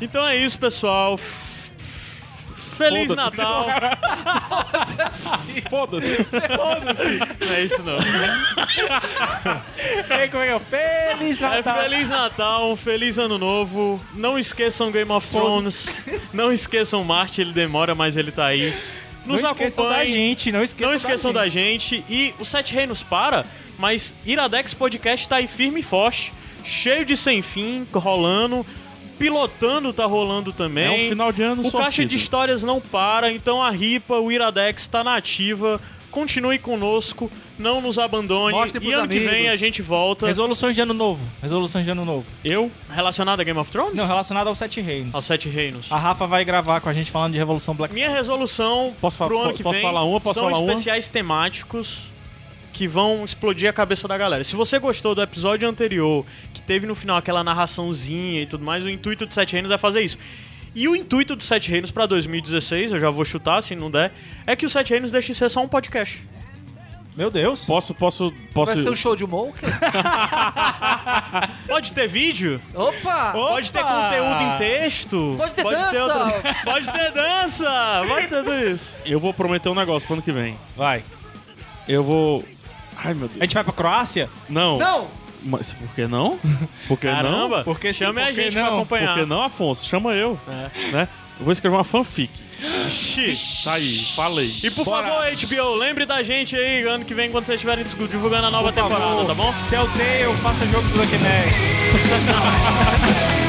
Speaker 1: Então é isso, pessoal. F- Feliz
Speaker 4: Foda-se.
Speaker 1: Natal!
Speaker 4: Foda-se.
Speaker 1: Não é isso, não.
Speaker 2: Ei, como é que é? Feliz
Speaker 1: É
Speaker 2: Natal!
Speaker 1: Feliz Natal, um Feliz Ano Novo. Não esqueçam Game of Thrones. Não esqueçam Marte, ele demora, mas ele tá aí.
Speaker 2: Não
Speaker 1: Nos
Speaker 2: esqueçam da
Speaker 1: acompanhem.
Speaker 2: gente, não esqueçam,
Speaker 1: Não esqueçam da gente. E o Sete Reinos para, mas Iradex Podcast tá aí firme e forte. Cheio de sem fim, rolando. Pilotando tá rolando também.
Speaker 4: É um final de ano
Speaker 1: O Caixa
Speaker 4: sortido.
Speaker 1: de Histórias não para, então a RIPA, o Iradex está na ativa. Continue conosco, não nos abandone.
Speaker 3: Mostre
Speaker 1: e
Speaker 3: pros
Speaker 1: ano que vem
Speaker 3: amigos.
Speaker 1: a gente volta.
Speaker 2: Resoluções de ano novo. Resoluções de ano novo.
Speaker 4: Eu
Speaker 1: Relacionado a Game of Thrones?
Speaker 2: Não, relacionado aos Sete Reinos.
Speaker 1: Aos Sete Reinos.
Speaker 2: A Rafa vai gravar com a gente falando de Revolução Black
Speaker 1: Minha resolução
Speaker 4: Posso fa-
Speaker 1: pro ano
Speaker 4: po-
Speaker 1: que
Speaker 4: posso
Speaker 1: vem
Speaker 4: falar uma? Posso
Speaker 1: são
Speaker 4: falar uma?
Speaker 1: especiais temáticos que vão explodir a cabeça da galera. Se você gostou do episódio anterior, que teve no final aquela narraçãozinha e tudo mais, o intuito do Sete Reinos é fazer isso. E o intuito do Sete Reinos pra 2016, eu já vou chutar se não der, é que o Sete Reinos deixe de ser só um podcast.
Speaker 2: Meu Deus.
Speaker 4: posso, posso,
Speaker 3: Vai ser um
Speaker 4: posso.
Speaker 3: show de humor?
Speaker 1: Pode ter vídeo,
Speaker 3: Opa!
Speaker 1: pode ter conteúdo em texto,
Speaker 3: Pode ter dança!
Speaker 1: pode ter dança, pode ter tudo isso.
Speaker 4: Eu vou prometer um negócio pro ano que vem.
Speaker 2: Vai.
Speaker 4: Eu vou. Ai, meu
Speaker 2: A
Speaker 4: Deus.
Speaker 2: gente vai pra Croácia?
Speaker 4: Não.
Speaker 3: Não!
Speaker 4: Mas por que não? Por que
Speaker 1: Caramba,
Speaker 4: não?
Speaker 2: Porque sim,
Speaker 1: chame a É.
Speaker 2: porque
Speaker 1: gente
Speaker 2: não,
Speaker 1: pra
Speaker 4: Por
Speaker 1: acompanhar.
Speaker 4: que não, Afonso? Chama eu. Né? Eu vou escrever uma fanfic.
Speaker 1: Vixe.
Speaker 4: Tá aí, falei.
Speaker 1: E por
Speaker 2: Bora.
Speaker 1: favor, HBO, lembre da gente aí ano que vem quando vocês estiverem discu- divulgando a nova tá
Speaker 2: Por
Speaker 1: temporada,
Speaker 2: favor,
Speaker 1: tá bom?
Speaker 2: Telltale, faça jogo do Kinect.